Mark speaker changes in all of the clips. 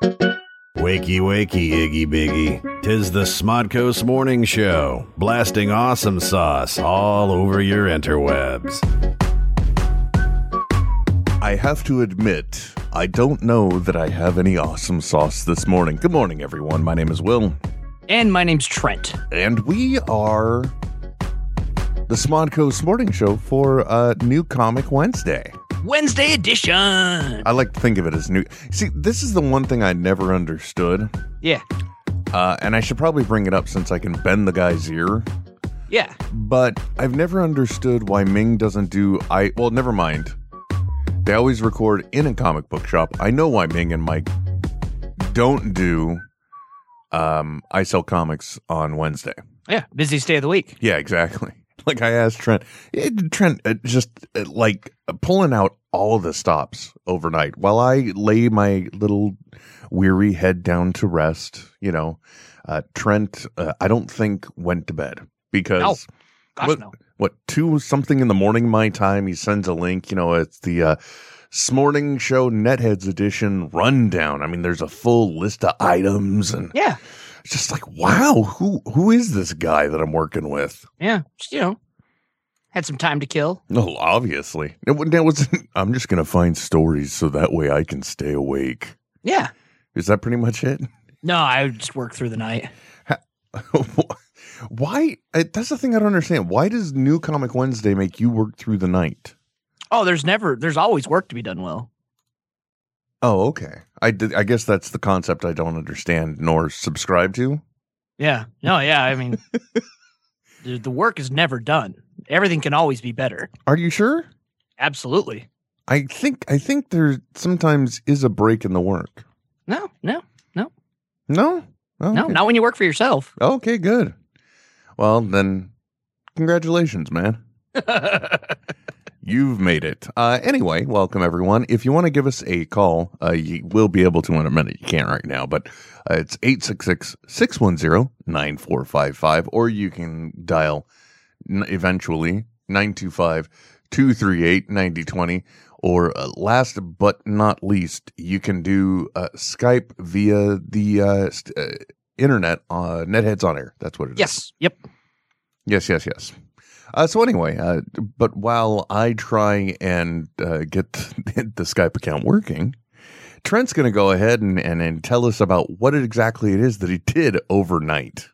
Speaker 1: Wakey, wakey, Iggy Biggy. Tis the Smodcoast Morning Show, blasting awesome sauce all over your interwebs.
Speaker 2: I have to admit, I don't know that I have any awesome sauce this morning. Good morning, everyone. My name is Will,
Speaker 3: And my name's Trent.
Speaker 2: and we are the Smodcoast Morning Show for uh, New Comic Wednesday.
Speaker 3: Wednesday edition.
Speaker 2: I like to think of it as new. See, this is the one thing I never understood,
Speaker 3: Yeah.
Speaker 2: uh, and I should probably bring it up since I can bend the guy's ear.
Speaker 3: Yeah.
Speaker 2: But I've never understood why Ming doesn't do I well, never mind. They always record in a comic book shop. I know why Ming and Mike don't do um I sell comics on Wednesday.
Speaker 3: Yeah. Busiest day of the week.
Speaker 2: Yeah, exactly. Like I asked Trent, it, Trent uh, just uh, like pulling out all the stops overnight while I lay my little weary head down to rest. You know, uh, Trent, uh, I don't think went to bed because
Speaker 3: No. Gosh,
Speaker 2: What-
Speaker 3: no.
Speaker 2: what two something in the morning my time he sends a link you know it's the uh smorning show netheads edition rundown i mean there's a full list of items and
Speaker 3: Yeah.
Speaker 2: it's just like wow who who is this guy that i'm working with
Speaker 3: Yeah. Just, you know, had some time to kill.
Speaker 2: well obviously it, wa- that was i'm just gonna find stories so that way i can stay awake
Speaker 3: Yeah.
Speaker 2: is that pretty much it
Speaker 3: No, I would just work through the night.
Speaker 2: why I- that's the thing i don't understand why does new comic wednesday make you work through the night
Speaker 3: Oh, there's never, there's always work to be done well.
Speaker 2: Oh, okay. I, did, I guess that's the concept I don't understand nor subscribe to.
Speaker 3: Yeah. No, yeah. I mean, the, the work is never done. Everything can always be better.
Speaker 2: Are you sure?
Speaker 3: Absolutely.
Speaker 2: I think I think there sometimes is a break in the work.
Speaker 3: No, no,
Speaker 2: No, okay.
Speaker 3: no. Not when you work for yourself.
Speaker 2: Okay, good. Well, then, congratulations, man. You've made it. Uh, anyway, welcome everyone. If you want to give us a call, uh, you will be able to in a minute. You can't right now, but uh, it's 866 610 9455, or you can dial n- eventually 925 238 9020. Or uh, last but not least, you can do uh, Skype via the uh, st- uh, internet, uh, Netheads on Air. That's what it is.
Speaker 3: yes. Yep.
Speaker 2: Yes, yes, yes. Uh, so anyway, uh, but while I try and uh, get the, the Skype account working, Trent's going to go ahead and, and and tell us about what it exactly it is that he did overnight.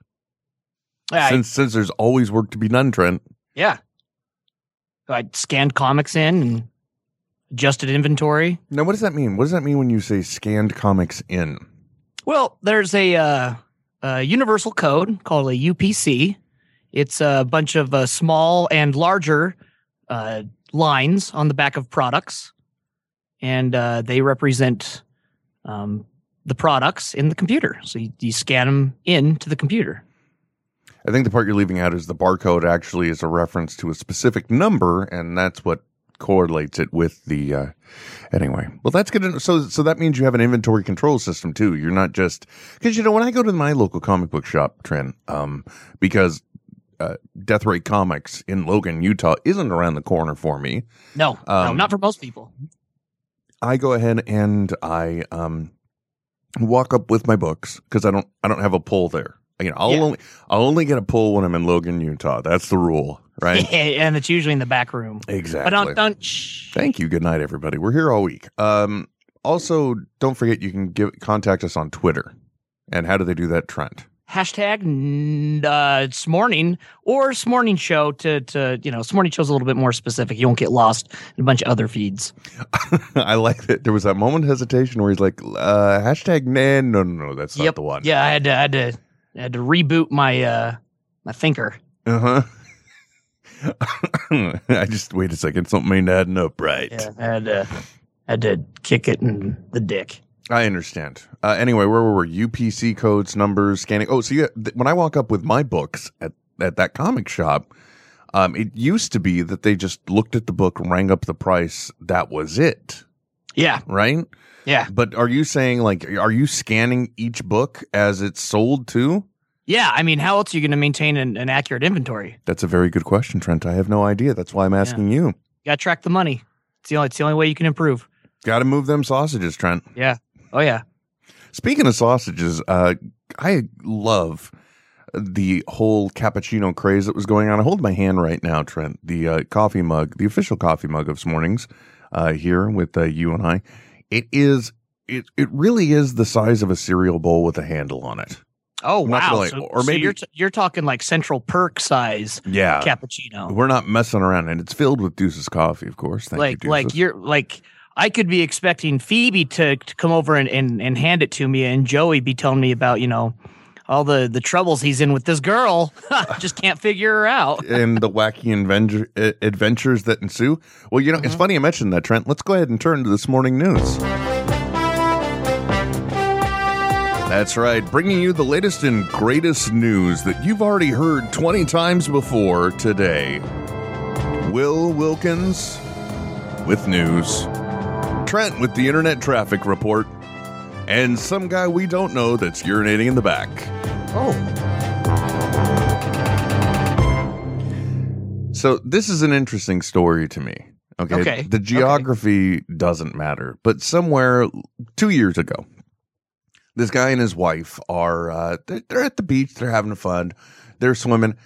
Speaker 3: I-
Speaker 2: since since there's always work to be done, Trent.
Speaker 3: Yeah. I scanned comics in and adjusted inventory.
Speaker 2: Now, what does that mean? What does that mean when you say scanned comics in?
Speaker 3: Well, there's a, uh, a universal code called a UPC. It's a bunch of uh, small and larger uh, lines on the back of products, and uh, they represent um, the products in the computer. So you, you scan them into the computer.
Speaker 2: I think the part you're leaving out is the barcode actually is a reference to a specific number, and that's what correlates it with the. Uh, anyway, well, that's good. So, so that means you have an inventory control system too. You're not just because you know when I go to my local comic book shop, Trent, um, because uh, Death Ray Comics in Logan, Utah, isn't around the corner for me.
Speaker 3: No, no,
Speaker 2: Um,
Speaker 3: not for most people.
Speaker 2: I go ahead and I um walk up with my books because I don't I don't have a pull there. You know, I'll
Speaker 3: Yeah.
Speaker 2: only I'll only get a pull when I'm in Logan, Utah. That's the rule, right?
Speaker 3: and it's usually in the back room.
Speaker 2: exactly.
Speaker 3: But uh, don't, don't.
Speaker 2: Thank you. Good night, everybody. We're here all week. Um, also, don't forget you can give contact us on Twitter. And how do they do that, Trent?
Speaker 3: hashtag n- uh, it's morning or it's morning show to to you know it's morning show's a little bit more specific you won't get lost in a bunch of other feeds
Speaker 2: I like that. There was that moment of hesitation where he's like, uh, hashtag nah, no, no, no, that's not the one.
Speaker 3: yeah i had to I had to, I had to reboot my uh my thinker
Speaker 2: Uh huh. I just wait a second. Something ain't adding up right.
Speaker 3: yeah i had to I had to kick it in the dick
Speaker 2: I understand. Uh, anyway, where were we? UPC codes, numbers, scanning. Oh, so you, th- when I walk up with my books at, at that comic shop, um, it used to be that they just looked at the book, rang up the price. That was it,
Speaker 3: yeah
Speaker 2: right?
Speaker 3: yeah
Speaker 2: But are you saying like, are you scanning each book as it's sold too?
Speaker 3: yeah i mean how else are you going to maintain an, an accurate inventory you
Speaker 2: That's a very good question, Trent. I have no idea. That's why I'm asking you.
Speaker 3: gotta track the money it's the only it's the only way you can improve
Speaker 2: Got to move them sausages, Trent.
Speaker 3: Oh yeah.
Speaker 2: Speaking of sausages, uh, I love the whole cappuccino craze that was going on. I hold my hand right now, Trent, the uh, coffee mug, the official coffee mug of mornings uh, here with uh, you and I. It is it it really is the size of a cereal bowl with a handle on it.
Speaker 3: Oh
Speaker 2: Not
Speaker 3: wow.
Speaker 2: really,
Speaker 3: So,
Speaker 2: or
Speaker 3: so
Speaker 2: maybe- Uh,
Speaker 3: you're t- you're talking like Central Perk size
Speaker 2: Yeah,
Speaker 3: cappuccino.
Speaker 2: we're not messing around, and it's filled with Deuce's coffee, of course. Thank
Speaker 3: like
Speaker 2: you,
Speaker 3: like
Speaker 2: Deuces.
Speaker 3: you're like I could be expecting Phoebe to, to come over and, and, and hand it to me and Joey be telling me about, you know, all the, the troubles he's in with this girl. Just can't figure her out.
Speaker 2: and the wacky adventure, uh, adventures that ensue. Well, you know, it's funny you mentioned that, Trent. Let's go ahead and turn to this morning news. That's right, bringing you the latest and greatest news that you've already heard 20 times before today. Will Wilkins with news, Trent with the internet traffic report, and some guy we don't know that's urinating in the back.
Speaker 3: Oh.
Speaker 2: So this is an interesting story to me. Okay.
Speaker 3: Okay.
Speaker 2: The geography doesn't matter, but somewhere two years ago, this guy and his wife are uh, they're, they're at the beach. They're having fun. They're swimming.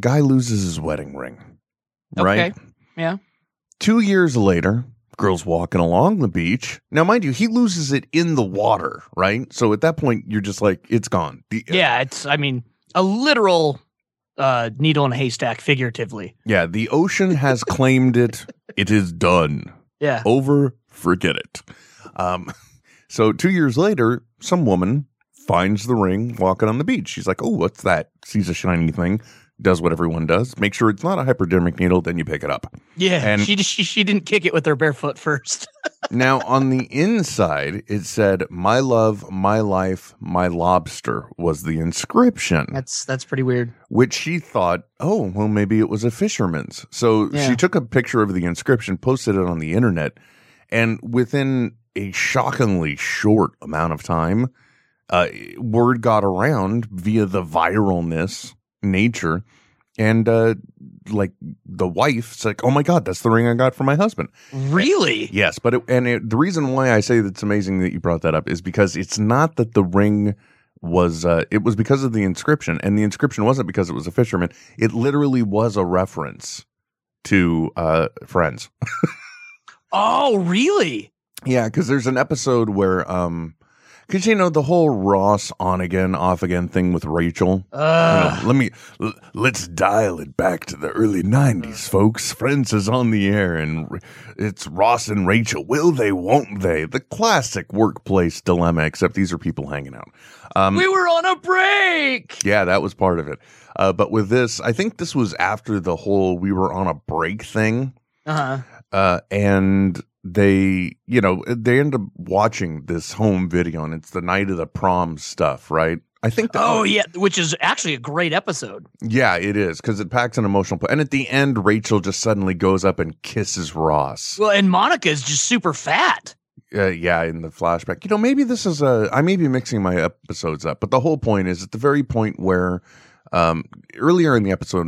Speaker 2: Guy loses his wedding ring. Right.
Speaker 3: Okay. Yeah.
Speaker 2: Two years later, girls walking along the beach. Now, mind you, he loses it in the water. Right. So at that point, you're just like, it's gone. The,
Speaker 3: Yeah, it's I mean, a literal uh, needle in a haystack figuratively.
Speaker 2: Yeah. The ocean has claimed it. It is done.
Speaker 3: Yeah.
Speaker 2: over forget it um so two years later some woman finds the ring walking on the beach she's like oh what's that sees a shiny thing does what everyone does make sure it's not a hypodermic needle then you pick it up
Speaker 3: Yeah.
Speaker 2: And-
Speaker 3: she, she she didn't kick it with her bare foot first.
Speaker 2: now on the inside it said my love my life my lobster was the inscription
Speaker 3: That's that's pretty weird.
Speaker 2: which she thought, oh, well, maybe it was a fisherman's. So
Speaker 3: Yeah.
Speaker 2: she took a picture of the inscription, posted it on the internet, and within a shockingly short amount of time, uh, word got around via the viralness nature. And uh, like the wife's like, oh my God, that's the ring I got for my husband.
Speaker 3: Really?
Speaker 2: Yes, but it, and it, the reason why I say that's amazing that you brought that up is because it's not that the ring was uh, it was because of the inscription, and the inscription wasn't because it was a fisherman. It literally was a reference to uh, Friends.
Speaker 3: Oh, really?
Speaker 2: Yeah, because there's an episode where um, because you know the whole Ross on again off again thing with Rachel. You know,
Speaker 3: Uh,
Speaker 2: let me l- let's dial it back to the early
Speaker 3: Uh.
Speaker 2: 90s folks friends is on the air and r- it's ross and rachel will they won't they the classic workplace dilemma except these are people hanging out um,
Speaker 3: we were on a break.
Speaker 2: yeah that was part of it uh, but with this i think this was after the whole we were on a break thing
Speaker 3: Uh-huh.
Speaker 2: uh, and they you know uh, they end up watching this home video and it's the night of the prom stuff right i think the-
Speaker 3: Oh yeah, which is actually a great episode.
Speaker 2: Yeah, it is because it packs an emotional. Po- and at the end, Rachel just suddenly goes up and kisses Ross.
Speaker 3: Well, and Monica is just super fat.
Speaker 2: Uh, yeah, in the flashback, you know, maybe this is a. I may be mixing my episodes up, but the whole point is at the very point where, um, earlier in the episode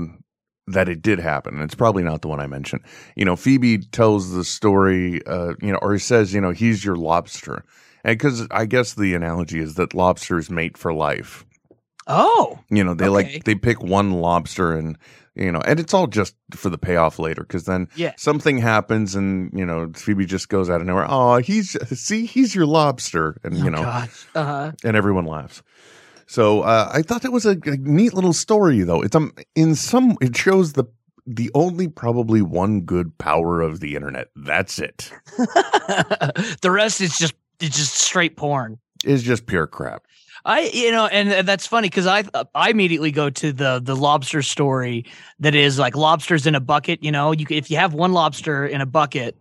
Speaker 2: that it did happen. And it's probably not the one I mentioned. You know, Phoebe tells the story. Uh, you know, or he says, you know, he's your lobster, and because I guess the analogy is that lobsters mate for life.
Speaker 3: Oh,
Speaker 2: You know, they
Speaker 3: Okay.
Speaker 2: like they pick one lobster and you know, and it's all just for the payoff later because then
Speaker 3: Yeah.
Speaker 2: something happens and you know Phoebe just goes out of nowhere. Oh, he's see, he's your lobster, and you know,
Speaker 3: Uh huh.
Speaker 2: and everyone laughs. So uh, I thought that was a, a neat little story, though. It's um in some it shows the the only probably one good power of the internet. That's it.
Speaker 3: the rest is just it's just straight porn.
Speaker 2: Is just pure crap.
Speaker 3: I you know, and th- that's funny because I I immediately go to the the lobster story that is like lobsters in a bucket. You know, you c- if you have one lobster in a bucket,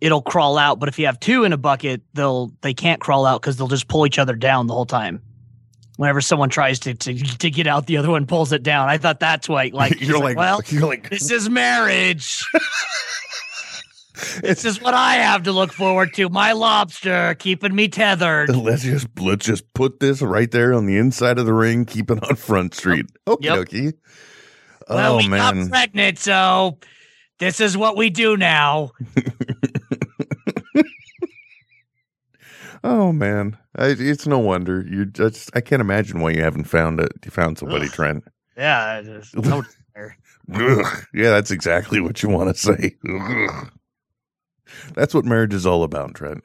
Speaker 3: it'll crawl out, but if you have two in a bucket, they'll they can't crawl out because they'll just pull each other down the whole time. Whenever someone tries to, to to get out, the other one pulls it down. I thought that's why. Like
Speaker 2: you're like,
Speaker 3: well,
Speaker 2: you're like
Speaker 3: This is marriage. this is what I have to look forward to. My lobster keeping me tethered.
Speaker 2: Let's just let's just put this right there on the inside of the ring. Keep it on Front Street. Okie
Speaker 3: Yep.
Speaker 2: dokie.
Speaker 3: well,
Speaker 2: oh
Speaker 3: we got
Speaker 2: man,
Speaker 3: pregnant, so this is what we do now.
Speaker 2: Oh man, I, it's no wonder you just. I can't imagine why you haven't found it. You found somebody,
Speaker 3: Ugh.
Speaker 2: Trent.
Speaker 3: Yeah, there's no
Speaker 2: Ugh. Yeah, that's exactly what you want to say. Ugh. That's what marriage is all about, Trent.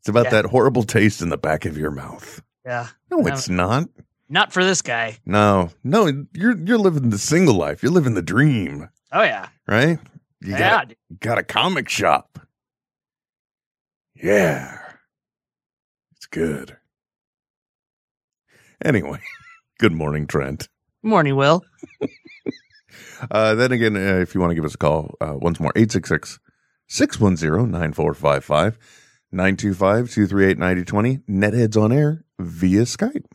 Speaker 2: It's about
Speaker 3: Yeah.
Speaker 2: that horrible taste in the back of your mouth.
Speaker 3: yeah,
Speaker 2: No, it's not.
Speaker 3: not for this guy.
Speaker 2: No, no, you're you're living the single life. You're living the dream,
Speaker 3: Oh yeah,
Speaker 2: right? You got
Speaker 3: yeah. dude.
Speaker 2: got a comic shop. Yeah. It's good. Anyway, good morning, Trent.
Speaker 3: Morning, Will.
Speaker 2: Uh, then again, uh, if you want to give us a call, uh, once more, 866 610 9455 925 238 9020. Netheads on air via Skype.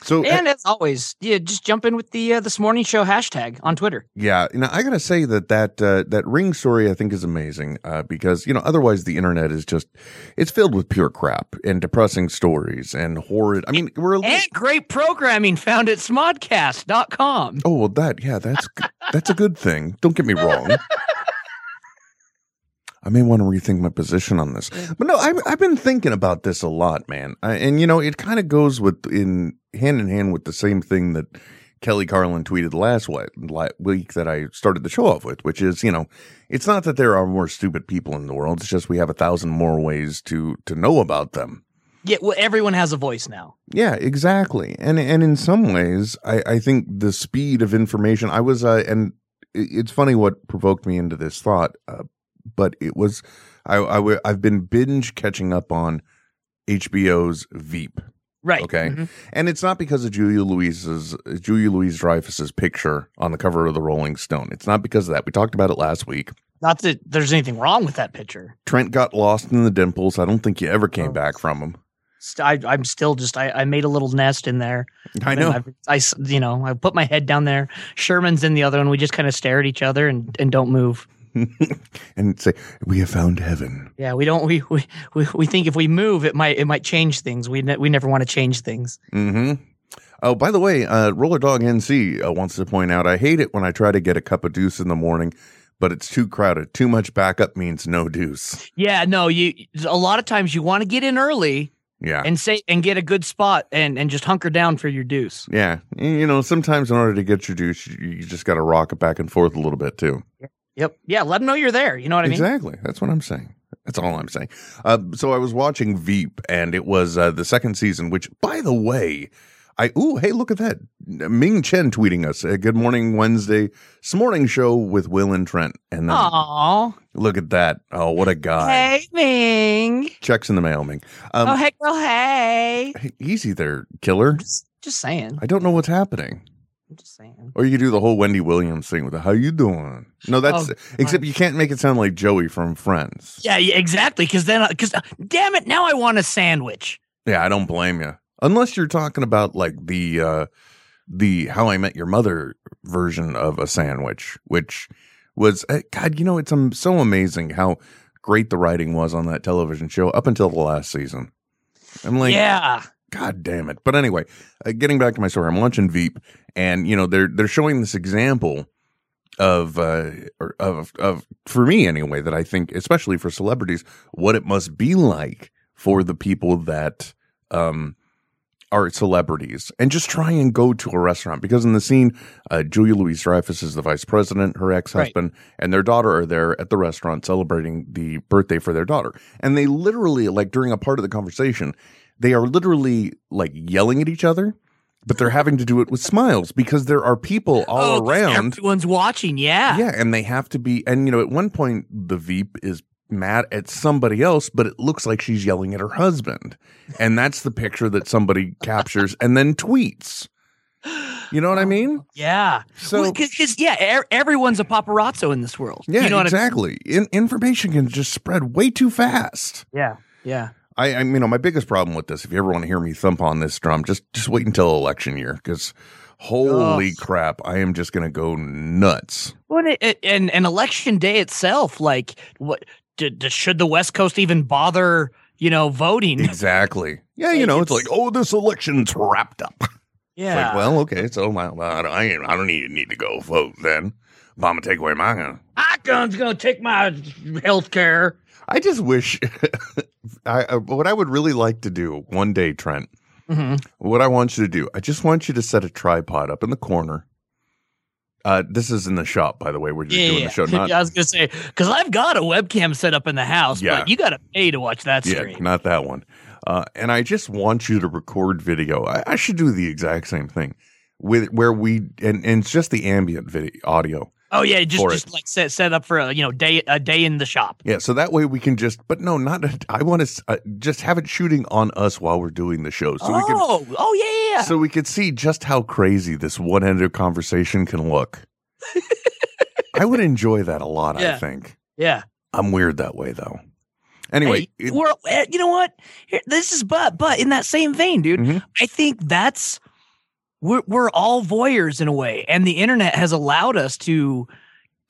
Speaker 2: So,
Speaker 3: And as always, yeah, just jump in with the uh, this morning show hashtag on Twitter.
Speaker 2: Yeah, you know, I gotta say that that uh, that ring story I think is amazing uh, because you know otherwise the internet is just it's filled with pure crap and depressing stories and horrid. I mean, we're a little,
Speaker 3: And great programming found at smodcast.com.
Speaker 2: oh well that yeah that's g- that's a good thing. Don't get me wrong. I may want to rethink my position on this, but no, I've I've been thinking about this a lot, man. I, and you know, it kind of goes with in hand in hand with the same thing that Kelly Carlin tweeted last we- la- week that I started the show off with, which is, you know, it's not that there are more stupid people in the world. It's just we have a thousand more ways to to know about them.
Speaker 3: Yeah, well, everyone has a voice now.
Speaker 2: Yeah, exactly. And and in some ways, I I think the speed of information. I was uh, and it- it's funny what provoked me into this thought, uh, but it was I I w- I've been binge catching up on HBO's Veep.
Speaker 3: Right.
Speaker 2: Okay.
Speaker 3: Mhm.
Speaker 2: And it's not because of Julia Louise's Julia Louise Dreyfus's picture on the cover of the Rolling Stone. It's not because of that. We talked about it last week.
Speaker 3: Not that there's anything wrong with that picture.
Speaker 2: Trent got lost in the dimples. I don't think you ever came
Speaker 3: Oh.
Speaker 2: back from them.
Speaker 3: St- I, I'm still just, I, I made a little nest in there.
Speaker 2: I
Speaker 3: And then
Speaker 2: know.
Speaker 3: I've- I, s- you know, I put my head down there. Sherman's in the other one. We just kind of stare at each other and, and don't move.
Speaker 2: and say, "We have found heaven."
Speaker 3: Yeah, we don't. We, we we we think if we move, it might it might change things. We ne- we never want to change things.
Speaker 2: hmm Oh, by the way, uh, Roller Dog NC uh, wants to point out I hate it when I try to get a cup of deuce in the morning, but it's too crowded. Too much backup means no deuce.
Speaker 3: Yeah, no. You a lot of times you want to get in early
Speaker 2: Yeah.
Speaker 3: and say and get a good spot and and just hunker down for your deuce.
Speaker 2: yeah. You know, sometimes in order to get your deuce, you- you just got to rock it back and forth a little bit too.
Speaker 3: Yep. Yeah. Let them know you're there. You know what I mean?
Speaker 2: Exactly. That's what I'm saying. That's all I'm saying. Uh, so I was watching Veep, and it was uh, the second season. Which, by the way, I ooh, hey, look at that, Ming Chen tweeting us. Uh, Good morning Wednesday, this morning show with Will and Trent, and then
Speaker 3: Aw.
Speaker 2: look at that. Oh, what a guy!
Speaker 3: Hey, Ming.
Speaker 2: Checks in the mail, Ming. Um,
Speaker 3: oh, hey, girl. Hey.
Speaker 2: hey, easy there, killer.
Speaker 3: Just just saying.
Speaker 2: I don't know what's happening.
Speaker 3: I'm just saying.
Speaker 2: Or you could do the whole Wendy Williams thing with the "How you doing?" No, that's
Speaker 3: Oh,
Speaker 2: except you can't make it sound like Joey from Friends.
Speaker 3: Yeah, yeah exactly. Because then, because damn it, now I want a sandwich.
Speaker 2: Yeah, I don't blame you. Unless you're talking about like the uh the How I Met Your Mother version of a sandwich, which was eh, God, you know, it's um, so amazing how great the writing was on that television show up until the last season. I'm like,
Speaker 3: yeah.
Speaker 2: God damn it! But anyway, uh, getting back to my story, I'm watching Veep, and you know they're they're showing this example of uh or of of for me anyway that I think especially for celebrities what it must be like for the people that um are celebrities and just try and go to a restaurant because in the scene uh, Julia Louise Dreyfus is the vice president her ex-husband and their daughter are there at the restaurant celebrating the birthday for their daughter and they literally like during a part of the conversation they are literally like yelling at each other but they're having to do it with smiles because there are people all
Speaker 3: Oh, 'cause
Speaker 2: around
Speaker 3: Everyone's watching. Yeah.
Speaker 2: yeah, and they have to be. And you know, at one point, the Veep is mad at somebody else, but it looks like she's yelling at her husband, and that's the picture that somebody captures and then tweets. You
Speaker 3: Oh.
Speaker 2: know what I mean?
Speaker 3: Yeah.
Speaker 2: So.
Speaker 3: Because, yeah, er, everyone's a paparazzo in this world.
Speaker 2: yeah,
Speaker 3: You know what
Speaker 2: exactly. In- information can just spread way too fast.
Speaker 3: I mean? Yeah. Yeah.
Speaker 2: I, I, you know, my biggest problem with this, if you ever want to hear me thump on this drum, just just wait until election year, because holy
Speaker 3: Ugh.
Speaker 2: crap, I am just going to go nuts.
Speaker 3: Well, and, it, and and election day itself, like, what d- d- should the West Coast even bother? You know, voting.
Speaker 2: Exactly. Yeah, you
Speaker 3: Like,
Speaker 2: know, it's like,
Speaker 3: it's-
Speaker 2: oh, this election's wrapped up.
Speaker 3: Yeah.
Speaker 2: It's like, well, okay, so my, well, I don't, I, ain't- I don't need, need to go vote then. Mama, take away my uh, gun.
Speaker 3: Icon's gonna take my health care.
Speaker 2: I just wish I, I- what I would really like to do one day, Trent.
Speaker 3: hmm
Speaker 2: What I want you to do, I just want you to set a tripod up in the corner. Uh, this is in the shop, by the way. We're just doing the show, not
Speaker 3: I was gonna say because I've got a webcam set up in the house,
Speaker 2: Yeah.
Speaker 3: but you got to pay to watch that
Speaker 2: yeah,
Speaker 3: screen.
Speaker 2: not that one. Uh, and I just want you to record video. I, I should do the exact same thing with where we and, and it's just the ambient video audio.
Speaker 3: Oh yeah, just
Speaker 2: For it.
Speaker 3: just like set set up for a you know day a day in the shop.
Speaker 2: Yeah, so that way we can just, but no, not. A, I want to uh, just have it shooting on us while we're doing the show, so we can
Speaker 3: oh oh yeah, yeah, yeah.
Speaker 2: so we could see just how crazy this one-ended conversation can look. I would enjoy that a lot. I
Speaker 3: Yeah.
Speaker 2: think
Speaker 3: yeah.
Speaker 2: I'm weird that way, though. Anyway,
Speaker 3: Hey,
Speaker 2: it-
Speaker 3: we're eh, you know what? Here- This is but but in that same vein, dude.
Speaker 2: Mhm.
Speaker 3: I think that's we're we're all voyeurs in a way, and the internet has allowed us to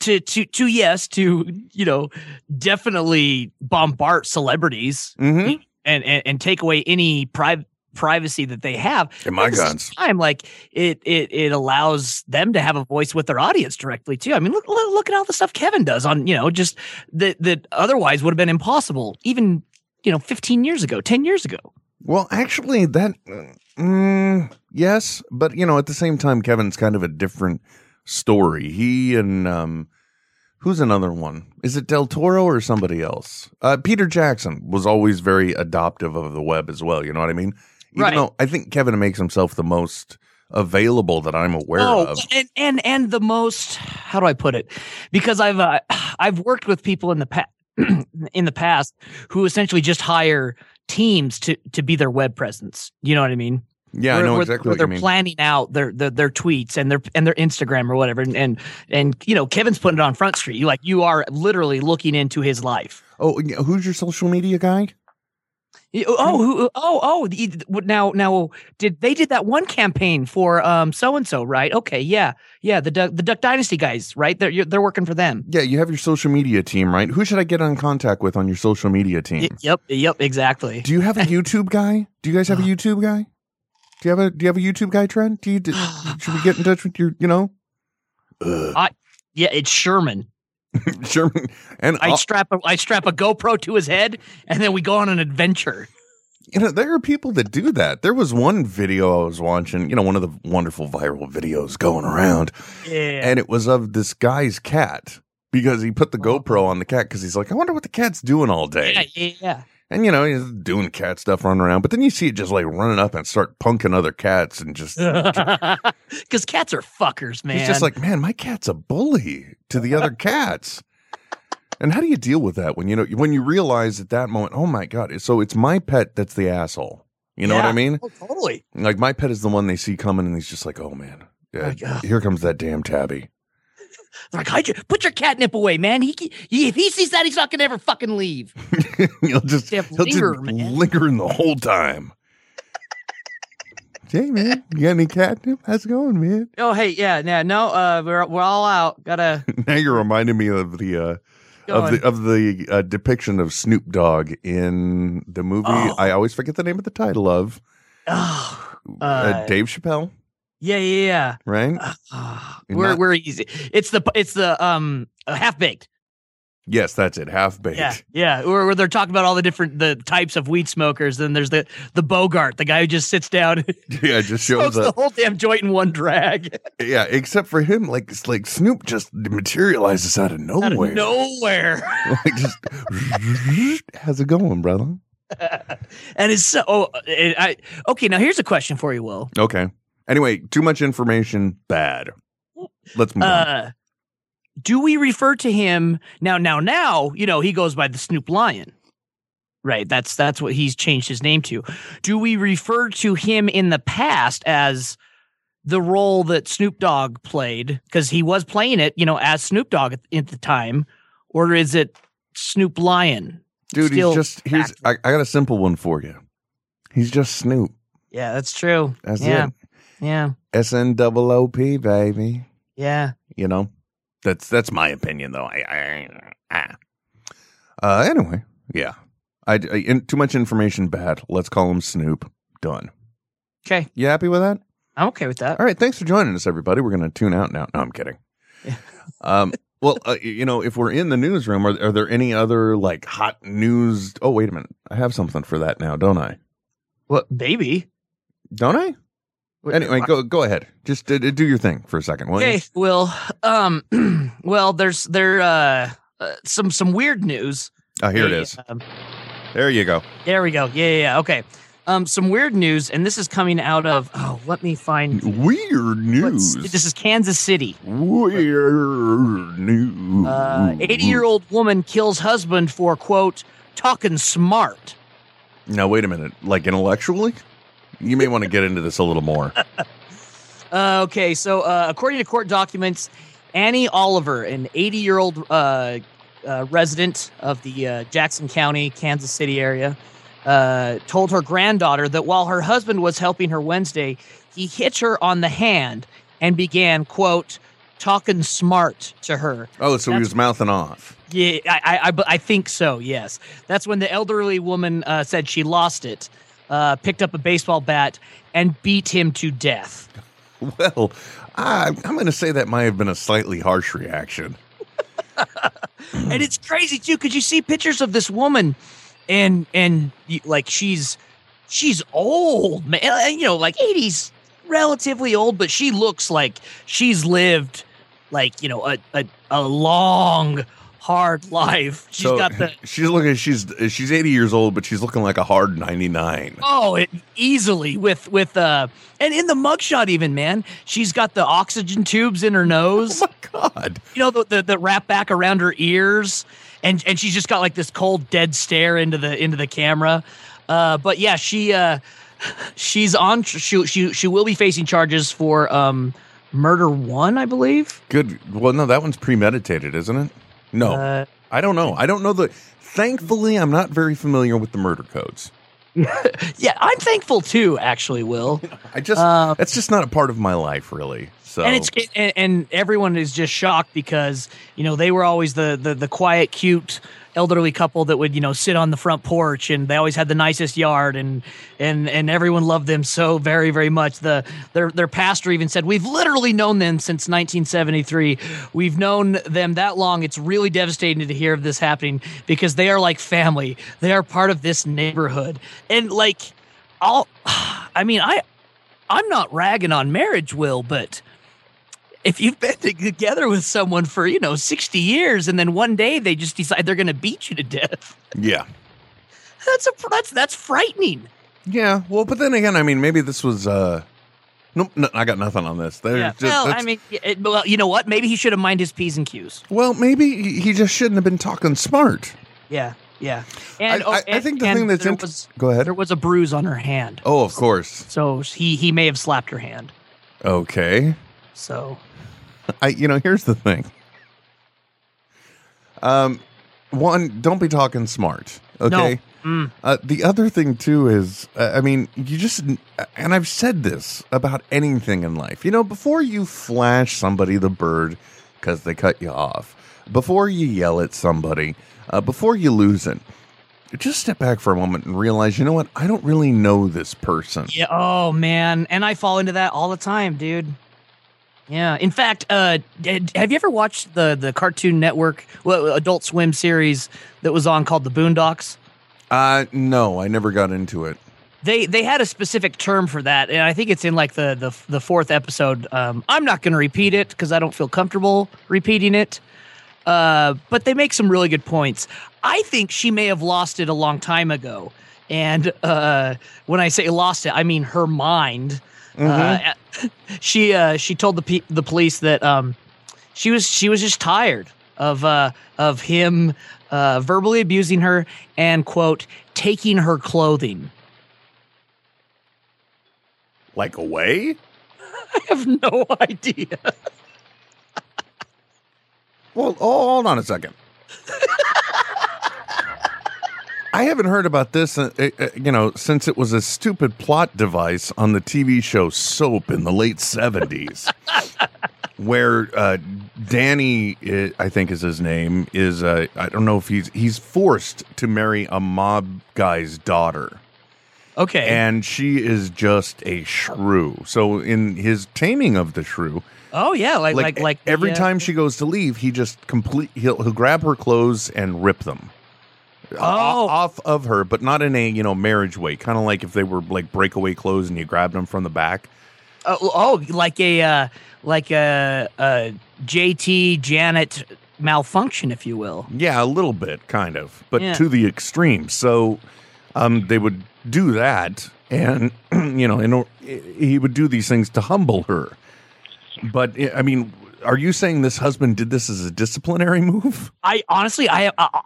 Speaker 3: to to to yes to you know definitely bombard celebrities
Speaker 2: mhm.
Speaker 3: and and, and take away any pri- privacy that they have.
Speaker 2: and my
Speaker 3: At the same
Speaker 2: guns.
Speaker 3: time, like it it it allows them to have a voice with their audience directly too. I mean, look look, look at all the stuff Kevin does on you know just that that otherwise would have been impossible even you know 15 years ago, 10 years ago.
Speaker 2: Well, actually, that mm, yes, but you know, at the same time, Kevin's kind of a different story. He and um, who's another one? Is it Del Toro or somebody else? Uh, Peter Jackson was always very adoptive of the web as well. You know what I mean? Even
Speaker 3: Right.
Speaker 2: though I think Kevin makes himself the most available that I'm aware
Speaker 3: Oh,
Speaker 2: of.
Speaker 3: and and and the most how do I put it? Because I've uh, I've worked with people in the past in the past who essentially just hire teams to to be their web presence. You know what I mean?
Speaker 2: Yeah, I
Speaker 3: where-
Speaker 2: know
Speaker 3: where-
Speaker 2: exactly
Speaker 3: where
Speaker 2: what you
Speaker 3: they're
Speaker 2: mean.
Speaker 3: planning out their, their their tweets and their and their Instagram or whatever, and, and and you know Kevin's putting it on Front Street. You like you are literally looking into his life.
Speaker 2: oh, yeah, who's your social media guy?
Speaker 3: You- Oh, who, oh, oh! the- Now, now, did they did that one campaign for um so and so, right? Okay, yeah, yeah. The Duck, the Duck Dynasty guys, right? They're you're, they're working for them.
Speaker 2: Yeah, you have your social media team, right? Who should I get in contact with on your social media team?
Speaker 3: Y- Yep, yep, exactly.
Speaker 2: Do you have a YouTube guy? Do you guys
Speaker 3: Uh.
Speaker 2: have a YouTube guy? Do you have a Do you have a YouTube guy, Trent? Do you do, should we get in touch with your you know? Uh,
Speaker 3: Yeah, it's Sherman.
Speaker 2: Sherman and
Speaker 3: I
Speaker 2: I'll-
Speaker 3: strap a I strap a GoPro to his head, and then we go on an adventure.
Speaker 2: you know there are people that do that. There was one video I was watching, you know, one of the wonderful viral videos going around,
Speaker 3: Yeah,
Speaker 2: and it was of this guy's cat because he put the
Speaker 3: Oh.
Speaker 2: GoPro on the cat because he's like, I wonder what the cat's doing all day.
Speaker 3: yeah, yeah, yeah.
Speaker 2: And you know, he's doing cat stuff running around, but then you see it just like running up and start punking other cats and just
Speaker 3: Because cats are fuckers, man.
Speaker 2: He's just like, man, my cat's a bully to the other cats. And how do you deal with that when you know when you realize at that moment, oh my god, so it's my pet that's the asshole. You know what I
Speaker 3: Yeah.
Speaker 2: mean?
Speaker 3: oh, totally.
Speaker 2: Like my pet is the one they see coming, and he's just like, oh man, yeah,
Speaker 3: Like, ugh.
Speaker 2: here comes that damn tabby.
Speaker 3: They're like, hide your, put your catnip away, man. He, he, if he sees that, he's not gonna ever fucking leave.
Speaker 2: he'll just
Speaker 3: Damn,
Speaker 2: he'll
Speaker 3: linger,
Speaker 2: just
Speaker 3: man.
Speaker 2: lingering the whole time. hey man, you got any catnip? How's it going, man?
Speaker 3: Oh, hey, yeah, yeah, no, uh, we're we're all out. Gotta
Speaker 2: Now you're reminding me of the uh,
Speaker 3: go
Speaker 2: of
Speaker 3: on.
Speaker 2: the of the uh, depiction of Snoop Dogg in the movie.
Speaker 3: Oh.
Speaker 2: I always forget the name of the title of
Speaker 3: oh,
Speaker 2: uh,
Speaker 3: Uh,
Speaker 2: Dave Chappelle,
Speaker 3: yeah, yeah,
Speaker 2: right?
Speaker 3: yeah. Ah,
Speaker 2: You're
Speaker 3: we're
Speaker 2: not-
Speaker 3: we're easy. It's the it's the um half baked.
Speaker 2: Yes, that's it. Half baked.
Speaker 3: Yeah, yeah. Where, where they're talking about all the different the types of weed smokers. Then there's the the Bogart, the guy who just sits down, and
Speaker 2: Yeah, it just
Speaker 3: smokes
Speaker 2: shows
Speaker 3: the
Speaker 2: up.
Speaker 3: whole damn joint in one drag.
Speaker 2: Yeah, except for him, like it's like Snoop just materializes out of nowhere.
Speaker 3: Out of nowhere.
Speaker 2: like just how's it going, brother?
Speaker 3: and it's so. Oh, and I, okay, now here's a question for you, Will.
Speaker 2: Okay. Anyway, too much information, bad. Let's move on.
Speaker 3: Uh, do we refer to him now? Now, now, you know he goes by the Snoop Lion, right? That's that's what he's changed his name to. Do we refer to him in the past as the role that Snoop Dogg played because he was playing it, you know, as Snoop Dogg at, at the time, or is it Snoop Lion?
Speaker 2: Dude, he's
Speaker 3: still
Speaker 2: just here's I, I got a simple one for you. He's just Snoop.
Speaker 3: Yeah, that's true.
Speaker 2: That's
Speaker 3: yeah,
Speaker 2: it.
Speaker 3: yeah,
Speaker 2: S N double O P baby.
Speaker 3: yeah.
Speaker 2: you know that's that's my opinion though i, I ah. uh anyway yeah I, I in, too much information bad let's call him snoop done
Speaker 3: Okay,
Speaker 2: you happy with that
Speaker 3: I'm okay with that.
Speaker 2: all right thanks for joining us everybody we're gonna tune out now no i'm kidding
Speaker 3: Yeah.
Speaker 2: um Well, uh, you know, if we're in the newsroom, are, are there any other like hot news? Oh, wait a minute. I have something for that now, don't I?
Speaker 3: Well, maybe.
Speaker 2: Don't I? Anyway, go go ahead. Just uh, do your thing for a second. will you?
Speaker 3: Okay, well, um, well, there's there uh, uh some some weird news.
Speaker 2: Oh, here it
Speaker 3: Hey,
Speaker 2: is.
Speaker 3: um,
Speaker 2: There you go.
Speaker 3: there we go. Yeah, yeah, yeah. Okay. Um, some weird news, and this is coming out of. Oh, let me find.
Speaker 2: Weird
Speaker 3: let's-
Speaker 2: news.
Speaker 3: This is Kansas City.
Speaker 2: Weird news.
Speaker 3: Uh, 80-year-old woman kills husband for quote talking smart.
Speaker 2: Now wait a minute. Like intellectually, you may want to get into this a little more.
Speaker 3: Uh, okay, so uh, according to court documents, Annie Oliver, an 80 year old uh, uh, resident of the uh, Jackson County, Kansas City area, uh, told her granddaughter that while her husband was helping her Wednesday, he hit her on the hand and began, quote, talking smart to her.
Speaker 2: Oh, so he was mouthing off.
Speaker 3: Yeah, I, I, I, bu- I think so. Yes, that's when the elderly woman uh, said she lost it, uh, picked up a baseball bat, and beat him to death.
Speaker 2: Well, I, I'm going to say that might have been a slightly harsh reaction.
Speaker 3: and it's crazy too, because you see pictures of this woman, and and y- like she's she's old, man. uh, You know, like eighties, relatively old, but she looks like she's lived like you know a a, a long hard life. She's
Speaker 2: so
Speaker 3: got the
Speaker 2: she's looking. She's she's 80 years old, but she's looking like a hard 99.
Speaker 3: Oh, it, easily with with uh, and in the mugshot even man, she's got the oxygen tubes in her nose,
Speaker 2: Oh my God!
Speaker 3: you know, the, the the wrap back around her ears, and and she's just got like this cold dead stare into the into the camera. Uh, but yeah, she uh, she's on she she she will be facing charges for um murder one, I believe.
Speaker 2: Good. Well, no, that one's premeditated, isn't it? No,
Speaker 3: Uh,
Speaker 2: I don't know. I don't know the. Thankfully, I'm not very familiar with the murder codes.
Speaker 3: yeah, I'm thankful too, actually, Will.
Speaker 2: I just
Speaker 3: Um,
Speaker 2: that's just not a part of my life, really. So
Speaker 3: And it's and, and everyone is just shocked because you know they were always the, the the quiet, cute, elderly couple that would you know sit on the front porch, and they always had the nicest yard, and and and everyone loved them so very very much. The their their pastor even said, "We've literally known them since 1973. We've known them that long. It's really devastating to hear of this happening because they are like family. They are part of this neighborhood, and like all, I mean I." I'm not ragging on marriage, Will, but if you've been together with someone for you know 60 years and then one day they just decide they're going to beat you to death
Speaker 2: yeah,
Speaker 3: that's a that's that's frightening
Speaker 2: yeah. Well, but then again, I mean, maybe this was. uh Nope, no, I got nothing on this. There's just,
Speaker 3: well i
Speaker 2: that's-
Speaker 3: mean yeah, it, well you know what maybe he should have mined his p's and q's
Speaker 2: well, maybe he he just shouldn't have been talking smart.
Speaker 3: yeah yeah
Speaker 2: I- I- I think the thing that's
Speaker 3: there
Speaker 2: int-
Speaker 3: was
Speaker 2: Go ahead.
Speaker 3: there was a bruise on her hand
Speaker 2: Oh, of course.
Speaker 3: so he he may have slapped her hand
Speaker 2: Okay.
Speaker 3: so
Speaker 2: I you know, here's the thing. Um one, don't be talking smart. Okay.
Speaker 3: mm,
Speaker 2: Uh, the other thing too is, uh, I mean, you just uh, and I've said this about anything in life. You know, before you flash somebody the bird because they cut you off, before you yell at somebody, uh, before you lose it, just step back for a moment and realize, you know what? I don't really know this person.
Speaker 3: yeah oh man and i fall into that all the time dude yeah in fact uh did- have you ever watched the the cartoon network well adult swim series that was on called the boondocks
Speaker 2: Uh, no, I never got into it.
Speaker 3: they they had a specific term for that and i think it's in like the the, the fourth episode um, i'm not going to repeat it because i don't feel comfortable repeating it uh, but they make some really good points i think she may have lost it a long time ago and uh, when i say lost it i mean her mind
Speaker 2: Mhm.
Speaker 3: uh, she uh, she told the pe- the police that um, she was she was just tired of uh, of him uh, verbally abusing her and quote taking her clothing
Speaker 2: like away?
Speaker 3: I have no idea.
Speaker 2: Well, oh, hold on a second. I haven't heard about this, uh, uh, you know, since it was a stupid plot device on the TV show Soap in the late 70s, where uh, Danny, uh, I think is his name, is, uh, I don't know if he's, he's forced to marry a mob guy's daughter.
Speaker 3: Okay.
Speaker 2: and she is just a shrew. So in his taming of the shrew,
Speaker 3: oh yeah, like like like, the,
Speaker 2: every
Speaker 3: uh,
Speaker 2: time she goes to leave, he just complete he'll he'll grab her clothes and rip them. o-
Speaker 3: Oh.
Speaker 2: off of her, but not in a you know marriage way. Kind of like if they were like breakaway clothes and you grabbed them from the back.
Speaker 3: Oh, oh, like a uh, like a, a JT Janet malfunction, if you will.
Speaker 2: Yeah, a little bit, kind of, but
Speaker 3: Yeah.
Speaker 2: to the extreme. So, um, they would do that, and you know, in, or- he would do these things to humble her. But eh, I mean, are you saying this husband did this as a disciplinary move?
Speaker 3: I honestly, I, I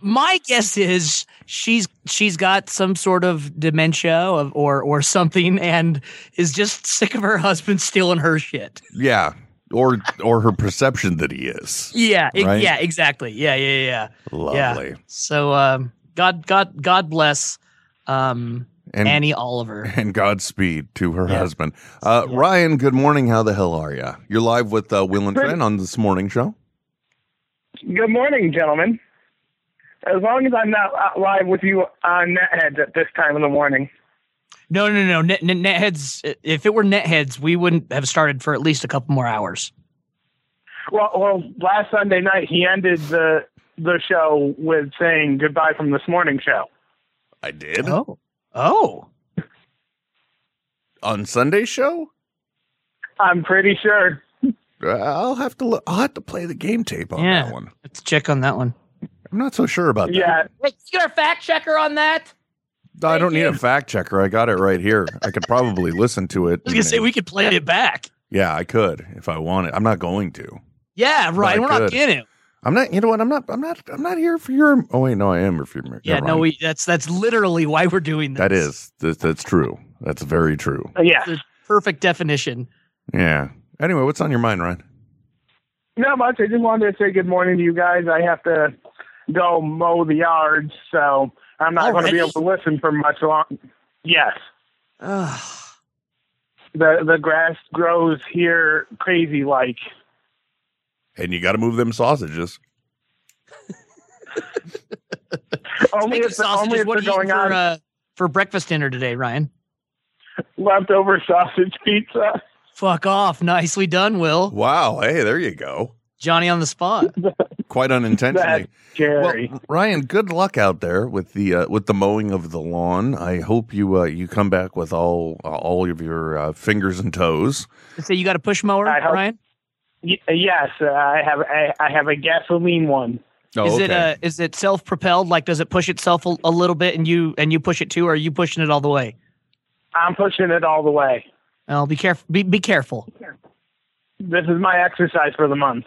Speaker 3: my guess is she's she's got some sort of dementia of, or or something, and is just sick of her husband stealing her shit.
Speaker 2: Yeah, or or her perception that he is
Speaker 3: Yeah, e-
Speaker 2: Right.
Speaker 3: yeah, exactly. Yeah, yeah, yeah.
Speaker 2: lovely.
Speaker 3: So, um, God, God, God bless um,
Speaker 2: And
Speaker 3: Annie Oliver.
Speaker 2: and Godspeed to her
Speaker 3: Yeah.
Speaker 2: husband, uh,
Speaker 3: Yeah.
Speaker 2: Ryan. Good morning. How the hell are you? You're live with uh, Will and
Speaker 4: Pretty-
Speaker 2: Trent on this morning show.
Speaker 4: Good morning, gentlemen. As long as I'm not uh, live with you on NetHeads at this time of the morning.
Speaker 3: No, no, no. Net, net, netheads. If it were netheads, we wouldn't have started for at least a couple more hours.
Speaker 4: Well, well, last Sunday night he ended the the show with saying goodbye from this morning show.
Speaker 2: I did
Speaker 3: Oh, oh.
Speaker 2: on Sunday show.
Speaker 4: I'm pretty sure.
Speaker 2: Uh, I'll have to look. I'll have to play the game tape on
Speaker 3: Yeah.
Speaker 2: that one.
Speaker 3: Let's check on that one.
Speaker 2: I'm not so sure about that.
Speaker 4: Yeah,
Speaker 3: Wait, you're a fact checker on that.
Speaker 2: I don't
Speaker 3: thank
Speaker 2: need
Speaker 3: you.
Speaker 2: a fact checker. I got it right here. I could probably listen to it.
Speaker 3: I was gonna say we could play it back.
Speaker 2: Yeah, I could if I wanted. I'm not going to.
Speaker 3: Yeah, right.
Speaker 2: I
Speaker 3: We're
Speaker 2: could.
Speaker 3: not getting it.
Speaker 2: I'm not. You know what? I'm not. I'm not. I'm not here for your. Oh wait, no, I am. If you're. never
Speaker 3: Yeah, no,
Speaker 2: mind.
Speaker 3: we. That's that's literally why we're doing this.
Speaker 2: That is. That, that's true. That's very true.
Speaker 4: yeah.
Speaker 3: perfect definition.
Speaker 2: Yeah. Anyway, what's on your mind, Ryan?
Speaker 4: Not much. I just wanted to say good morning to you guys. I have to go mow the yards, so I'm not going to be
Speaker 3: Already?
Speaker 4: able to listen for much long. Yes.
Speaker 3: Ugh.
Speaker 4: The the grass grows here crazy like.
Speaker 2: And you got to move them sausages.
Speaker 4: Only
Speaker 3: Speaking of
Speaker 4: if, the- only
Speaker 3: sausages,
Speaker 4: if
Speaker 3: what are
Speaker 4: they're
Speaker 3: you eating
Speaker 4: going
Speaker 3: for
Speaker 4: on
Speaker 3: uh, for breakfast dinner today, Ryan?
Speaker 4: leftover sausage pizza.
Speaker 3: Fuck off. Nicely done, Will.
Speaker 2: Wow. Hey, there you go.
Speaker 3: Johnny on the spot.
Speaker 2: Quite unintentionally.
Speaker 4: Jerry.
Speaker 2: Well, Ryan, good luck out there with the uh, with the mowing of the lawn. I hope you uh, you come back with all uh, all of your uh, fingers and toes.
Speaker 3: Say you got a push mower,
Speaker 4: I hope-
Speaker 3: Ryan?
Speaker 4: y- yes, uh, I have I, I have a gasoline one.
Speaker 2: Oh,
Speaker 3: is it
Speaker 2: okay.
Speaker 3: uh is it self propelled? Like does it push itself a, a little bit and you and you push it too, or are you pushing it all the way?
Speaker 4: I'm pushing it all the way.
Speaker 3: Oh, be careful. Be, be careful.
Speaker 4: This is my exercise for the month.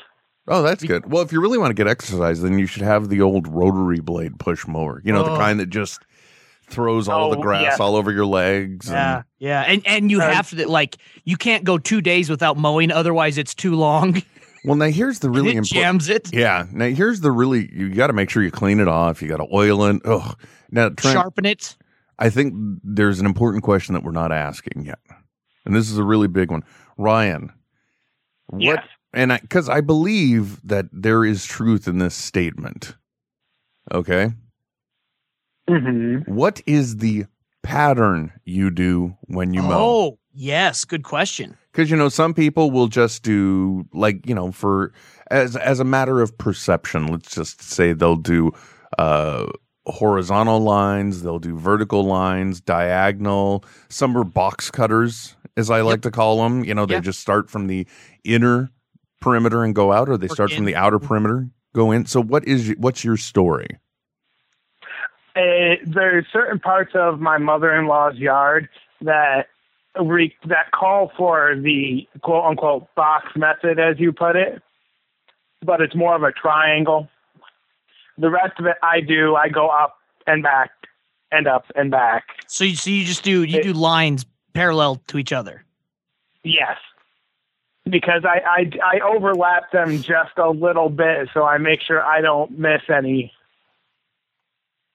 Speaker 2: oh, that's good. Well, if you really want to get exercise, then you should have the old rotary blade push mower. You know, the
Speaker 3: Oh.
Speaker 2: kind that just throws all the
Speaker 4: Oh,
Speaker 2: grass
Speaker 4: yeah.
Speaker 2: all over your legs.
Speaker 3: Yeah, yeah, and and you
Speaker 4: Um,
Speaker 3: have to like you can't go two days without mowing, otherwise it's too long.
Speaker 2: And, well, now here's the really
Speaker 3: it
Speaker 2: important.
Speaker 3: jams it.
Speaker 2: Yeah. Now here's the really you got to make sure you clean it off. You got to oil it. Ugh. Now, Trent,
Speaker 3: Sharpen it.
Speaker 2: I think there's an important question that we're not asking yet, and this is a really big one, Ryan. What?
Speaker 4: Yes.
Speaker 2: And I because I believe that there is truth in this statement. Okay.
Speaker 4: hmm
Speaker 2: What is the pattern you do when you mow?
Speaker 3: Oh, yes, good question.
Speaker 2: because you know some people will just do like you know for as as a matter of perception let's just say they'll do uh horizontal lines they'll do vertical lines diagonal some are box cutters as i like to call them you know they
Speaker 3: Yeah.
Speaker 2: just start from the inner perimeter and go out or they
Speaker 3: Or
Speaker 2: start from
Speaker 3: in.
Speaker 2: the
Speaker 3: Mm-hmm.
Speaker 2: outer perimeter go in so what is y- what's your story
Speaker 4: Uh, there's certain parts of my mother-in-law's yard that re- that call for the quote-unquote box method, as you put it, but it's more of a triangle. The rest of it, I do. I go up and back, and up and back.
Speaker 3: So you so you just do you
Speaker 4: It-
Speaker 3: do lines parallel to each other.
Speaker 4: Yes. Because I, I, I overlap them just a little bit, so I make sure I don't miss any.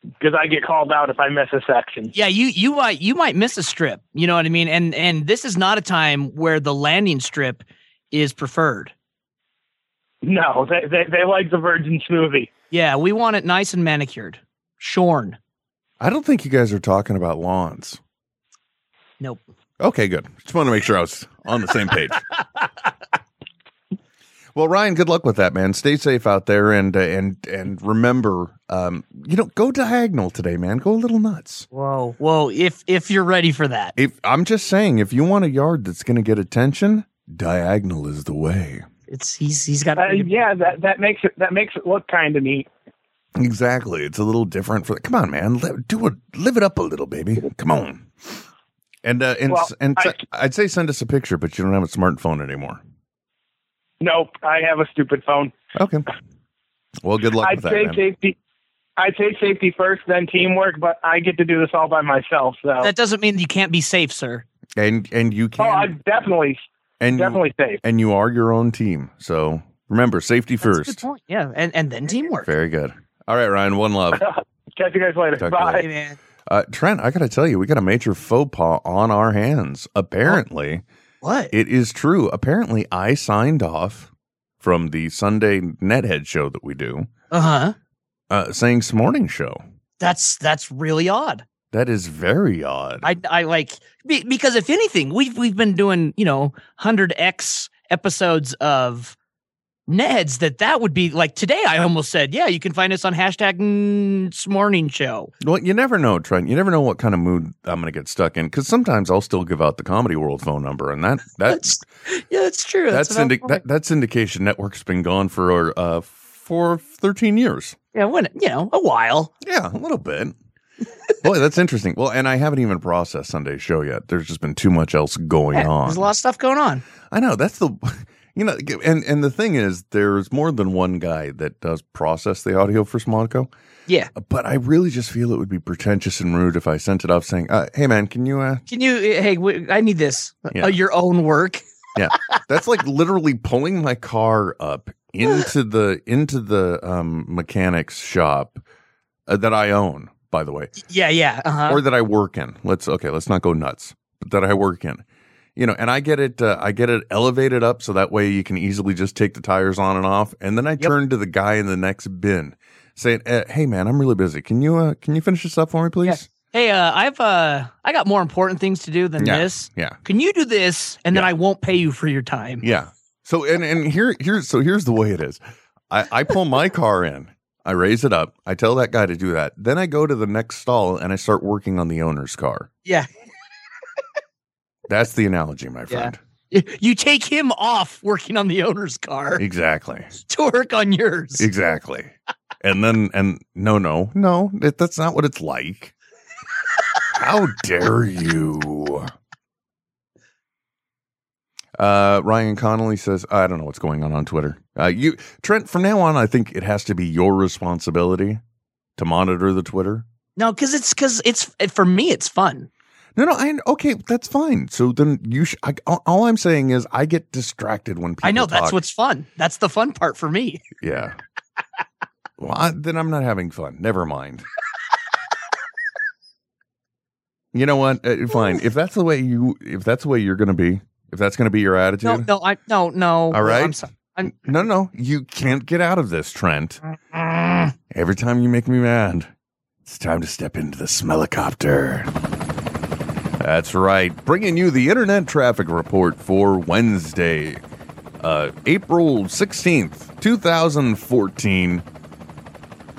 Speaker 4: Because I get called out if I miss a section.
Speaker 3: Yeah, you you might you might miss a strip. You know what I mean? And and this is not a time where the landing strip is preferred.
Speaker 4: No, they, they, they like the virgin smoothie.
Speaker 3: Yeah, we want it nice and manicured, shorn.
Speaker 2: I don't think you guys are talking about lawns.
Speaker 3: Nope.
Speaker 2: Okay, good. Just want to make sure I was on the same page. well, Ryan, good luck with that, man. Stay safe out there, and uh, and and remember, um, you know, go diagonal today, man. Go a little nuts.
Speaker 3: Whoa, whoa! If if you're ready for that,
Speaker 2: If I'm just saying, if you want a yard that's going to get attention, diagonal is the way.
Speaker 3: it's he's he's got.
Speaker 4: Uh, yeah, that that makes it that makes it look kind of neat.
Speaker 2: Exactly. It's a little different for. Come on, man. Li- Do it. Live it up a little, baby. Come on. And uh, and
Speaker 4: Well,
Speaker 2: and
Speaker 4: I-
Speaker 2: I, would say send us a picture, but you don't have a smartphone anymore.
Speaker 4: Nope, I have a stupid phone.
Speaker 2: Okay. Well, good luck
Speaker 4: I'd
Speaker 2: with that.
Speaker 4: say
Speaker 2: man.
Speaker 4: safety. I'd say safety first, then teamwork. But I get to do this all by myself. So
Speaker 3: That doesn't mean you can't be safe, sir.
Speaker 2: and and you
Speaker 4: oh,
Speaker 2: can
Speaker 4: I'm definitely
Speaker 2: and you-
Speaker 4: definitely safe.
Speaker 2: and you are your own team. So remember, safety
Speaker 3: That's a good
Speaker 2: first.
Speaker 3: point. Yeah, and and then teamwork.
Speaker 2: Very good. All right, Ryan. One love.
Speaker 4: Catch you guys later.
Speaker 2: Talk to you
Speaker 4: Bye.
Speaker 3: Hey, man.
Speaker 2: Uh, Trent, I got to tell you, we got a major faux pas on our hands. Apparently,
Speaker 3: What?
Speaker 2: it is true. Apparently, I signed off from the Sunday Nethead show that we do,
Speaker 3: Uh huh.
Speaker 2: uh, saying "This morning show."
Speaker 3: That's that's really odd.
Speaker 2: That is very odd.
Speaker 3: I I like be, because if anything, we've we've been doing you know hundred x episodes of Ned's that that would be like today. I almost said yeah. You can find us on hashtag this morning show.
Speaker 2: well, you never know, Trent. You never know what kind of mood I'm going to get stuck in because sometimes I'll still give out the Comedy World phone number, and that that
Speaker 3: That's yeah, that's true.
Speaker 2: that's
Speaker 3: what I'm
Speaker 2: syndic-
Speaker 3: wondering.
Speaker 2: that, that syndication network's been gone for uh for 13 years
Speaker 3: yeah, when you know a while.
Speaker 2: yeah a little bit boy that's interesting well and i haven't even processed sunday's show yet there's just been too much else going
Speaker 3: Yeah,
Speaker 2: on
Speaker 3: there's a lot of stuff going on.
Speaker 2: i know that's the you know and and the thing is there's more than one guy that does process the audio for smodco
Speaker 3: Yeah.
Speaker 2: but i really just feel it would be pretentious and rude if i sent it off saying uh, hey man can you uh
Speaker 3: Can you? eh, Hey, w- I need this.
Speaker 2: Yeah.
Speaker 3: Uh, your own work.
Speaker 2: That's like literally pulling my car up into the into the um, mechanic's shop uh, that I own, by the way,
Speaker 3: Yeah, yeah. Uh huh.
Speaker 2: or that I work in. Let's okay, let's not go nuts, but that I work in. You know, and I get it, uh, I get it elevated up so that way you can easily just take the tires on and off. And then I turn to the guy in the next bin, saying, uh, "Hey, man, I'm really busy. Can you uh, can you finish this up for me, please?"
Speaker 3: Hey, uh, I've uh, I got more important things to do than
Speaker 2: Yeah.
Speaker 3: this.
Speaker 2: Yeah.
Speaker 3: Can you do this, and then
Speaker 2: Yeah.
Speaker 3: I won't pay you for your time?
Speaker 2: Yeah. So and and here here's so here's the way it is. I, I pull my car in, I raise it up, I tell that guy to do that. Then I go to the next stall and I start working on the owner's car.
Speaker 3: Yeah.
Speaker 2: That's the analogy, my friend.
Speaker 3: You take him off working on the owner's car
Speaker 2: Exactly.
Speaker 3: to work on yours.
Speaker 2: Exactly. And then and no no no that- that's not what it's like. How dare you? Uh, Ryan Connolly says, "I don't know what's going on on Twitter." Uh, you, Trent, from now on, I think it has to be your responsibility to monitor the Twitter.
Speaker 3: No, because it's because it's for me. It's fun.
Speaker 2: No, no, I okay, that's fine. So then you, sh- I, all- all I'm saying is, I get distracted when people.
Speaker 3: I know that's
Speaker 2: talk.
Speaker 3: what's fun. That's the fun part for me.
Speaker 2: Yeah. well, I, then I'm not having fun. Never mind. you know what? Uh, fine. If that's the way you, if that's the way you're going to be, if that's going to be your attitude,
Speaker 3: No, no, I no no.
Speaker 2: All right.
Speaker 3: I'm sorry. I'm-
Speaker 2: no, no, you can't get out of this, Trent.
Speaker 3: Mm.
Speaker 2: Every time you make me mad, it's time to step into the smellicopter. That's right, bringing you the internet traffic report for Wednesday, uh, April 16th, 2014.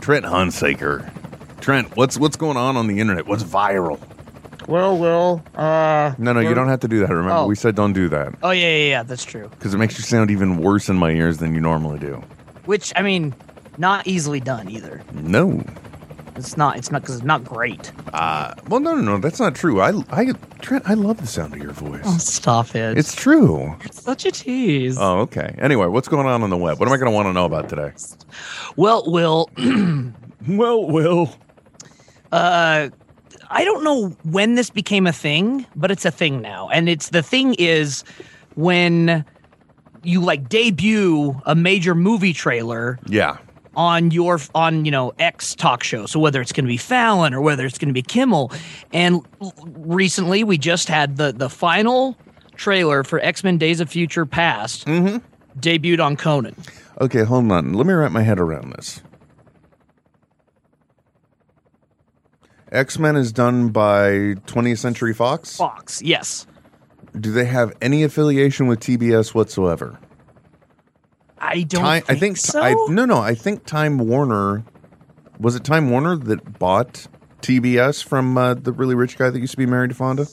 Speaker 2: Trent Hunsaker. Trent, what's what's going on on the internet? What's viral?
Speaker 3: Well, well. Uh.
Speaker 2: No, no, you
Speaker 3: Well-
Speaker 2: don't have to do that. Remember,
Speaker 3: Oh.
Speaker 2: we said don't do that
Speaker 3: Oh yeah, yeah, yeah. That's true.
Speaker 2: because it makes you sound even worse in my ears than you normally do.
Speaker 3: Which I mean, not easily done either.
Speaker 2: No.
Speaker 3: It's not. It's not because it's not great.
Speaker 2: Uh, well, no, no, no, that's not true. I, I, Trent, I love the sound of your voice.
Speaker 3: Oh, stop it.
Speaker 2: It's true.
Speaker 3: It's such a tease.
Speaker 2: Oh, okay. Anyway, what's going on on the web? What am I going to want to know about today?
Speaker 3: well, Will,
Speaker 2: Well, well.
Speaker 3: uh, I don't know when this became a thing, but it's a thing now. And it's the thing is when you like debut a major movie trailer
Speaker 2: Yeah.
Speaker 3: on your on you know X talk show. So whether it's going to be Fallon or whether it's going to be Kimmel, and l- recently we just had the the final trailer for X Men: Days of Future Past
Speaker 2: Mm-hmm.
Speaker 3: debuted on Conan.
Speaker 2: Okay, hold on. Let me wrap my head around this. X Men is done by 20th Century Fox.
Speaker 3: Fox, yes.
Speaker 2: Do they have any affiliation with TBS whatsoever?
Speaker 3: I don't.
Speaker 2: Time,
Speaker 3: think
Speaker 2: I think
Speaker 3: so.
Speaker 2: I no no. I think Time Warner was it Time Warner that bought TBS from uh, the really rich guy that used to be married to Fonda.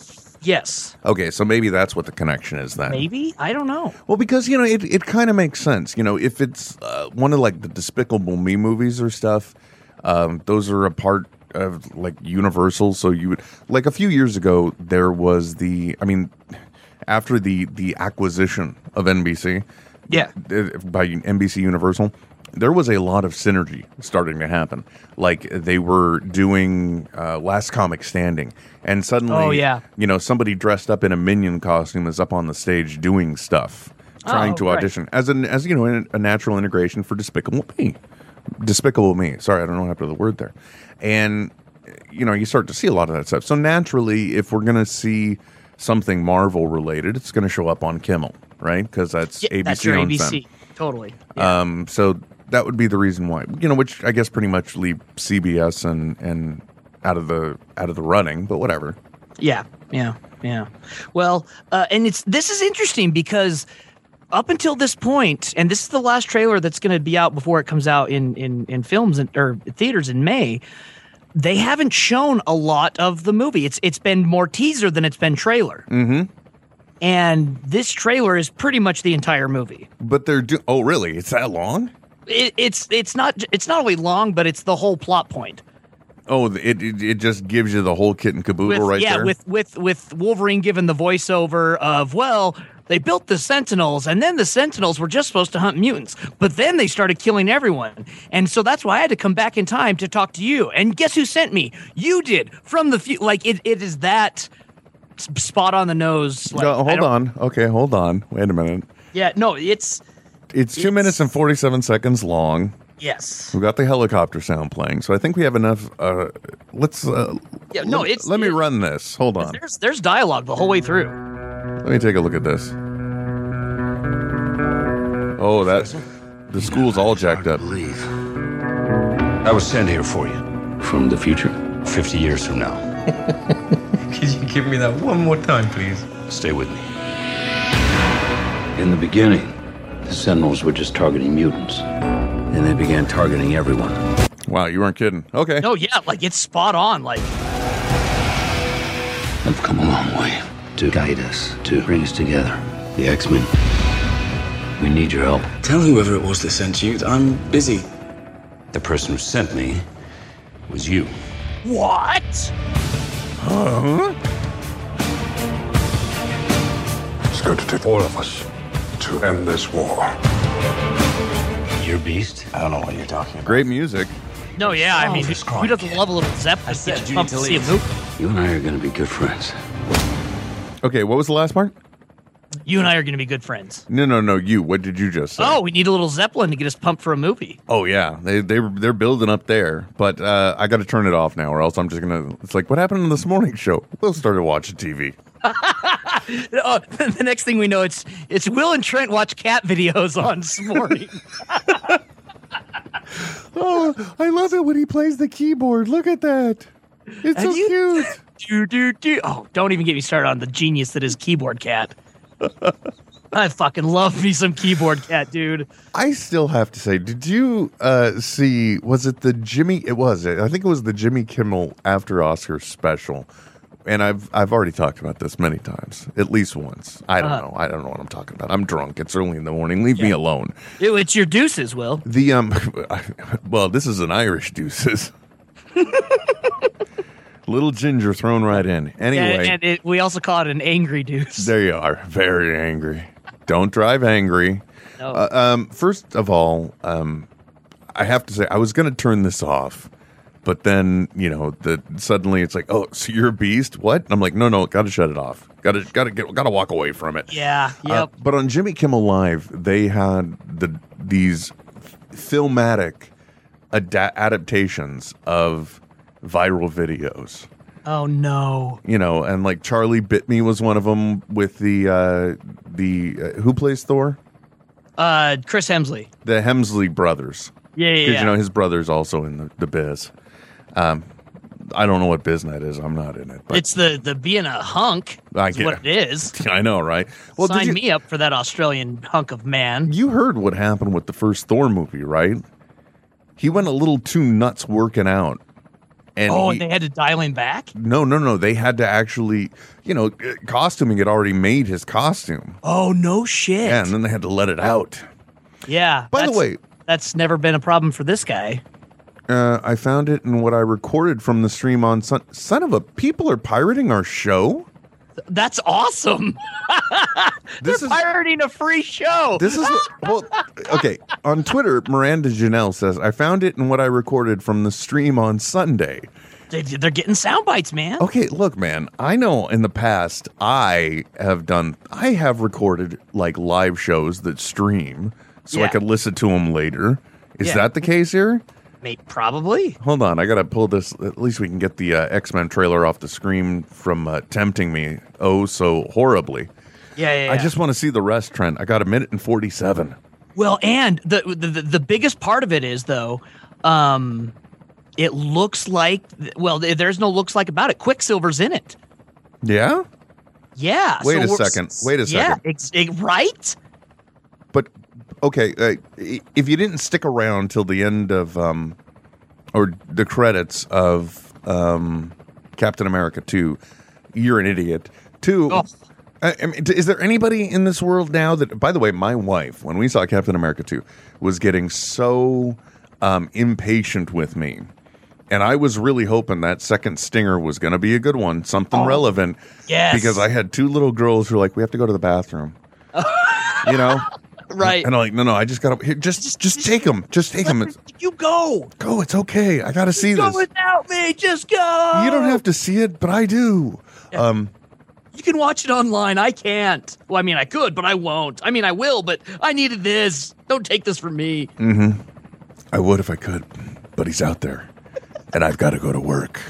Speaker 3: yes,
Speaker 2: Okay, so maybe that's what the connection is
Speaker 3: Uh,
Speaker 2: then.
Speaker 3: maybe. I don't know.
Speaker 2: Well, because you know, it, it kind of makes sense. You know, if it's uh, one of like the Despicable Me movies or stuff, um, those are a part of like Universal. So you would like a few years ago there was the, I mean, after the the acquisition of NBC,
Speaker 3: Yeah.
Speaker 2: uh, by NBC Universal, there was a lot of synergy starting to happen. Like they were doing uh, Last Comic Standing, and suddenly,
Speaker 3: Oh, yeah.
Speaker 2: you know, somebody dressed up in a minion costume is up on the stage doing stuff, trying
Speaker 3: Oh,
Speaker 2: to
Speaker 3: right.
Speaker 2: audition as an as you know a natural integration for Despicable Me. Despicable Me. Sorry, I don't know what happened to the word there. And you know, you start to see a lot of that stuff. So naturally, if we're going to see something Marvel related, it's going to show up on Kimmel, right? Because that's
Speaker 3: Yeah,
Speaker 2: ABC.
Speaker 3: that's your
Speaker 2: owns them.
Speaker 3: ABC. Totally.
Speaker 2: Um, so that would be the reason why, you know, which I guess pretty much leave CBS and and out of the out of the running, but whatever.
Speaker 3: Yeah, yeah, yeah. Well, uh, and it's this is interesting because up until this point, and this is the last trailer that's going to be out before it comes out in in in films and, or theaters in May. They haven't shown a lot of the movie. It's it's been more teaser than it's been trailer,
Speaker 2: Mm-hmm.
Speaker 3: and this trailer is pretty much the entire movie.
Speaker 2: But they're do- oh really? It's that long?
Speaker 3: It, it's it's not it's not only long, but it's the whole plot point.
Speaker 2: Oh, it it, it just gives you the whole kit and caboodle
Speaker 3: with,
Speaker 2: right
Speaker 3: yeah,
Speaker 2: there.
Speaker 3: with with with Wolverine giving the voiceover of well, they built the Sentinels, and then the Sentinels were just supposed to hunt mutants, but then they started killing everyone, and so that's why I had to come back in time to talk to you. And guess who sent me? You did from the few. Like it, it is that s- spot on the nose. Like,
Speaker 2: No,
Speaker 3: I
Speaker 2: hold
Speaker 3: don't-
Speaker 2: on. Okay, hold on. Wait a minute.
Speaker 3: Yeah, no, it's
Speaker 2: It's two
Speaker 3: It's-
Speaker 2: minutes and forty-seven seconds long.
Speaker 3: yes.
Speaker 2: We've got the helicopter sound playing, so I think we have enough. Uh, let's. Uh,
Speaker 3: Yeah, no,
Speaker 2: let-
Speaker 3: it's-
Speaker 2: Let me
Speaker 3: it-
Speaker 2: run this. Hold on.
Speaker 3: There's there's dialogue the whole way through.
Speaker 2: Let me take a look at this. Oh, that's the school's all jacked up.
Speaker 5: Leave. I was sent here for you.
Speaker 6: From the future?
Speaker 5: 50 years from now.
Speaker 7: Could you give me that one more time, please?
Speaker 5: Stay with me.
Speaker 6: In the beginning, the Sentinels were just targeting mutants. Then they began targeting everyone.
Speaker 2: Wow, you weren't kidding. Okay.
Speaker 3: No, yeah, like it's spot on. Like
Speaker 6: I've come a long way to guide us, to bring us together. The X Men. We need your help.
Speaker 8: Tell whoever it was that sent you that I'm busy.
Speaker 5: The person who sent me was you.
Speaker 3: what?
Speaker 9: It's going to take all of us to end this war.
Speaker 5: Your beast? I don't know what you're talking about.
Speaker 2: Great music.
Speaker 3: No, yeah, I mean, who
Speaker 5: Jesus
Speaker 3: who doesn't
Speaker 5: Christ.
Speaker 3: love a little Zeppelin?
Speaker 7: said
Speaker 3: Get you
Speaker 7: you need
Speaker 3: pumped
Speaker 7: to
Speaker 3: to see a
Speaker 7: leave.
Speaker 3: movie.
Speaker 6: You and I are going to be good friends.
Speaker 2: Okay, what was the last part?
Speaker 3: You and I are going to be good friends.
Speaker 2: No, no, no. You. What did you just say?
Speaker 3: Oh, we need a little Zeppelin to get us pumped for a movie.
Speaker 2: Oh, yeah. They they they're building up there, but uh, I got to turn it off now, or else I'm just gonna. It's like what happened in this morning show. We'll start watching TV.
Speaker 3: Oh, the next thing we know, it's it's Will and Trent watch cat videos on Smorning.
Speaker 2: Oh, I love it when he plays the keyboard. Look at that. It's
Speaker 3: so
Speaker 2: cute.
Speaker 3: do, do, do. Oh, don't even get me started on the genius that is Keyboard Cat. I fucking love me some Keyboard Cat, dude.
Speaker 2: I still have to say, did you uh, see? Was it the Jimmy? It was. I think it was the Jimmy Kimmel after Oscars special. And I've I've already talked about this many times, at least once. I don't
Speaker 3: Uh-huh.
Speaker 2: know. I don't know what I'm talking about. I'm drunk. It's early in the morning. Leave me alone.
Speaker 3: Ew, it's your deuces, Will.
Speaker 2: The um, well, this is an Irish deuces. Little ginger thrown right in. Anyway,
Speaker 3: And, and it, we also call it an angry deuce.
Speaker 2: there you are. Very angry. Don't drive angry.
Speaker 3: No.
Speaker 2: Uh, um, first of all, um, I have to say I was going to turn this off, but then you know the suddenly it's like, oh, so you're a beast? What? And I'm like, no, no, got to shut it off. Got to, got to get, got to walk away from it.
Speaker 3: yeah,
Speaker 2: Uh,
Speaker 3: yep.
Speaker 2: but on Jimmy Kimmel Live, they had the these filmatic ada- adaptations of viral videos
Speaker 3: oh, no.
Speaker 2: you know, and like Charlie Bit Me was one of them with the uh the uh, who plays Thor,
Speaker 3: Uh, Chris Hemsley.
Speaker 2: the Hemsley brothers,
Speaker 3: Yeah, yeah,
Speaker 2: because
Speaker 3: yeah.
Speaker 2: you know his brother's also in the, the biz. Um, I don't know what BizNet is. I'm not in it. But
Speaker 3: it's the the being a hunk.
Speaker 2: I
Speaker 3: That's
Speaker 2: get
Speaker 3: what it is.
Speaker 2: I know, right? Well, did
Speaker 3: Sign
Speaker 2: you,
Speaker 3: me up for that Australian hunk of man.
Speaker 2: you heard what happened with the first Thor movie, right? He went a little too nuts working out. And
Speaker 3: oh,
Speaker 2: he-
Speaker 3: and they had to dial him back.
Speaker 2: no, no, no. They had to actually, you know, uh, costuming had already made his costume.
Speaker 3: Oh no shit.
Speaker 2: Yeah, and then they had to let it out.
Speaker 3: Yeah.
Speaker 2: By the
Speaker 3: that's-
Speaker 2: way,
Speaker 3: that's never been a problem for this guy.
Speaker 2: uh, I found it in what I recorded from the stream on Sun. Son of a, people are pirating our show.
Speaker 3: That's awesome.
Speaker 2: This is
Speaker 3: Pirating a free show.
Speaker 2: this is what, well, okay. On Twitter, Miranda Janelle says, "I found it in what I recorded from the stream on Sunday."
Speaker 3: They, they're getting sound bites, man.
Speaker 2: Okay, look, man. I know in the past I have done, I have recorded like live shows that stream, so I
Speaker 3: Yeah.
Speaker 2: could listen to them later. Is
Speaker 3: Yeah.
Speaker 2: that the case here?
Speaker 3: Mate, probably.
Speaker 2: Hold on, I gotta pull this. At least we can get the uh, X Men trailer off the screen from uh, tempting me oh so horribly.
Speaker 3: Yeah, yeah.
Speaker 2: I
Speaker 3: yeah.
Speaker 2: just want to see the rest, Trent. I got a minute and forty-seven.
Speaker 3: Well, and the the the- the biggest part of it is though, um, it looks like well, th- there's no looks like about it. Quicksilver's in it.
Speaker 2: Yeah,
Speaker 3: Yeah.
Speaker 2: Wait a
Speaker 3: we're-
Speaker 2: second. Wait a
Speaker 3: Yeah,
Speaker 2: second.
Speaker 3: it's it, right.
Speaker 2: but okay. Uh, i- if you didn't stick around till the end of um, or the credits of um, Captain America Two, you're an idiot. Two.
Speaker 3: Oh.
Speaker 2: I, I mean, d- is there anybody in this world now that? By the way, my wife, when we saw Captain America Two, was getting so um, impatient with me, and I was really hoping that second stinger was going to be a good one, something relevant.
Speaker 3: Yes.
Speaker 2: Because I had two little girls who were like, "We have to go to the bathroom," you know.
Speaker 3: Right.
Speaker 2: And I'm like, no, no, I just gotta here, just, just, just take them, just take them.
Speaker 3: you go.
Speaker 2: Go, it's okay. I gotta see
Speaker 3: Go
Speaker 2: this.
Speaker 3: without me. Just go.
Speaker 2: You don't have to see it, but I do. Um,
Speaker 3: You can watch it online. I can't. Well, I mean, I could, but I won't. I mean, I will, but I needed this. Don't take this from me.
Speaker 2: I would if I could, but he's out there, and I've got to go to work.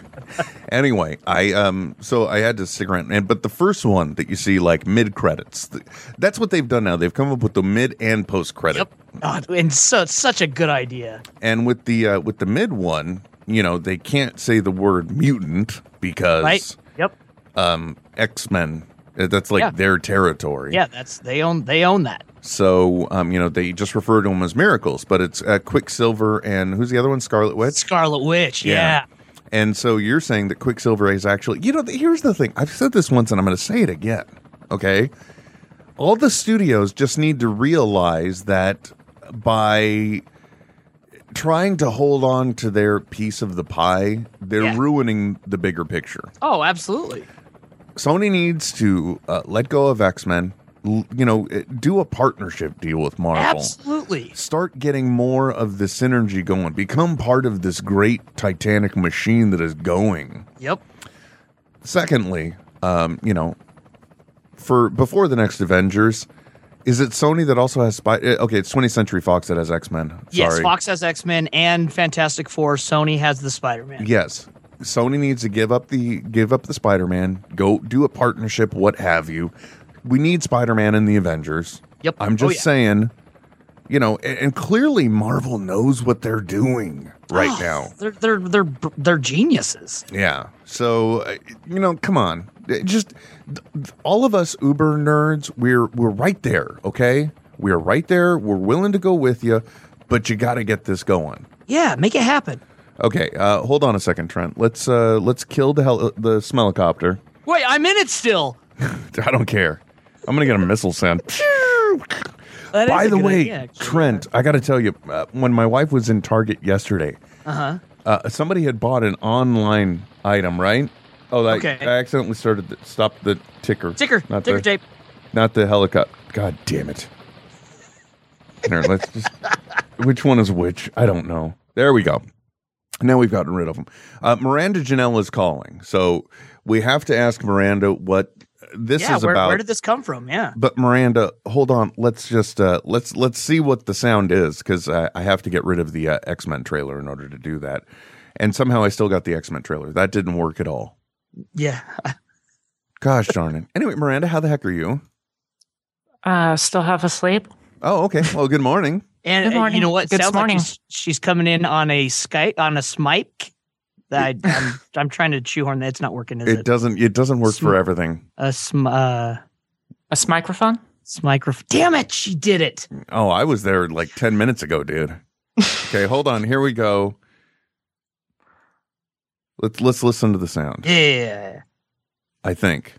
Speaker 2: anyway, I um, so I had to stick around, and but the first one that you see, like mid credits, th- that's what they've done now. They've come up with the mid and post credit.
Speaker 3: Yep. God, and so such a good idea.
Speaker 2: and with the uh, with the mid one, you know, they can't say the word mutant because
Speaker 3: Right. Yep.
Speaker 2: um, X Men. That's like
Speaker 3: Yeah.
Speaker 2: their territory.
Speaker 3: Yeah, that's they own they own that.
Speaker 2: So um, you know, they just refer to them as miracles, but it's uh, Quicksilver and who's the other one? Scarlet Witch.
Speaker 3: Scarlet Witch.
Speaker 2: Yeah.
Speaker 3: Yeah.
Speaker 2: And so you're saying that Quicksilver is actually, you know, th- here's the thing. I've said this once, and I'm going to say it again. Okay, all the studios just need to realize that by trying to hold on to their piece of the pie, they're
Speaker 3: Yeah.
Speaker 2: ruining the bigger picture.
Speaker 3: Oh, absolutely.
Speaker 2: Sony needs to uh, let go of X Men. L- you know, uh, do a partnership deal with Marvel.
Speaker 3: Absolutely.
Speaker 2: Start getting more of the synergy going. Become part of this great Titanic machine that is going.
Speaker 3: Yep.
Speaker 2: Secondly, um, you know, for before the next Avengers, is it Sony that also has Spy? uh, Okay, it's 20th Century Fox that has X Men. Sorry.
Speaker 3: Yes, Fox has X Men and Fantastic Four. Sony has the Spider Man.
Speaker 2: Yes. Sony needs to give up the give up the Spider-Man, go do a partnership, what have you. We need Spider-Man and the Avengers.
Speaker 3: Yep.
Speaker 2: I'm
Speaker 3: Oh,
Speaker 2: just
Speaker 3: yeah.
Speaker 2: saying, you know, and, and clearly Marvel knows what they're doing right now.
Speaker 3: Ah, They're they're they're they're geniuses.
Speaker 2: Yeah. So, uh, you know, come on. It Just th- th- all of us Uber nerds, we're we're right there, okay? We're right there. We're willing to go with you, but you got to get this going.
Speaker 3: Yeah, make it happen.
Speaker 2: Okay, uh, hold on a second, Trent. Let's uh, let's kill the hel- the smellicopter.
Speaker 3: Wait, I'm in it still.
Speaker 2: I don't care. I'm gonna get a missile sent.
Speaker 3: That is
Speaker 2: By
Speaker 3: a
Speaker 2: the
Speaker 3: good
Speaker 2: way,
Speaker 3: idea, actually.
Speaker 2: Trent, I got to tell you, uh, when my wife was in Target yesterday,
Speaker 3: Uh-huh.
Speaker 2: uh, somebody had bought an online item, right? Oh, that,
Speaker 3: Okay.
Speaker 2: I accidentally started the, stopped the ticker.
Speaker 3: ticker
Speaker 2: not
Speaker 3: ticker
Speaker 2: the,
Speaker 3: tape.
Speaker 2: not the helicopter. God damn it! Here, let's just. Which one is which? I don't know. There we go. Now we've gotten rid of them. Uh, Miranda Janelle is calling, so we have to ask Miranda what this
Speaker 3: yeah,
Speaker 2: is
Speaker 3: where,
Speaker 2: about.
Speaker 3: where did this come from? Yeah.
Speaker 2: But Miranda, hold on. Let's just uh, let's let's see what the sound is because I, I have to get rid of the uh, X Men trailer in order to do that. And somehow I still got the X Men trailer. That didn't work at all.
Speaker 3: Yeah.
Speaker 2: Gosh darn it. Anyway, Miranda, how the heck are you?
Speaker 10: Uh, still half asleep.
Speaker 2: Oh, okay. Well, good morning.
Speaker 3: And
Speaker 10: Good
Speaker 3: uh, you
Speaker 10: morning.
Speaker 3: know what?
Speaker 10: Good
Speaker 3: Sounds
Speaker 10: morning.
Speaker 3: like she's, she's coming in on a Skype on a Smike. I, I'm, I'm trying to shoehorn that. It's not working, is it?
Speaker 2: It doesn't. It doesn't work for
Speaker 3: Sm-
Speaker 2: everything.
Speaker 3: a sm- uh,
Speaker 10: A microphone?
Speaker 3: s- microphone. Damn it, she did it.
Speaker 2: Oh, I was there like 10 minutes ago, dude. Okay, hold on. Here we go. Let's let's listen to the sound.
Speaker 3: Yeah.
Speaker 2: I think.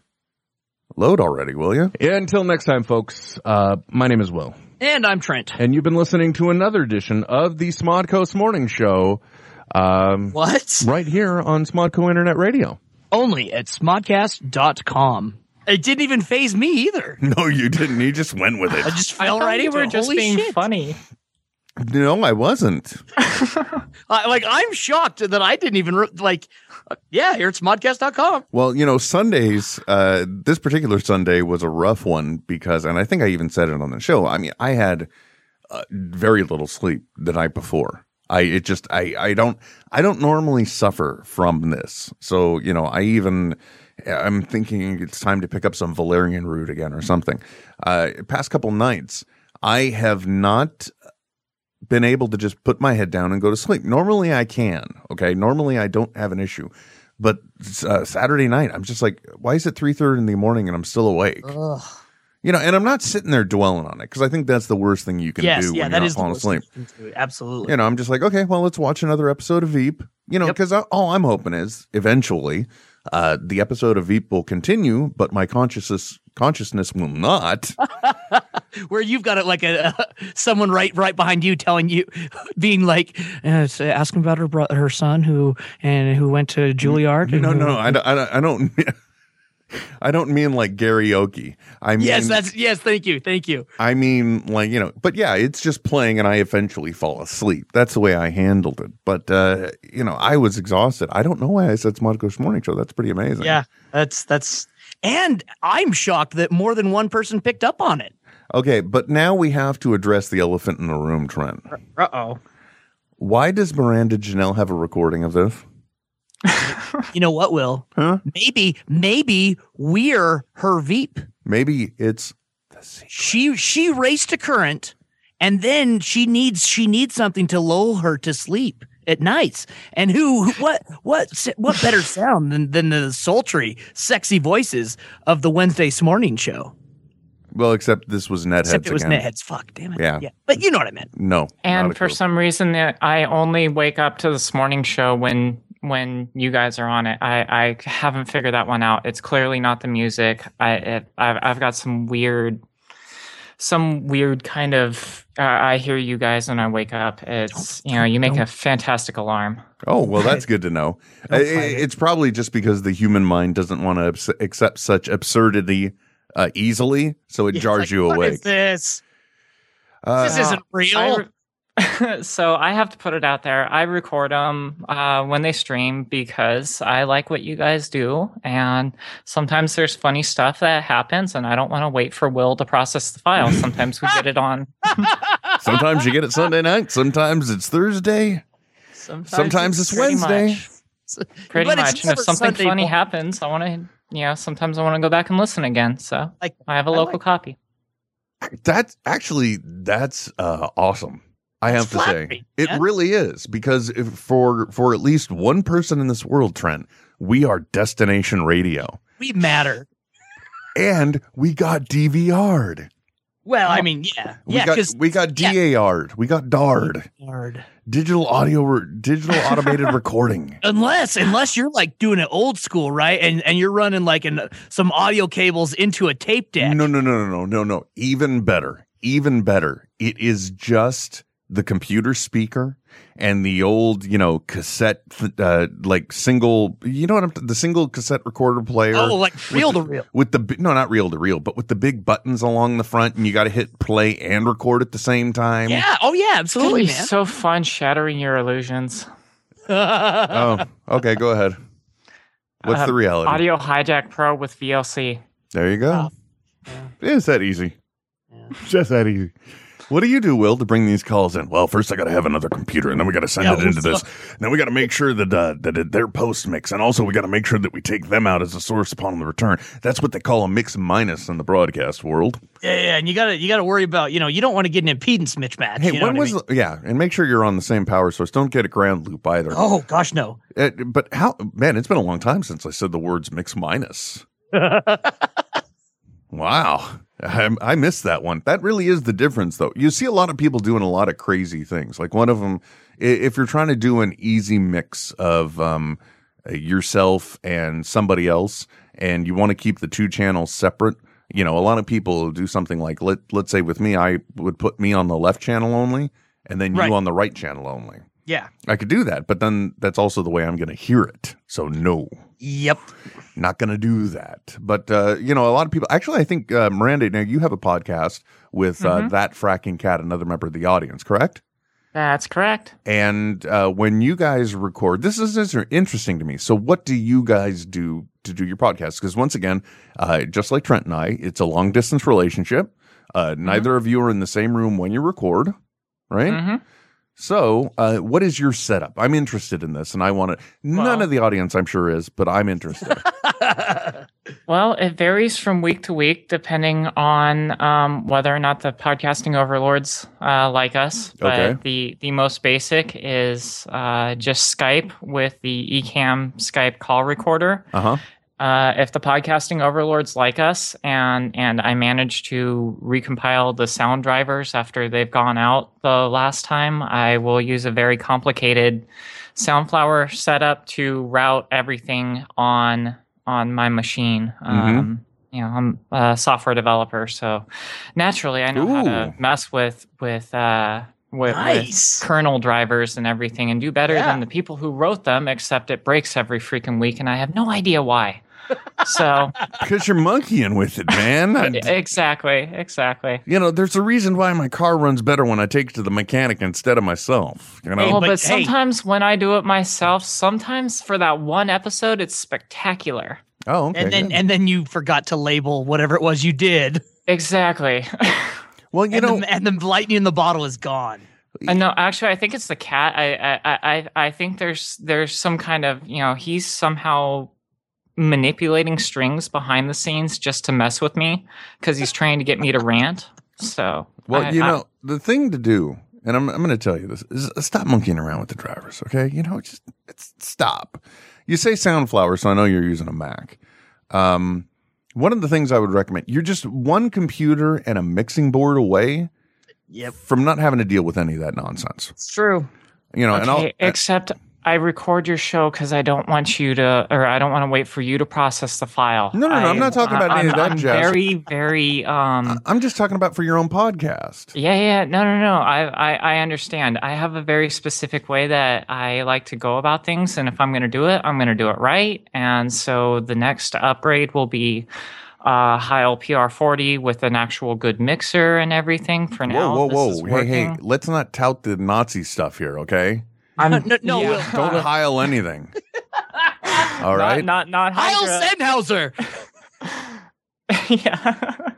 Speaker 2: Load already, will you?
Speaker 11: Yeah, until next time, folks. Uh, my name is Will,
Speaker 3: And I'm Trent.
Speaker 11: and you've been listening to another edition of the Smodcoast Morning Show. Um,
Speaker 3: what?
Speaker 11: Right here on Smodco Internet Radio.
Speaker 3: Only at smodcast.com. It didn't even phase me either.
Speaker 2: No, you didn't. You just went with it.
Speaker 3: I just
Speaker 10: I
Speaker 3: fell
Speaker 10: thought
Speaker 3: right
Speaker 10: you
Speaker 3: into
Speaker 10: were
Speaker 3: it.
Speaker 10: just
Speaker 3: Holy
Speaker 10: being
Speaker 3: shit.
Speaker 10: funny.
Speaker 2: No, I wasn't.
Speaker 3: I, like, I'm shocked that I didn't even, re- like, uh, yeah, here it's smodcast.com.
Speaker 2: Well, you know, Sundays, uh, this particular Sunday was a rough one because, and I think I even said it on the show. I mean, I had uh, very little sleep the night before. I, it just, I, I don't, I don't normally suffer from this. So, you know, I even, I'm thinking it's time to pick up some valerian root again or something. Uh, past couple nights, I have not been able to just put my head down and go to sleep. Normally I can. Okay. Normally I don't have an issue, but uh, Saturday night I'm just like, why is it three thirty in the morning and I'm still awake?
Speaker 3: Ugh.
Speaker 2: You know, and I'm not sitting there dwelling on it because I think that's the worst thing you can
Speaker 3: Yes,
Speaker 2: do
Speaker 3: yeah,
Speaker 2: when
Speaker 3: that
Speaker 2: you're not
Speaker 3: is the
Speaker 2: falling
Speaker 3: worst
Speaker 2: asleep.
Speaker 3: thing to do. Absolutely.
Speaker 2: You know, I'm just like, okay, well, let's watch another episode of Veep. You know,
Speaker 3: Yep.
Speaker 2: because all I'm hoping is eventually uh, the episode of Veep will continue, but my consciousness consciousness will not.
Speaker 3: where you've got it like a uh, someone right right behind you telling you being like uh, so ask him about her bro- her son who and who went to Juilliard and
Speaker 2: No,
Speaker 3: who-
Speaker 2: no, I don't. I don't- I don't. I don't mean like Gary Oki. I mean,
Speaker 3: yes that's yes thank you thank you
Speaker 2: I mean, like you know, but yeah, it's just playing, and I eventually fall asleep. That's the way I handled it. But uh, you know, I was exhausted. I don't know why I said Smodco's morning show. That's pretty amazing.
Speaker 3: yeah that's that's and I'm shocked that more than one person picked up on it
Speaker 2: Okay, but now we have to address the elephant in the room, Trent.
Speaker 3: uh oh
Speaker 2: Why does Miranda Janelle have a recording of this?
Speaker 3: you know what Will
Speaker 2: Huh?
Speaker 3: maybe maybe we're her E Veep
Speaker 2: Maybe it's
Speaker 3: she she raced a current and then she needs she needs something to lull her to sleep at nights and who who- what what s- what better sound than than the sultry sexy voices of the wednesday morning show
Speaker 2: well, except this was netheads
Speaker 3: except it was
Speaker 2: again.
Speaker 3: netheads fuck damn it
Speaker 2: Yeah.
Speaker 3: but you know what i meant
Speaker 2: No, not a
Speaker 10: And for
Speaker 2: clue.
Speaker 10: some reason, that I only wake up to this morning show when when you guys are on it. I, I haven't figured that one out. It's clearly not the music. I it, I've, I've got some weird, some weird kind of. Uh, I hear you guys and I wake up. It's you know you make a fantastic alarm.
Speaker 2: Oh, well, that's good to know. I-
Speaker 3: Don't
Speaker 2: I-
Speaker 3: fight it.
Speaker 2: it's probably just because the human mind doesn't want to abs- accept such absurdity uh, easily, so it
Speaker 3: Yeah, it's
Speaker 2: jars
Speaker 3: like,
Speaker 2: you
Speaker 3: what
Speaker 2: awake.
Speaker 3: is this
Speaker 2: Uh,
Speaker 3: this isn't real
Speaker 10: I re- so I have to put it out there. I record them uh, when they stream because I like what you guys do, and sometimes there's funny stuff that happens, and I don't want to wait for Will to process the file. Sometimes we get it on.
Speaker 2: sometimes you get it Sunday night, sometimes it's Thursday.
Speaker 10: Sometimes,
Speaker 2: Sometimes it's
Speaker 10: pretty
Speaker 2: Wednesday.
Speaker 10: much- Pretty
Speaker 3: But it's
Speaker 10: much, and if
Speaker 3: never
Speaker 10: something
Speaker 3: Sunday
Speaker 10: funny
Speaker 3: morning.
Speaker 10: happens, I want to. You know, sometimes I want to go back and listen again. So
Speaker 3: Like,
Speaker 10: I have a
Speaker 3: I
Speaker 10: local
Speaker 3: like-
Speaker 10: copy.
Speaker 2: That's actually that's uh, awesome. I have
Speaker 3: It's
Speaker 2: to say,
Speaker 3: flattering,
Speaker 2: it
Speaker 3: yeah.
Speaker 2: really is because if, for for at least one person in this world, Trent, we are destination radio,
Speaker 3: we matter
Speaker 2: and we got DVR'd.
Speaker 3: well i mean yeah
Speaker 2: We
Speaker 3: yeah
Speaker 2: got
Speaker 3: because
Speaker 2: we got
Speaker 3: yeah.
Speaker 2: DAR'd. We got DAR'd. digital audio re- digital automated recording
Speaker 3: unless unless you're like doing it old school right and and you're running like an some audio cables into a tape deck
Speaker 2: no no no no no no no even better even better it is just the computer speaker and the old you know cassette th- uh, like single you know what i'm the single cassette recorder player
Speaker 3: Oh, like reel to reel.
Speaker 2: with the bi- no not reel to reel but with the big buttons along the front and you got to hit play and record at the same time
Speaker 3: Yeah. Oh, yeah. Absolutely,
Speaker 10: It's gonna be so fun shattering your illusions.
Speaker 3: man.
Speaker 2: oh okay go ahead what's
Speaker 3: Um,
Speaker 10: Uh,
Speaker 2: the reality
Speaker 10: Audio Hijack Pro with VLC.
Speaker 2: there you go
Speaker 3: Oh.
Speaker 2: it's that easy
Speaker 3: Yeah.
Speaker 2: just that easy What do you do, Will, to bring these calls in? Well, first I got to have another computer, and then we got to send
Speaker 12: Yeah,
Speaker 2: it into this.
Speaker 12: what's
Speaker 2: And then we got to make sure that uh, that it- their post mix, and also we got to make sure that we take them out as a source upon the return. That's what they call a mix minus in the broadcast world.
Speaker 3: Yeah, yeah, and you gotta you gotta worry about you know you don't want to get an impedance mismatch.
Speaker 2: Hey,
Speaker 3: you know
Speaker 2: when
Speaker 3: what
Speaker 2: was
Speaker 3: I mean?
Speaker 2: the- yeah? And make sure you're on the same power source. Don't get a ground loop either.
Speaker 3: Oh gosh, no.
Speaker 2: Uh, but how man? It's been a long time since I said the words mix minus. Wow. I, I missed that one. That really is the difference, though. You see a lot of people doing a lot of crazy things. Like one of them, if you're trying to do an easy mix of um, yourself and somebody else, and you want to keep the two channels separate, you know, a lot of people do something like let let's say with me, I would put me on the left channel only, and then
Speaker 3: Right.
Speaker 2: you on the right channel only.
Speaker 3: yeah.
Speaker 2: I could do that, but then that's also the way I'm going to hear it. So no.
Speaker 3: Yep.
Speaker 2: Not going to do that. But uh, you know, a lot of people. Actually, I think uh, Miranda. Now you have a podcast with uh,
Speaker 10: Mhm.
Speaker 2: that fracking cat, another member of the audience, correct?
Speaker 10: That's correct.
Speaker 2: And uh, when you guys record, this is this is interesting to me. So, what do you guys do to do your podcast? Because once again, uh, just like Trent and I, it's a long distance relationship. Uh, Neither of you are in the same room when you record, right?
Speaker 10: Mhm.
Speaker 2: So, uh, what is your setup? I'm interested in this, and I want to. None of the audience, I'm sure, is, but I'm interested.
Speaker 10: Well, it varies from week to week depending on um, whether or not the podcasting overlords uh, like us. But
Speaker 2: Okay.
Speaker 10: the, the most basic is uh, just Skype with the eCam Skype call recorder.
Speaker 3: Uh-huh.
Speaker 2: Uh huh.
Speaker 10: Uh, if the podcasting overlords like us and and I manage to recompile the sound drivers after they've gone out the last time, I will use a very complicated Soundflower setup to route everything on on my machine. Um, you know, I'm a software developer, so naturally I know how to mess with with uh, with, with kernel drivers and everything, and do better than the people who wrote them. Except it breaks every freaking week, and I have no idea why. So e-,
Speaker 2: Because you're monkeying with it, man. I-
Speaker 10: exactly, exactly.
Speaker 2: you know, there's a reason why my car runs better when I take it to the mechanic instead of myself. You know,
Speaker 10: well, but, sometimes when I do it myself, sometimes for that one episode, it's spectacular.
Speaker 2: Oh,
Speaker 3: and then and then you forgot to label whatever it was you did.
Speaker 10: Exactly.
Speaker 2: well,
Speaker 3: you know, and the lightning in the bottle is gone.
Speaker 10: Uh, no, actually, I think it's the cat. I, I, I- I, I think there's there's some kind of you know he's somehow manipulating strings behind the scenes just to mess with me because he's trying to get me to rant. So
Speaker 2: Well,
Speaker 10: I-
Speaker 2: you
Speaker 10: I-
Speaker 2: know, the thing to do, and I'm, I'm going to tell you this, is stop monkeying around with the drivers, okay? You know, just it's, stop. You say Soundflower, so I know you're using a Mac. Um, one of the things I would recommend, you're just one computer and a mixing board away
Speaker 3: Yep.
Speaker 2: from not having to deal with any of that nonsense.
Speaker 3: It's true.
Speaker 2: You know, Uh, and I'll,
Speaker 10: Okay, except I record your show because I don't want you to, or I don't want to wait for you to process the file.
Speaker 2: No, no, no, I'm not talking about any of that
Speaker 10: I'm
Speaker 2: jazz. Uh,
Speaker 10: Very, very. Um,
Speaker 2: I'm just talking about for your own podcast.
Speaker 10: Yeah, yeah, no, no, no. I, I, I understand. I have a very specific way that I like to go about things, and if I'm going to do it, I'm going to do it right. And so the next upgrade will be uh, high LPR 40 with an actual good mixer and everything. For now,
Speaker 2: whoa,
Speaker 10: this
Speaker 2: whoa,
Speaker 10: is
Speaker 2: whoa. Hey, hey,
Speaker 10: working.
Speaker 2: let's not tout the Nazi stuff here, okay?
Speaker 10: I'm,
Speaker 3: no, no, Will.
Speaker 2: Don't heil anything. All right.
Speaker 10: not, not
Speaker 3: Heil Sennhauser.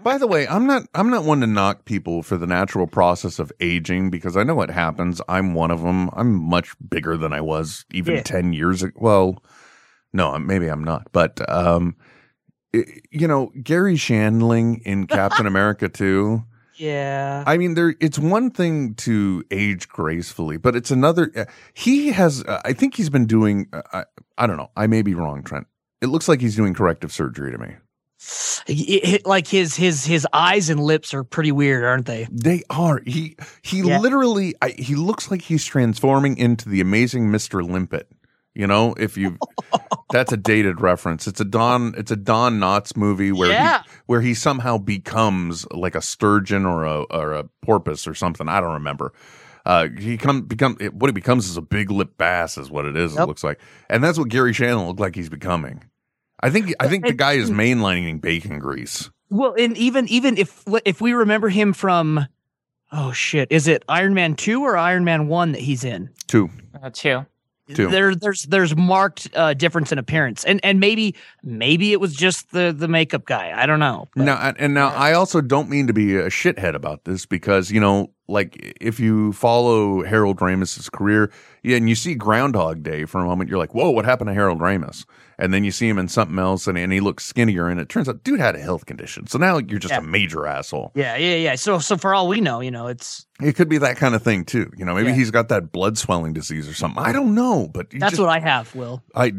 Speaker 2: By the way, I'm not I'm not one to knock people for the natural process of aging because I know what happens. I'm one of them. I'm much bigger than I was even
Speaker 11: Yeah.
Speaker 2: 10 years ago. Well, no, I'm- maybe I'm not, but um i- you know, Gary Shandling in Captain America 2.
Speaker 3: Yeah.
Speaker 2: I mean, there it's one thing to age gracefully, but it's another. uh, He has, uh, I think he's been doing. Uh, I, I don't know. I may be wrong, Trent. It looks like he's doing corrective surgery to me.
Speaker 3: He- he- like his his his eyes and lips are pretty weird, aren't they?
Speaker 2: They are. He he
Speaker 3: Yeah.
Speaker 2: literally. I, he looks like he's transforming into the amazing Mister Limpet. You know, if you. that's a dated reference. It's a Don. It's a Don Knotts movie where
Speaker 3: Yeah.
Speaker 2: he, where he somehow becomes like a sturgeon or a or a porpoise or something. I don't remember. Uh, he come become it- what he becomes is a big lip bass is what it is. It looks like, and that's what Gary Shannon looked like he's becoming. I think I think the guy is mainlining bacon grease.
Speaker 3: Well, and even even if if we remember him from oh shit, is it Iron Man 2 or Iron Man 1 that he's in?
Speaker 2: Two.
Speaker 10: Uh, two.
Speaker 2: too.
Speaker 3: There, there's there's marked uh, difference in appearance, and and maybe maybe it was just the the makeup guy. I don't know.
Speaker 2: Now, and- and now I also don't mean to be a shithead about this because, you know, like if you follow Harold Ramis's career yeah, and you see Groundhog Day for a moment, you're like, whoa, what happened to Harold Ramis? And then you see him in something else and, and he looks skinnier and it turns out dude had a health condition. So now you're just
Speaker 3: Yeah.
Speaker 2: a major asshole.
Speaker 3: Yeah, yeah, yeah. So so for all we know, you know, it's
Speaker 2: It could be that kind of thing too. You know, maybe
Speaker 3: Yeah.
Speaker 2: he's got that blood swelling disease or something. I don't know, but you
Speaker 3: that's
Speaker 2: just-
Speaker 3: what I have. Will
Speaker 2: I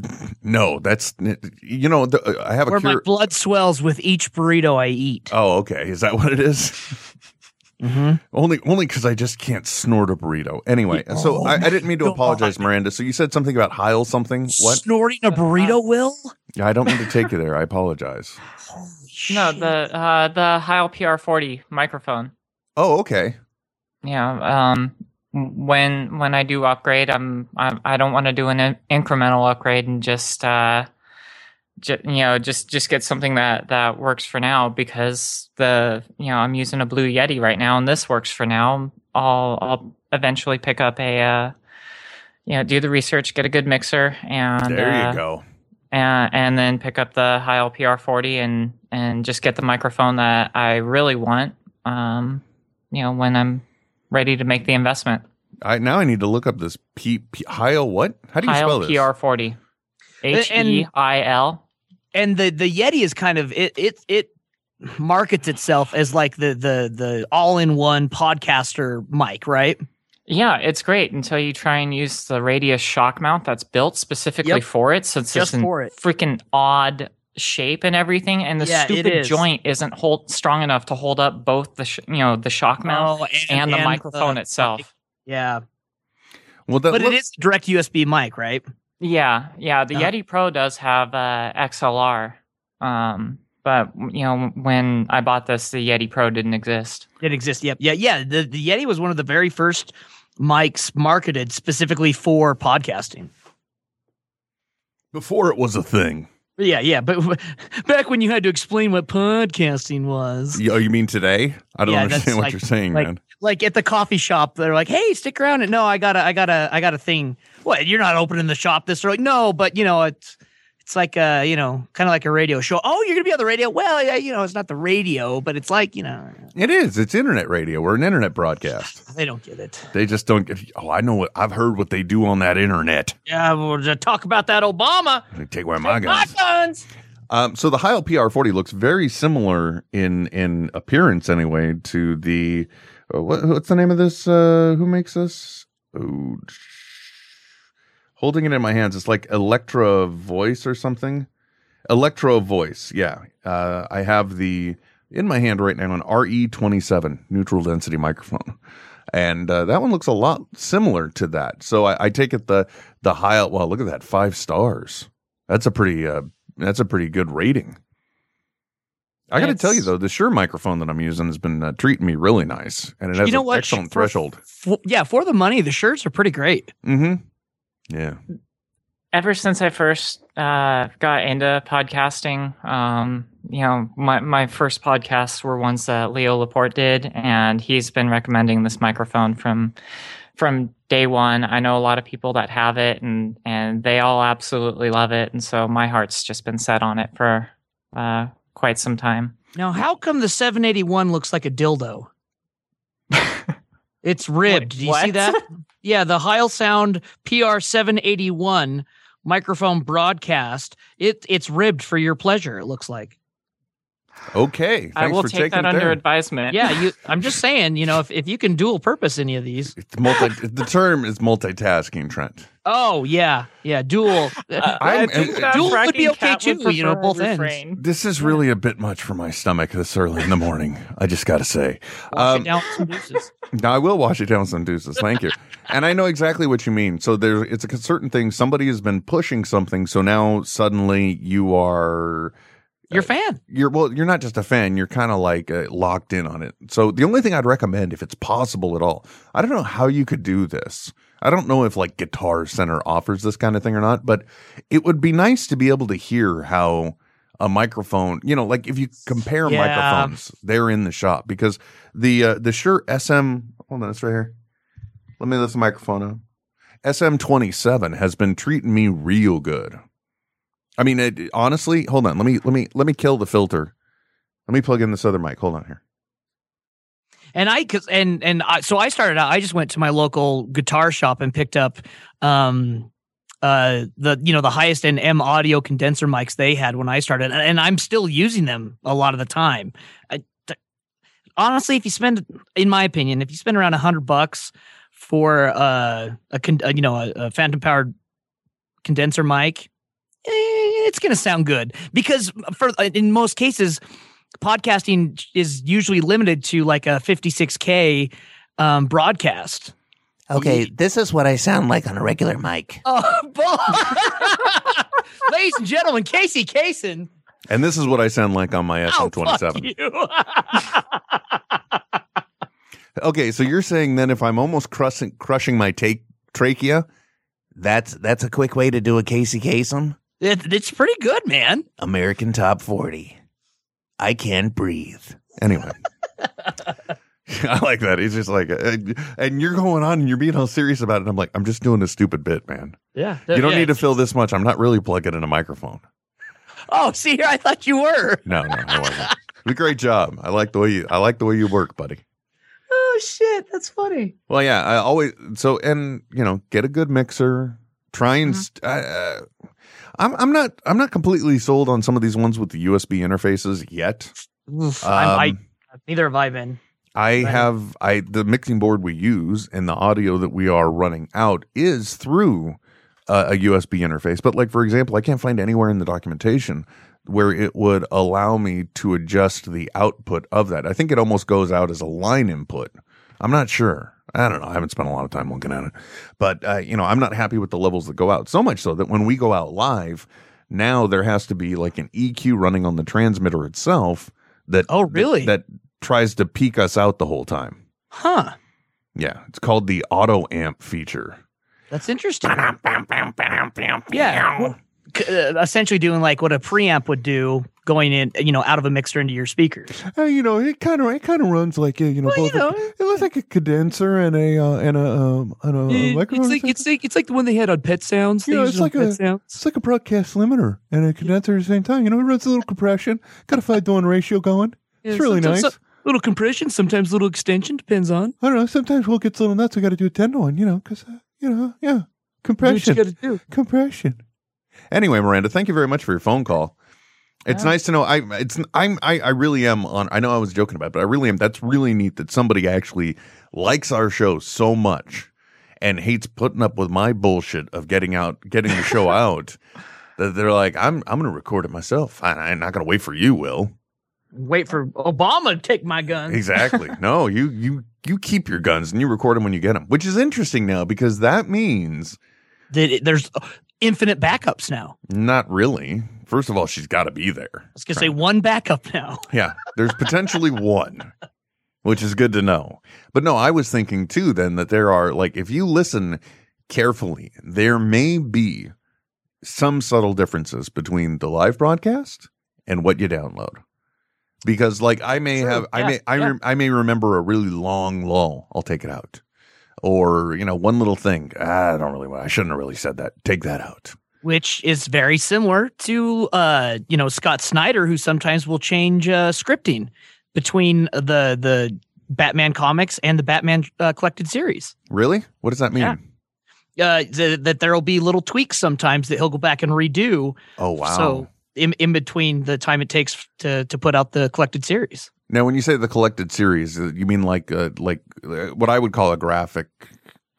Speaker 2: no, that's you know, the, I have a
Speaker 3: where my
Speaker 2: cure.
Speaker 3: blood swells with each burrito I eat.
Speaker 2: Oh, okay. Is that what it is?
Speaker 3: Mm-hmm.
Speaker 2: Only, only because I just can't snort a burrito. Anyway, so I, I didn't
Speaker 3: Oh,
Speaker 2: mean to apologize, Miranda. So you said something about Heil something. What?
Speaker 3: Snorting
Speaker 10: Uh,
Speaker 3: a burrito, Will?
Speaker 2: Yeah, I don't mean to take you there. I apologize.
Speaker 10: No, the uh, the Heil PR40 microphone.
Speaker 2: Oh, okay.
Speaker 10: Yeah. Um. When when I do upgrade, I'm, I'm I don't want to do an in- incremental upgrade and just uh, ju- you know just just get something that that works for now because the you know I'm using a Blue Yeti right now and this works for now. I'll I'll eventually pick up a uh, you know do the research, get a good mixer, and
Speaker 2: There you
Speaker 10: uh,
Speaker 2: go.
Speaker 10: and, and then pick up the high LPR 40 and and just get the microphone that I really want. Um, you know, when I'm ready to make the investment.
Speaker 2: I now I need to look up this P, P Heil. What? How do you
Speaker 10: Heil
Speaker 2: spell this?
Speaker 10: PR40. H
Speaker 3: and-
Speaker 10: E I L.
Speaker 3: And the the Yeti is kind of it it it markets itself as like the the the all in one podcaster mic, right?
Speaker 10: Yeah, it's great until you try and use the Radius shock mount that's built specifically
Speaker 3: Yep.
Speaker 10: for it. So it's
Speaker 3: Just
Speaker 10: this
Speaker 3: for it.
Speaker 10: freaking odd shape and everything, and the
Speaker 3: Yeah, it
Speaker 10: stupid
Speaker 3: is.
Speaker 10: joint isn't hold strong enough to hold up both the sh- you know the shock mount
Speaker 3: Oh,
Speaker 10: and,
Speaker 3: and-
Speaker 10: the
Speaker 3: and
Speaker 10: microphone
Speaker 3: the
Speaker 10: itself.
Speaker 3: Yeah,
Speaker 2: Well, that
Speaker 3: but it
Speaker 2: looks-
Speaker 3: is direct USB mic, right?
Speaker 10: Yeah, yeah. The
Speaker 3: Uh,
Speaker 10: Yeti Pro does have uh, XLR, um, but you know when I bought this, the Yeti Pro didn't exist.
Speaker 3: It exists. Yep. Yeah. Yeah. The, the Yeti was one of the very first mics marketed specifically for podcasting.
Speaker 2: before it was a thing.
Speaker 3: Yeah. Yeah. But back when you had to explain what podcasting was,
Speaker 2: Y- Oh, you mean today? I don't
Speaker 3: Yeah, that's
Speaker 2: understand what
Speaker 3: like-
Speaker 2: you're saying,
Speaker 3: like,
Speaker 2: man.
Speaker 3: like at the coffee shop, they're like, "Hey, stick around." And no, I got a, I got a, I got a thing. What? You're not opening the shop this early? No, but you know it's. It's like uh, you know, kind of like a radio show. Oh, you're gonna be on the radio? Well, yeah, you know, it's not the radio, but it's like you know,
Speaker 2: It is. It's internet radio. We're an internet broadcast.
Speaker 3: they don't get it.
Speaker 2: They just don't get. Oh, I know what I've heard. What they do on that internet.
Speaker 3: Yeah, we'll just talk about that Obama.
Speaker 2: They take away my guns.
Speaker 3: My guns.
Speaker 2: Um, so the Heil PR40 looks very similar in in appearance, anyway, to the uh, what, what's the name of this? Uh, who makes this? Oh, holding it in my hands, it's like Electra Voice or something. Electro Voice, yeah. Uh, I have the in my hand right now an RE27 neutral density microphone, and uh, that one looks a lot similar to that. So I, I take it the the Heil. Well, look at that, five stars. That's a pretty uh, that's a pretty good rating. I got to tell you
Speaker 10: It's-
Speaker 2: though, the Shure microphone that I'm using has been uh, treating me really nice, and it has
Speaker 3: know
Speaker 2: an
Speaker 3: what?
Speaker 2: excellent
Speaker 3: For-
Speaker 2: threshold.
Speaker 3: For, yeah, for the money, the shirts are pretty great.
Speaker 2: Mm-hmm. Yeah.
Speaker 10: Ever since I first uh, got into podcasting, um, you know, my my first podcasts were ones that Leo Laporte did, and he's been recommending this microphone from from day one. I know a lot of people that have it, and and they all absolutely love it, and so my heart's just been set on it for uh, quite some time.
Speaker 3: Now, how come the 781 looks like a dildo? it's ribbed. Do you see
Speaker 10: what?
Speaker 3: that? yeah, the Heil Sound PR781 microphone broadcast. It it's ribbed for your pleasure. It looks like.
Speaker 2: Okay.
Speaker 10: I
Speaker 2: thanks
Speaker 10: will
Speaker 2: for
Speaker 10: take
Speaker 2: taking
Speaker 10: that
Speaker 2: it
Speaker 10: under
Speaker 2: there.
Speaker 10: advisement.
Speaker 3: Yeah, you. I'm just saying, you know, if if you can dual purpose any of these.
Speaker 2: It's multi. the term is multitasking, Trent.
Speaker 3: Oh yeah, yeah, dual.
Speaker 10: Uh,
Speaker 2: I'm- think that
Speaker 3: dual would be okay too. You know, both ends.
Speaker 10: Mm-hmm.
Speaker 2: This is really a bit much for my stomach this early in the morning. I just got to say.
Speaker 3: Wash it
Speaker 2: Um,
Speaker 3: down with some deuces.
Speaker 2: now I will wash it down with some deuces. Thank you. and I know exactly what you mean. So there, it's a certain thing. Somebody has been pushing something. So now suddenly you are.
Speaker 3: You're a fan.
Speaker 2: You're well. You're not just a fan. You're kind of like uh, locked in on it. So the only thing I'd recommend, if it's possible at all, I don't know how you could do this. I don't know if like Guitar Center offers this kind of thing or not, but it would be nice to be able to hear how a microphone, you know, like if you compare
Speaker 3: Yeah.
Speaker 2: microphones, they're in the shop because the uh, the Shure SM. Hold on, it's right here. Let me lift the microphone up. SM27 has been treating me real good. I mean, it, honestly, hold on. Let me let me let me kill the filter. Let me plug in this other mic. Hold on here.
Speaker 3: And I cause and and I, so I started out. I just went to my local guitar shop and picked up um uh the you know the highest end M audio condenser mics they had when I started, and, and I'm still using them a lot of the time. I, t- honestly, if you spend, in my opinion, if you spend around a hundred bucks for uh, a, con- a you know a, a phantom powered condenser mic, eh, it's going to sound good because uh, for in most cases podcasting is usually limited to like a 56k um, broadcast.
Speaker 12: Okay, this is what I sound like on a regular mic.
Speaker 3: Oh, bull- ladies and gentlemen, Casey Kasem.
Speaker 2: And this is what I sound like on my
Speaker 3: Oh,
Speaker 2: SM27. Okay, so you're saying then if I'm almost crushing crushing my take trachea,
Speaker 12: that's that's a quick way to do a Casey Kasem.
Speaker 3: It, it's pretty good, man.
Speaker 12: American Top 40. I can't breathe.
Speaker 2: Anyway. I like that. He's just like, uh, and you're going on and you're being all serious about it. I'm like, I'm just doing a stupid bit, man.
Speaker 3: Yeah.
Speaker 2: You don't need to fill this much. I'm not really plugging in a microphone.
Speaker 3: Oh, see here, I thought you were.
Speaker 2: No, no, I wasn't. But Great job. I like the way you. I like the way you work, buddy.
Speaker 3: Oh shit, that's funny.
Speaker 2: Well, yeah, I always so and you know get a good mixer. Try
Speaker 3: Mm-hmm.
Speaker 2: and st- I, uh, I'm I'm not I'm not completely sold on some of these ones with the USB interfaces yet.
Speaker 3: Oof, I'm,
Speaker 2: Um,
Speaker 3: I, neither have I been.
Speaker 2: I have I the mixing board we use and the audio that we are running out is through uh, a USB interface. But like for example, I can't find anywhere in the documentation where it would allow me to adjust the output of that. I think it almost goes out as a line input. I'm not sure. I don't know. I haven't spent a lot of time looking at it, but uh, you know, I'm not happy with the levels that go out. So much so that when we go out live, now there has to be like an EQ running on the transmitter itself. That
Speaker 3: oh really
Speaker 2: that tries to peek us out the whole time.
Speaker 3: Huh.
Speaker 2: Yeah, it's called the auto amp feature.
Speaker 3: That's interesting. yeah. well, c- uh, essentially doing like what a preamp would do going in, you know, out of a mixer into your speakers.
Speaker 2: Uh, you know, it kind of it kind of runs like uh, you know, both a- it looks like a condenser and a uh, and a um, and a
Speaker 13: It-
Speaker 2: microphone.
Speaker 13: it's like it's like the one they had on Pet Sounds.
Speaker 2: you
Speaker 13: They
Speaker 2: know,
Speaker 13: used
Speaker 2: it's
Speaker 13: it on
Speaker 2: like a
Speaker 13: Pet Sounds.
Speaker 2: it's like a broadcast limiter and a condenser at the same time. You know, it runs a little compression, got a five to one ratio going.
Speaker 13: Yeah,
Speaker 2: it's really
Speaker 13: sometimes
Speaker 2: nice.
Speaker 13: so- little compression, sometimes little extension, depends on.
Speaker 2: I don't know. Sometimes we'll get a little nuts. We got to do a ten to one. You know, because uh, you know, yeah, compression.
Speaker 13: gotta do.
Speaker 2: Compression. Anyway, Miranda, thank you very much for your phone call. It's
Speaker 13: Yeah.
Speaker 2: nice to know. I it's I'm I, I really am on. I know I was joking about, it, but I really am. That's really neat that somebody actually likes our show so much and hates putting up with my bullshit of getting out, getting the show out. That they're like, I'm I'm going to record it myself. I, I'm not going to wait for you, Will.
Speaker 3: Wait for Obama to take my guns.
Speaker 2: Exactly. no, you you you keep your guns and you record them when you get them, which is interesting now because that means
Speaker 3: that it- there's infinite backups now.
Speaker 2: Not really. First of all, she's got to be there.
Speaker 3: I was going to say one backup now.
Speaker 2: Yeah, there's potentially one, which is good to know. But no, I was thinking too then that there are like if you listen carefully, there may be some subtle differences between the live broadcast and what you download. Because like I may have I
Speaker 13: yeah,
Speaker 2: may I
Speaker 13: yeah.
Speaker 2: rem- I may remember a really long lull. I'll take it out. Or, you know, one little thing. Ah, I don't really want I shouldn't have really said that. Take that out.
Speaker 3: which is very similar to uh, you know Scott Snyder, who sometimes will change uh, scripting between the the Batman comics and the Batman uh, collected series.
Speaker 2: Really? What does that mean?
Speaker 3: Yeah. Uh, th- that there will be little tweaks sometimes that he'll go back and redo.
Speaker 2: Oh wow.
Speaker 3: So in in between the time it takes to to put out the collected series.
Speaker 2: Now, when you say the collected series, uh, you mean like uh, like uh, what I would call a graphic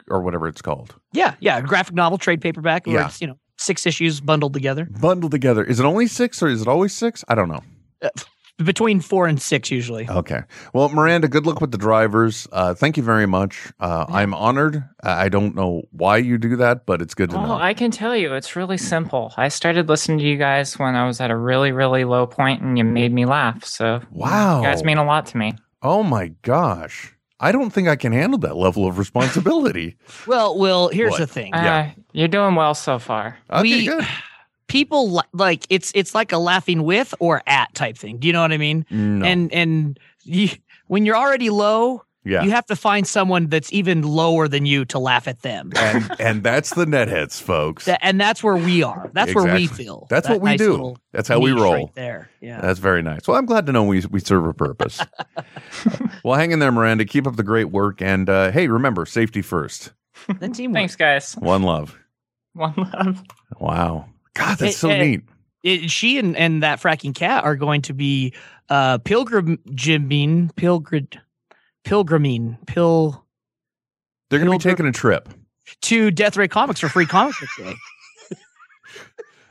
Speaker 2: or whatever it's called,
Speaker 3: Yeah, yeah, graphic novel, trade paperback, where
Speaker 2: Yeah.
Speaker 3: it's you know six issues bundled together,
Speaker 2: bundled together. Is it only six or is it always six? I don't know.
Speaker 3: uh, between four and six usually.
Speaker 2: Okay. Well, Miranda, good luck with the drivers. Uh, thank you very much. Uh, I'm honored. Uh, I don't know why you do that, but it's good to
Speaker 10: Oh,
Speaker 2: know.
Speaker 10: I can tell you, it's really simple. I started listening to you guys when I was at a really, really low point, and you made me laugh. So
Speaker 2: Wow.
Speaker 10: you guys mean a lot to me.
Speaker 2: Oh my gosh, I don't think I can handle that level of responsibility.
Speaker 3: Well, Will, here's
Speaker 2: What?
Speaker 3: the thing.
Speaker 2: Yeah.
Speaker 10: Uh, you're doing well so far.
Speaker 3: we people li- like it's it's like a laughing with or at type thing. Do you know what I mean?
Speaker 2: No.
Speaker 3: And and you, when you're already low,
Speaker 2: Yeah.
Speaker 3: You have to find someone that's even lower than you to laugh at them.
Speaker 2: and and that's the netheads, folks.
Speaker 3: Th- and that's where we are. That's where we
Speaker 2: Exactly.
Speaker 3: feel.
Speaker 2: That's what
Speaker 3: That
Speaker 2: we
Speaker 3: nice
Speaker 2: do.
Speaker 3: little
Speaker 2: That's how we
Speaker 3: niche
Speaker 2: roll.
Speaker 3: right there. Yeah.
Speaker 2: That's very nice. Well, I'm glad to know we we serve a purpose. well, hang in there, Miranda. Keep up the great work, and uh, hey, remember safety first.
Speaker 3: the teamwork.
Speaker 10: Thanks, guys.
Speaker 2: One love.
Speaker 10: One love.
Speaker 2: Wow. God, that's
Speaker 3: It-
Speaker 2: so
Speaker 3: it-
Speaker 2: neat.
Speaker 3: it- she and, and that fracking cat are going to be uh pilgrim jimming pilgrim pilgriming pil
Speaker 2: They're going to be taking a trip.
Speaker 3: to Death Ray Comics for free comic book day.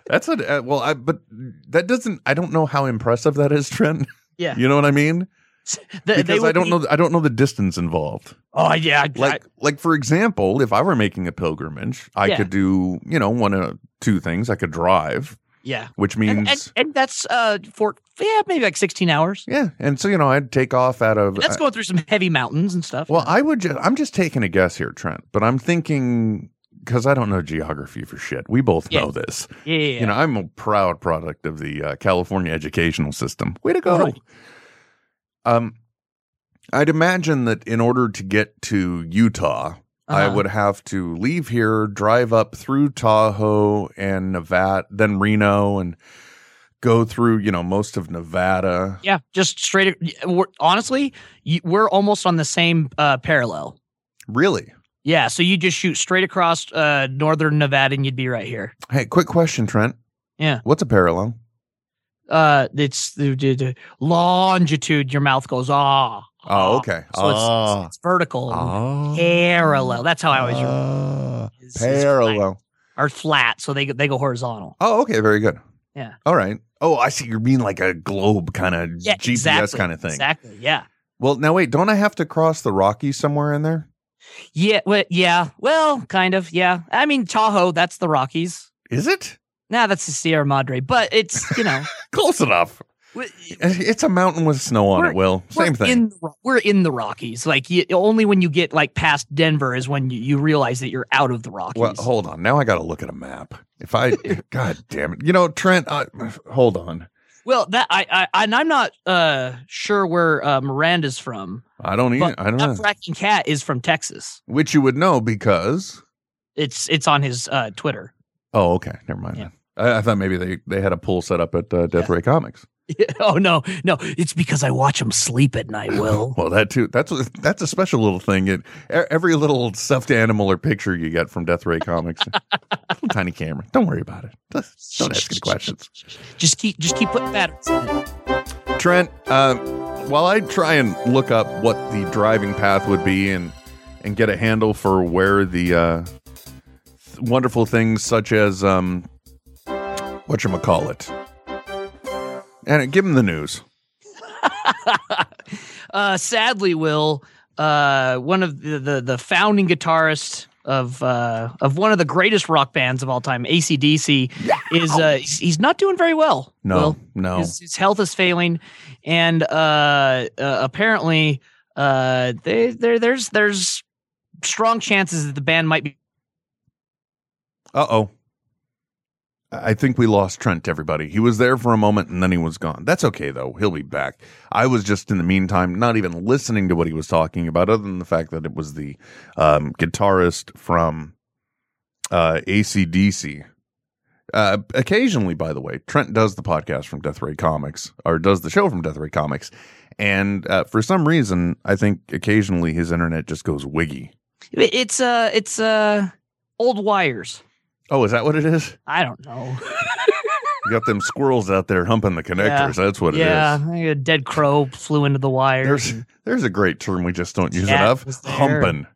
Speaker 2: That's a uh, well, I but that doesn't. I don't know how impressive that is, Trent.
Speaker 3: Yeah.
Speaker 2: you know what I mean.
Speaker 3: they
Speaker 2: because I
Speaker 3: would
Speaker 2: don't
Speaker 3: be-
Speaker 2: know. I don't know the distance involved.
Speaker 3: Oh yeah,
Speaker 2: Like like for example, if I were making a pilgrimage, I
Speaker 3: Yeah.
Speaker 2: could do you know one of two things. I could drive,
Speaker 3: yeah.
Speaker 2: which means
Speaker 3: And, and, and that's uh for yeah maybe like sixteen hours.
Speaker 2: Yeah, and so you know I'd take off out of. uh,
Speaker 3: That's going through some heavy mountains and stuff.
Speaker 2: Well, I would. Just, I'm just taking a guess here, Trent, but I'm thinking because I don't know geography for shit. We both know this.
Speaker 3: Yeah, yeah,
Speaker 2: You know, I'm a proud product of the uh, California educational system. Way to go. Um, I'd imagine that in order to get to Utah, I
Speaker 14: Uh-huh.
Speaker 2: would have to leave here, drive up through Tahoe and Nevada, then Reno, and go through you know most of Nevada.
Speaker 3: Yeah, just straight. We're, honestly, you, we're almost on the same uh, parallel.
Speaker 2: Really?
Speaker 3: Yeah. So you just shoot straight across uh, northern Nevada, and you'd be right here.
Speaker 2: Hey, quick question, Trent.
Speaker 3: Yeah.
Speaker 2: What's a parallel?
Speaker 3: Uh, it's the, the, the longitude. Your mouth goes ah.
Speaker 2: Oh, okay.
Speaker 3: So it's- it's,
Speaker 2: Ah.
Speaker 3: it's, vertical, and
Speaker 2: Ah.
Speaker 3: parallel. That's how I always
Speaker 2: remember.
Speaker 3: Is- is
Speaker 2: Parallel.
Speaker 3: flat- Or flat, so they go- they go horizontal.
Speaker 2: Oh, okay, very good.
Speaker 3: Yeah.
Speaker 2: All right. Oh, I see. You mean like a globe kind of
Speaker 3: Yeah.
Speaker 2: GPS
Speaker 3: exactly,
Speaker 2: kind of thing.
Speaker 3: Exactly. Yeah.
Speaker 2: Well, now wait, don't I have to cross the Rockies somewhere in there?
Speaker 3: Yeah. Well. Yeah. Well, kind of. Yeah. I mean, Tahoe. That's the Rockies.
Speaker 2: Is it
Speaker 3: Nah, that's the Sierra Madre, but it's you know.
Speaker 2: close enough?
Speaker 3: Wh-
Speaker 2: It's a mountain with snow on it.
Speaker 3: We're-
Speaker 2: Will same
Speaker 3: we're
Speaker 2: thing.
Speaker 3: In the, Ro- we're in the Rockies. Like you, only when you get like past Denver is when you, you realize that you're out of the Rockies.
Speaker 2: well, hold on. Now I got to look at a map. If I, God damn it, you know, Trent. I, hold on.
Speaker 3: Well, that I, I and I'm not uh sure where uh, Miranda's from.
Speaker 2: I don't even.
Speaker 3: But
Speaker 2: I don't
Speaker 3: that
Speaker 2: know.
Speaker 3: fracking cat is from Texas.
Speaker 2: Which you would know because.
Speaker 3: It's it's on his uh, Twitter.
Speaker 2: Oh, okay. Never mind. then. I, I thought maybe they they had a pool set up at uh, Death Ray Comics.
Speaker 3: oh no, no, it's because I watch him sleep at night. Will
Speaker 2: Well, that too. That's a- that's a special little thing. It, e- every little stuffed animal or picture you get from Death Ray Comics, Little tiny camera. Don't worry about it. Just Don't ask any questions.
Speaker 3: just keep just keep putting batteries. In it.
Speaker 2: Trent, uh, while I try and look up what the driving path would be and and get a handle for where the uh, th- wonderful things such as um, what you call it, and give him the news.
Speaker 3: Uh, sadly, Will, uh, one of the, the the founding guitarist of uh, of one of the greatest rock bands of all time, ACDC, is uh, he's, he's not doing very well.
Speaker 2: No,
Speaker 3: Will.
Speaker 2: no.
Speaker 3: his, his health is failing, and uh, uh, apparently, uh, they, there there's there's strong chances that the band might be
Speaker 2: Uh oh. I think we lost Trent, everybody. He was there for a moment and then he was gone. That's okay, though. He'll be back. I was just, in the meantime, not even listening to what he was talking about, other than the fact that it was the um, guitarist from uh, ACDC. Uh, occasionally, by the way, Trent does the podcast from Death Ray Comics, or does the show from Death Ray Comics. And uh, for some reason, I think occasionally his internet just goes wiggy.
Speaker 3: it's uh it's uh old wires.
Speaker 2: Oh, is that what it is?
Speaker 3: I don't know.
Speaker 2: You got them squirrels out there humping the connectors. That's what it is.
Speaker 3: yeah, a dead crow flew into the wires.
Speaker 2: There's there's a great term we just don't use
Speaker 3: Cat
Speaker 2: enough.
Speaker 3: was there.
Speaker 2: Humping.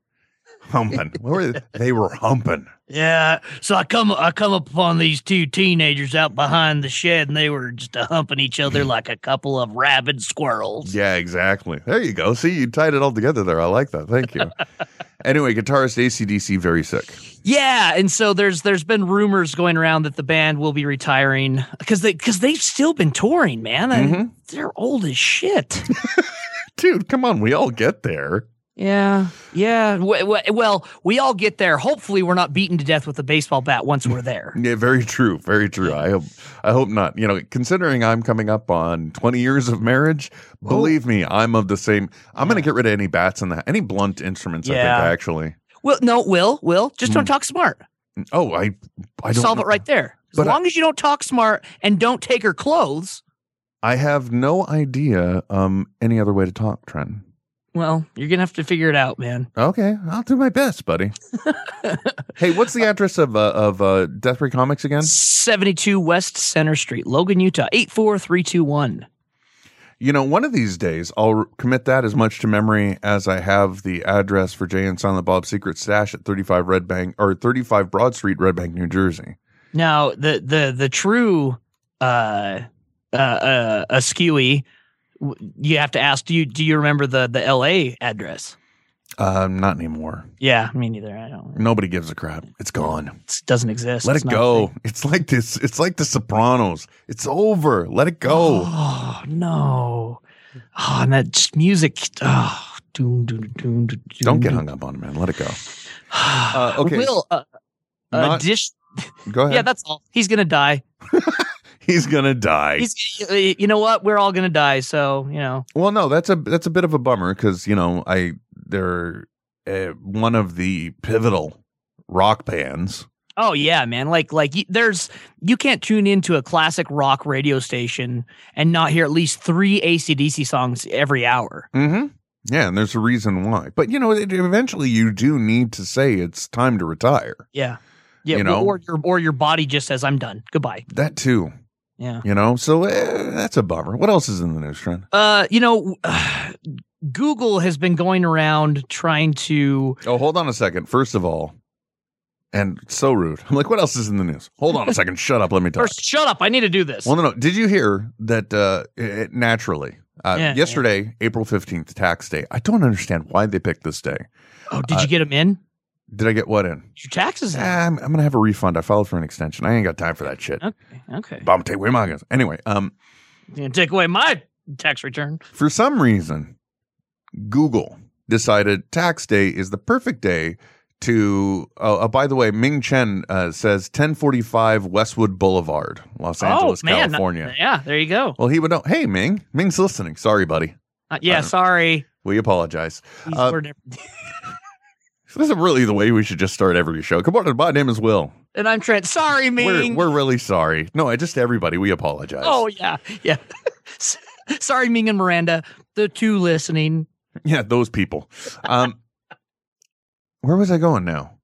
Speaker 2: Humping. What were they? They were humping.
Speaker 3: Yeah, so I come I come upon these two teenagers out behind the shed, and they were just a humping each other like a couple of rabid squirrels.
Speaker 2: Yeah, exactly. There you go. See, you tied it all together there. I like that. Thank you. anyway, guitarist ACDC very sick.
Speaker 3: Yeah, and so there's there's been rumors going around that the band will be retiring because they because they've still been touring,
Speaker 2: Mm-hmm.
Speaker 3: man. And They're old as shit.
Speaker 2: Dude, come on. We all get there.
Speaker 3: Yeah, yeah. W- w- well, we all get there. Hopefully, we're not beaten to death with a baseball bat once we're there.
Speaker 2: Yeah, very true, very true. I hope, I hope not. You know, considering I'm coming up on 20 years of marriage,
Speaker 3: Oh.
Speaker 2: believe me, I'm of the same. I'm going to get rid of any bats and any blunt instruments. I
Speaker 3: Yeah.
Speaker 2: think actually.
Speaker 3: Well, no, Will, Will, just don't
Speaker 2: Mm.
Speaker 3: talk smart.
Speaker 2: Oh, I, I don't
Speaker 3: Solve
Speaker 2: know.
Speaker 3: it right there. As
Speaker 2: But I-
Speaker 3: long as you don't talk smart and don't take her clothes.
Speaker 2: I have no idea um any other way to talk, Trent.
Speaker 3: Well, you're gonna have to figure it out, man.
Speaker 2: Okay, I'll do my best, buddy. hey, what's the address of uh, of uh, Death Ray Comics again?
Speaker 3: 72 West Center Street, Logan, Utah, 84321.
Speaker 2: You know, one of these days I'll r- commit that as much to memory as I have the address for Jay and Silent Bob's secret stash at 35 Red Bank or 35 Broad Street, Red Bank, New Jersey.
Speaker 3: Now, the the the true uh uh, uh askewy w- you have to ask do you do you remember the the LA address?
Speaker 2: Um, not anymore.
Speaker 3: Yeah, me neither. I don't.
Speaker 2: Nobody gives a crap. It's gone.
Speaker 3: It doesn't exist.
Speaker 2: Let
Speaker 3: It's
Speaker 2: it
Speaker 3: not a
Speaker 2: go. It's like this. It's like The Sopranos. It's over. Let it go.
Speaker 3: Oh no. Oh, and that just music. Oh, doom, doom, doom, doom,
Speaker 2: Don't get hung up on it, man. Let it go. Uh, okay.
Speaker 3: Will, uh, uh,
Speaker 2: Not-
Speaker 3: dish.
Speaker 2: Go ahead.
Speaker 3: Yeah, that's all. He's gonna die.
Speaker 2: He's gonna die.
Speaker 3: He's. uh, You know what? We're all gonna die. So you know.
Speaker 2: Well, no, that's a that's a bit of a bummer because you know I they're uh, one of the pivotal rock bands.
Speaker 3: Oh yeah, man. Like like y- there's you can't tune into a classic rock radio station and not hear at least three ACDC songs every hour.
Speaker 2: Mm-hmm. Yeah, and there's a reason why. But you know, it, eventually you do need to say it's time to retire.
Speaker 3: Yeah. Yeah.
Speaker 2: You know?
Speaker 3: Or your or your body just says I'm done. Goodbye.
Speaker 2: That too.
Speaker 3: Yeah.
Speaker 2: You know, so eh, that's a bummer. What else is in the news, Trent?
Speaker 3: Uh, you know, Google has been going around trying to.
Speaker 2: Oh, hold on a second. First of all, and so rude. I'm like, what else is in the news? Hold on a second. Shut up. Let me talk.
Speaker 3: First, shut up! I need to do this.
Speaker 2: Well, no, no. Did you hear that? Uh, it, naturally, uh,
Speaker 3: Yeah,
Speaker 2: yesterday, April fifteenth, tax day. I don't understand why they picked this day.
Speaker 3: oh,
Speaker 2: uh,
Speaker 3: did you get him in?
Speaker 2: Did I get what in?
Speaker 3: Your taxes? in?
Speaker 2: Ah, I'm, I'm gonna have a refund. I filed for an extension. I ain't got time for that shit.
Speaker 3: Okay. Okay.
Speaker 2: Bomb take away my guns. Anyway, um,
Speaker 3: You're gonna take away my tax return.
Speaker 2: for some reason, Google decided tax day is the perfect day to. Oh, uh, by the way, Ming Chen uh, says 1045 Westwood Boulevard, Los Angeles,
Speaker 3: oh man,
Speaker 2: California.
Speaker 3: Yeah, there you go.
Speaker 2: Well, he would know. Hey, Ming. Ming's listening. Sorry, buddy.
Speaker 3: Uh, yeah, sorry.
Speaker 2: We apologize.
Speaker 3: These
Speaker 2: Uh,
Speaker 3: were different.
Speaker 2: So this is really the way we should just start every show. Good morning. My name is Will.
Speaker 3: and I'm Trent. Sorry,
Speaker 2: We're,
Speaker 3: Ming.
Speaker 2: we're really sorry. No, I just everybody. We apologize.
Speaker 3: oh yeah, yeah. S- sorry, Ming and Miranda, the two listening.
Speaker 2: Yeah, those people. Um, where was I going now?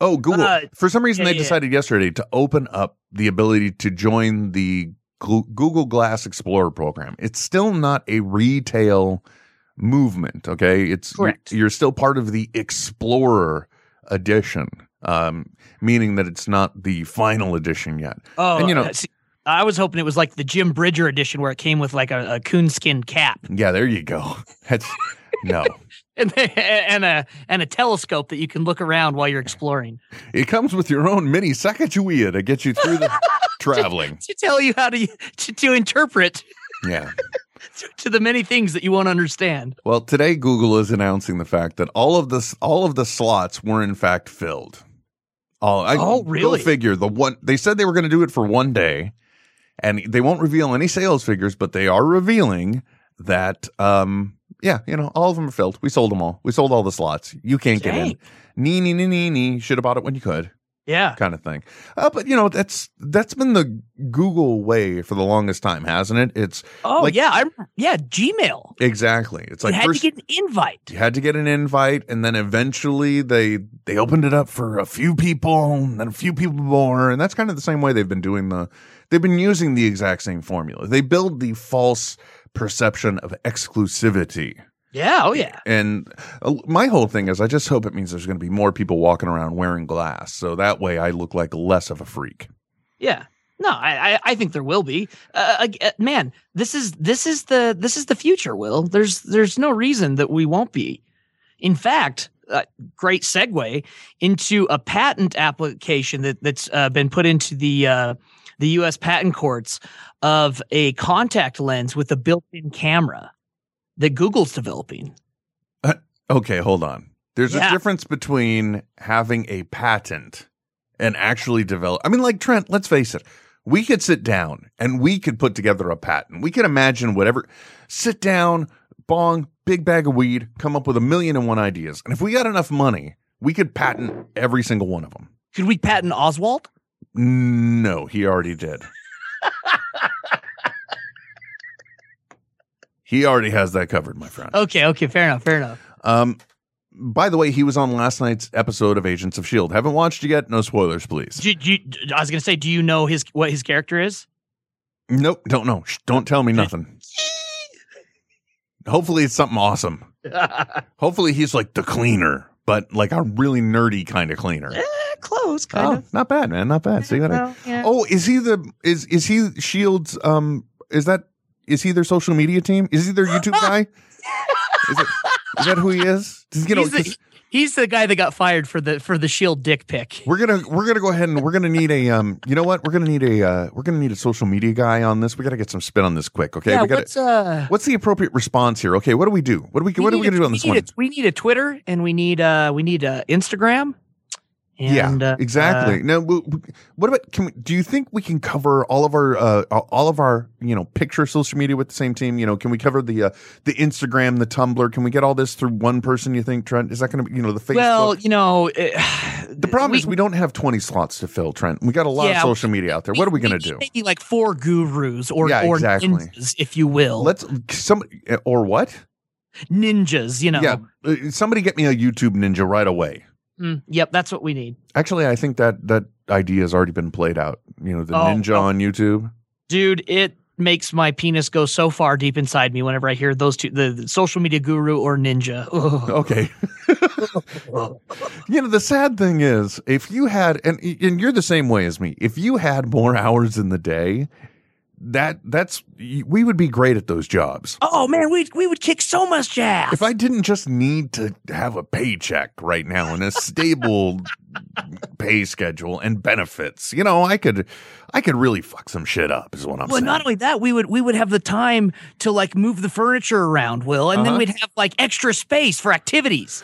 Speaker 2: Oh, Google.
Speaker 3: Uh,
Speaker 2: For some reason,
Speaker 3: yeah,
Speaker 2: they
Speaker 3: yeah.
Speaker 2: decided yesterday to open up the ability to join the Glu- Google Glass Explorer program. It's still not a retail movement. Okay, it's you're-
Speaker 3: Correct.
Speaker 2: You're, still part of the Explorer edition, um, meaning that it's not the final edition yet.
Speaker 3: Oh,
Speaker 2: and you know,
Speaker 3: uh, see, I was hoping it was like the Jim Bridger edition where it came with like a, a coonskin cap.
Speaker 2: yeah, there you go. That's no.
Speaker 3: and, and a and a telescope that you can look around while you're exploring
Speaker 2: It comes with your own mini Sacagawea to get you through the traveling.
Speaker 3: to tell you how to to, to interpret
Speaker 2: Yeah.
Speaker 3: to, to the many things that you won't understand.
Speaker 2: Well, today Google is announcing the fact that all of this, all of the slots were in fact filled. All, I,
Speaker 3: Oh, really?
Speaker 2: Go figure. The one they said they were going to do it for one day, and they won't reveal any sales figures, but they are revealing that. Um, yeah, you know, all of them are filled. We sold them all. We sold all the slots. You can't get in.
Speaker 3: Dang.
Speaker 2: Nee, nee, nee, nee, nee. Should have bought it when you could.
Speaker 3: Yeah.
Speaker 2: kind of thing. Uh, but you know, that's that's been the Google way for the longest time, hasn't it? It's
Speaker 3: Oh
Speaker 2: Like-
Speaker 3: yeah, I'm yeah, Gmail.
Speaker 2: exactly. It's like
Speaker 3: you had
Speaker 2: first
Speaker 3: to get an invite.
Speaker 2: you had to get an invite, and then eventually they they opened it up for a few people, and then a few people more, and that's kind of the same way they've been doing the they've been using the exact same formula. They build the false perception of exclusivity.
Speaker 3: Yeah, oh yeah.
Speaker 2: And uh, my whole thing is, I just hope it means there's going to be more people walking around wearing glass, so that way I look like less of a freak.
Speaker 3: Yeah. No, I I, I think there will be. Uh, ag- uh, man, this is this is the this is the future. Will there's there's no reason that we won't be. In fact, uh, great segue into a patent application that that's uh, been put into the uh, the U.S. patent courts of a contact lens with a built-in camera that Google's developing.
Speaker 2: Okay, hold on. There's
Speaker 10: Yeah.
Speaker 2: a difference between having a patent and actually develop. I mean, like Trent, let's face it. We could sit down and we could put together a patent. We could imagine whatever. Sit down, bong, big bag of weed, come up with a million and one ideas. And if we got enough money, we could patent every single one of them.
Speaker 3: Could we patent Oswald?
Speaker 2: No, he already did. he already has that covered, my friend.
Speaker 3: Okay, okay, fair enough, fair enough.
Speaker 2: Um, by the way, he was on last night's episode of Agents of Shield. E Haven't watched it yet. No spoilers, please.
Speaker 3: Do, do, I was gonna say, do you know his what his character is?
Speaker 2: Nope, don't know. Shh, don't tell me nothing. Hopefully, it's something awesome. Hopefully, he's like the cleaner, but like a really nerdy kind of cleaner.
Speaker 3: Eh, Close,
Speaker 2: oh, not bad, man. Not bad. See what I? Oh, is he the is is he Shields? Um, is that is he their social media team? Is he their YouTube guy? is, it, is that who he is? 'Cause, You know,
Speaker 3: he's, the,
Speaker 2: 'cause
Speaker 3: he's the guy that got fired for the for the Shield dick pic.
Speaker 2: we're gonna we're gonna go ahead and we're gonna need a um. You know what? We're gonna need a uh, we're gonna need a social media guy on this. We gotta get some spin on this quick. Okay,
Speaker 3: yeah,
Speaker 2: we gotta.
Speaker 3: what's uh?
Speaker 2: What's the appropriate response here? Okay, what do we do? What do we, what are we
Speaker 3: need
Speaker 2: going
Speaker 3: a-
Speaker 2: to do on this
Speaker 3: need
Speaker 2: one?
Speaker 3: a- we need a Twitter and we need uh we need uh Instagram. And,
Speaker 2: yeah,
Speaker 3: uh,
Speaker 2: exactly.
Speaker 3: uh,
Speaker 2: now, w- w- what about? Can we, do you think we can cover all of our uh, all of our you know picture social media with the same team? You know, can we cover the uh, the Instagram, the Tumblr? Can we get all this through one person? You think Trent is that going to be you know the Facebook?
Speaker 3: well, you know, uh,
Speaker 2: the problem is we don't have twenty slots to fill, Trent. We got a lot
Speaker 3: Yeah,
Speaker 2: of social media out there. What are we going to do?
Speaker 3: maybe like four gurus or
Speaker 2: Yeah,
Speaker 3: or
Speaker 2: exactly.
Speaker 3: ninjas, if you will.
Speaker 2: Let's some or what?
Speaker 3: Ninjas, you know.
Speaker 2: Yeah, uh, somebody get me a YouTube ninja right away.
Speaker 3: Mm, yep, that's what we need.
Speaker 2: Actually, I think that that idea has already been played out. You know, the
Speaker 3: Oh,
Speaker 2: ninja on YouTube.
Speaker 3: dude it makes my penis go so far deep inside me whenever i hear those two the, the social media guru or ninja Ugh.
Speaker 2: Okay. you know, the sad thing is, if you had, and and you're the same way as me. If you had more hours in the day, that that's we would be great at those jobs.
Speaker 3: oh man we we would kick so much ass
Speaker 2: If I didn't just need to have a paycheck right now and a stable pay schedule and benefits, you know, I could, I could really fuck some shit up. Is what I'm
Speaker 3: well
Speaker 2: saying.
Speaker 3: not only that we would we would have the time to like move the furniture around will and then
Speaker 2: Uh-huh.
Speaker 3: we'd have like extra space for activities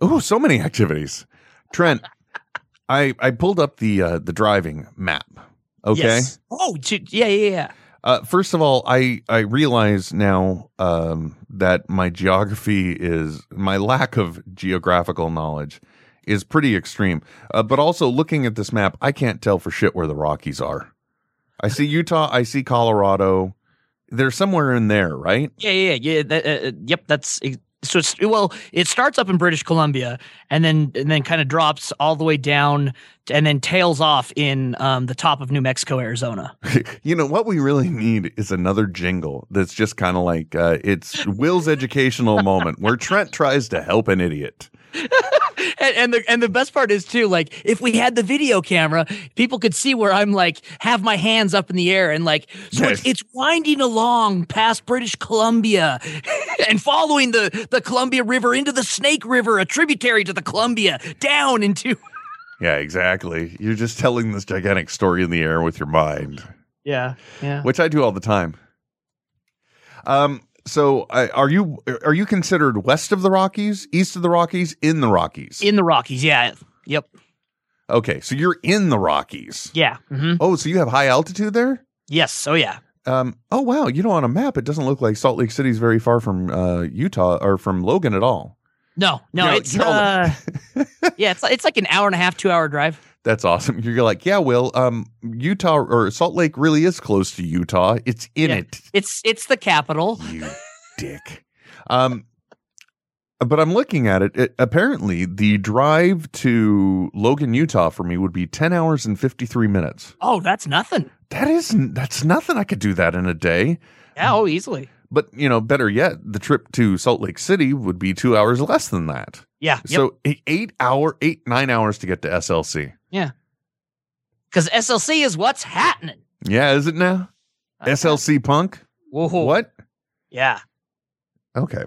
Speaker 2: Oh, so many activities. Trent, I I pulled up the uh, the driving map. Okay.
Speaker 3: Yes. oh dude, yeah yeah yeah
Speaker 2: Uh, first of all, I I realize now um, that my geography is my lack of geographical knowledge is pretty extreme. Uh, but also looking at this map, I can't tell for shit where the Rockies are. I see Utah. I see Colorado. They're somewhere in there, right?
Speaker 3: yeah yeah yeah that, uh, uh, yep that's ex- so it's, well it starts up in british columbia and then and then kind of drops all the way down t- and then tails off in um, the top of new mexico arizona
Speaker 2: you know what we really need is another jingle that's just kind of like uh, it's Will's educational moment where Trent tries to help an idiot.
Speaker 3: and, and the and the best part is too, like if we had the video camera, people could see where I'm like have my hands up in the air and like so
Speaker 2: Yes.
Speaker 3: it's, it's winding along past British Columbia and following the the Columbia River into the Snake River, a tributary to the Columbia, down into
Speaker 2: Yeah, exactly. You're just telling this gigantic story in the air with your mind,
Speaker 3: yeah yeah.
Speaker 2: which I do all the time. Um. So, I, are you are you considered west of the Rockies, east of the Rockies, in the Rockies?
Speaker 3: In the Rockies, yeah, yep,
Speaker 2: Okay, so you're in the Rockies.
Speaker 3: yeah, hmm
Speaker 2: Oh, so you have high altitude there?
Speaker 3: yes, oh yeah,
Speaker 2: Um, oh wow, you know, on a map, it doesn't look like Salt Lake City's very far from uh, Utah or from Logan at all.
Speaker 3: no, no,
Speaker 2: Yo,
Speaker 3: it's
Speaker 2: yo.
Speaker 3: uh, yeah, it's it's like an hour and a half, two hour drive.
Speaker 2: That's awesome. You're like, yeah, Will. Um, Utah or Salt Lake really is close to Utah. It's in
Speaker 3: Yeah.
Speaker 2: it,
Speaker 3: It's it's the capital.
Speaker 2: you dick. Um, but I'm looking at it. it. Apparently, the drive to Logan, Utah, for me would be ten hours and fifty three minutes.
Speaker 3: Oh, that's nothing.
Speaker 2: That is n- that's nothing. I could do that in a day.
Speaker 3: Yeah, oh, easily.
Speaker 2: But you know, better yet, the trip to Salt Lake City would be two hours less than that.
Speaker 3: Yeah. yep.
Speaker 2: So eight, eight hour, eight nine hours to get to SLC.
Speaker 3: Yeah. Because SLC is what's happening.
Speaker 2: Yeah, is it now? SLC Punk.
Speaker 3: Whoa.
Speaker 2: What?
Speaker 3: Yeah.
Speaker 2: Okay.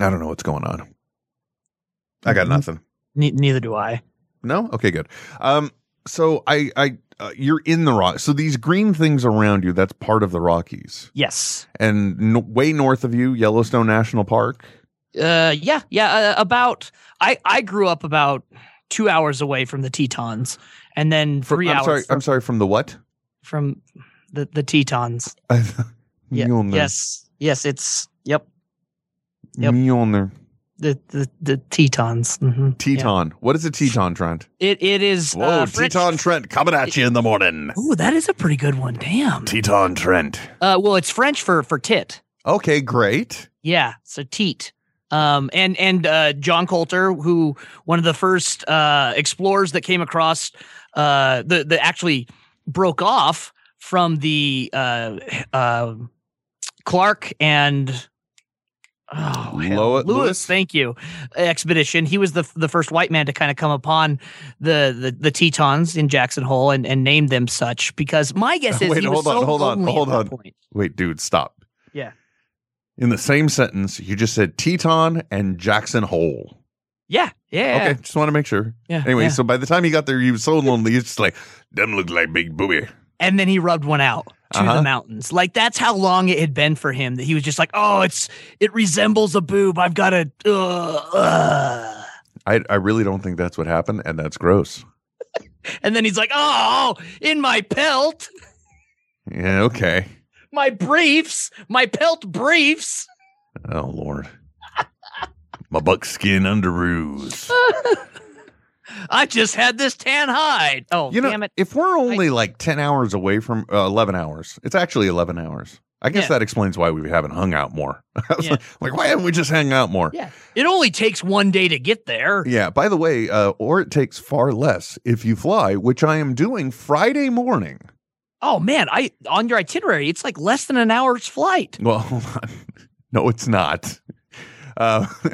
Speaker 2: I don't know what's going on. I got nothing.
Speaker 3: Ne- neither do I.
Speaker 2: No? Okay, good. Um so I I uh, you're in the rock. So these green things around you, that's part of the Rockies.
Speaker 3: Yes.
Speaker 2: And no, way north of you, Yellowstone National Park.
Speaker 3: Uh, yeah, yeah. Uh, about I I grew up about two hours away from the Tetons, and then
Speaker 2: From-
Speaker 3: three
Speaker 2: I'm
Speaker 3: hours
Speaker 2: sorry.
Speaker 3: from,
Speaker 2: I'm sorry. From the what?
Speaker 3: from the the Tetons. Yeah.
Speaker 2: Mjolnir.
Speaker 3: Yes. Yes. It's yep. Yep.
Speaker 2: Mjolnir.
Speaker 3: The the the Tetons. Mhm.
Speaker 2: Teton. What is a Teton, Trent?
Speaker 3: It it is.
Speaker 2: Whoa,
Speaker 3: uh, French-
Speaker 2: Teton Trent coming at you in the morning.
Speaker 3: Ooh, that is a pretty good one. Damn.
Speaker 2: Teton Trent.
Speaker 3: Uh, well, it's French for for tit.
Speaker 2: Okay, great.
Speaker 3: Yeah, so teat. Um, and and uh, John Coulter, who one of the first uh, explorers that came across uh, the the actually broke off from the uh, uh, Clark and Oh, hell,
Speaker 2: Lois-
Speaker 3: Lewis, thank you. Expedition. He was the the first white man to kind of come upon the, the the Tetons in Jackson Hole and and name them such because my guess is
Speaker 2: Wait,
Speaker 3: he
Speaker 2: hold
Speaker 3: was
Speaker 2: on,
Speaker 3: so
Speaker 2: hold on,
Speaker 3: lonely at
Speaker 2: hold
Speaker 3: that
Speaker 2: on.
Speaker 3: point.
Speaker 2: Wait, dude, stop.
Speaker 3: Yeah.
Speaker 2: In the same sentence, you just said Teton and Jackson Hole.
Speaker 3: Yeah, yeah.
Speaker 2: Okay, just want to make sure.
Speaker 3: Yeah,
Speaker 2: Anyway,
Speaker 3: yeah.
Speaker 2: so by the time he got there, he was so lonely. He's just like, them look like big booby.
Speaker 3: and then he rubbed one out to
Speaker 2: Uh-huh.
Speaker 3: the mountains. Like that's how long it had been for him that he was just like, oh, it's it resembles a boob. I've got to. Uh, uh.
Speaker 2: I, I really don't think that's what happened, and that's gross.
Speaker 3: And then he's like, oh, in my pelt,
Speaker 2: Yeah, okay.
Speaker 3: my briefs, my pelt briefs.
Speaker 2: Oh, Lord. My buckskin underoos.
Speaker 3: Oh, I just had this tan hide. Oh,
Speaker 2: You know,
Speaker 3: damn it.
Speaker 2: if we're only like 10 hours away from uh, 11 hours, it's actually 11 hours. I guess
Speaker 3: Yeah.
Speaker 2: that explains why we haven't hung out more. I was
Speaker 3: Yeah.
Speaker 2: like, why haven't we just hung out more?
Speaker 3: Yeah. It only takes one day to get there.
Speaker 2: Yeah. By the way, uh, or it takes far less if you fly, which I am doing Friday morning.
Speaker 3: Oh man, I on your itinerary, it's like less than an hour's flight.
Speaker 2: Well, hold on. no, it's not. Uh,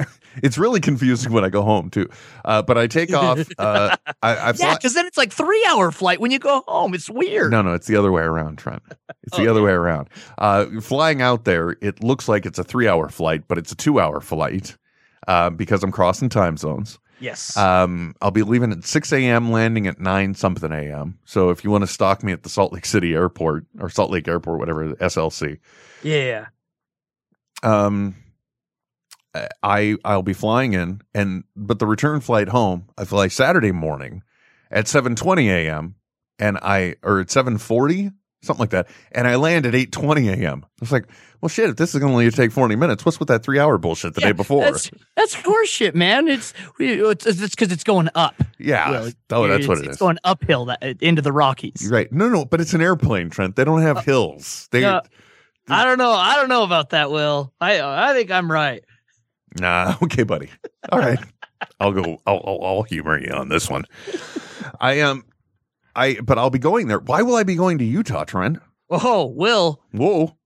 Speaker 2: it's really confusing when I go home too. Uh, but I take off. Uh, I, I fly.
Speaker 3: yeah, because then it's like three hour flight when you go home. It's weird.
Speaker 2: No, no, it's the other way around, Trent. It's the other way around. Uh, flying out there, it looks like it's a three hour flight, but it's a two hour flight uh, because I'm crossing time zones.
Speaker 3: Yes.
Speaker 2: Um, I'll be leaving at 6 a.m., landing at 9 something a.m. So if you want to stalk me at the Salt Lake City Airport or Salt Lake Airport, whatever, SLC,
Speaker 3: Yeah.
Speaker 2: um, I I'll be flying in, and but the return flight home, I fly Saturday morning at 7:20 a.m. and I or at 7:40 something like that, and I land at 8:20 a.m. I was like, well, shit, if this is going to only take 40 minutes, what's with that three hour bullshit the day before?
Speaker 3: That's, that's horseshit, man. It's it's because it's, 'cause it's going up.
Speaker 2: yeah,
Speaker 3: Well,
Speaker 2: oh, that's
Speaker 3: it's,
Speaker 2: what it
Speaker 3: it's
Speaker 2: is.
Speaker 3: going uphill that, uh, into the Rockies.
Speaker 2: You're right? No, no, but it's an airplane, Trent. They don't
Speaker 3: Uh,
Speaker 2: have hills. They
Speaker 3: No, I don't know. I don't know about that, Will. I I think I'm right.
Speaker 2: Nah, okay, buddy. All right, I'll go. I'll, I'll, I'll humor you on this one. I am. I but I'll be going there. Why will I be going to Utah, Trent?
Speaker 3: Oh, Will,
Speaker 2: Whoa!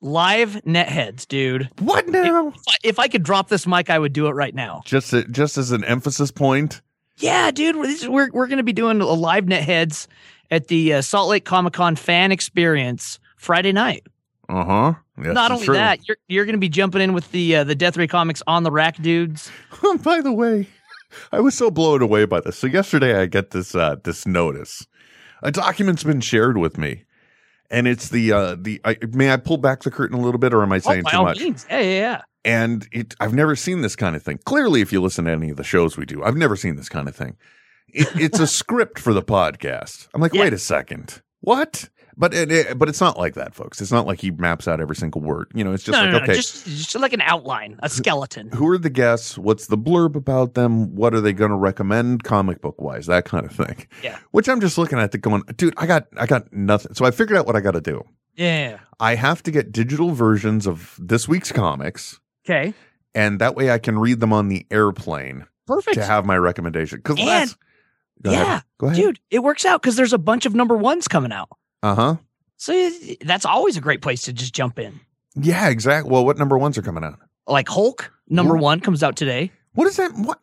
Speaker 3: live netheads, dude.
Speaker 2: What now?
Speaker 3: If I, if I could drop this mic, I would do it right now.
Speaker 2: Just a, just as an emphasis point.
Speaker 3: Yeah, dude. We're, this is, we're, we're going to be doing a live netheads at the uh, Salt Lake Comic Con fan experience Friday night.
Speaker 2: Uh huh.
Speaker 3: Not only that, you're you're going to be jumping in with the uh, the Death Ray Comics on the rack dudes.
Speaker 2: Oh, by the way, I was so blown away by this. So yesterday, I get this uh, this notice. A document's been shared with me, and it's the uh, the. I, may I pull back the curtain a little bit, or am I
Speaker 3: Oh,
Speaker 2: saying
Speaker 3: by
Speaker 2: too
Speaker 3: all
Speaker 2: much?
Speaker 3: means. Yeah, yeah, yeah.
Speaker 2: and it I've never seen this kind of thing. Clearly, if you listen to any of the shows we do, I've never seen this kind of thing. It, it's a script for the podcast. I'm like,
Speaker 3: Yeah.
Speaker 2: wait a second, what? But it, it- but it's not like that, folks. It's not like he maps out every single word. You know, it's just
Speaker 3: no,
Speaker 2: like
Speaker 3: no, no,
Speaker 2: okay,
Speaker 3: just, just like an outline, a skeleton.
Speaker 2: who are the guests? What's the blurb about them? What are they going to recommend comic book wise? That kind of thing.
Speaker 3: Yeah.
Speaker 2: Which I'm just looking at the going, dude. I got I got nothing. So I figured out what I got to do.
Speaker 3: Yeah.
Speaker 2: I have to get digital versions of this week's comics,
Speaker 3: Okay.
Speaker 2: and that way I can read them on the airplane.
Speaker 3: Perfect.
Speaker 2: to have my recommendation. Because
Speaker 3: And-
Speaker 2: last, go
Speaker 3: yeah,
Speaker 2: ahead. go ahead.
Speaker 3: dude, it works out because there's a bunch of number ones coming out.
Speaker 2: Uh huh.
Speaker 3: So y- that's always a great place to just jump in.
Speaker 2: Yeah, exactly. Well, what number ones are coming out?
Speaker 3: Like Hulk, number
Speaker 2: Ooh.
Speaker 3: one comes out today.
Speaker 2: What is that? What?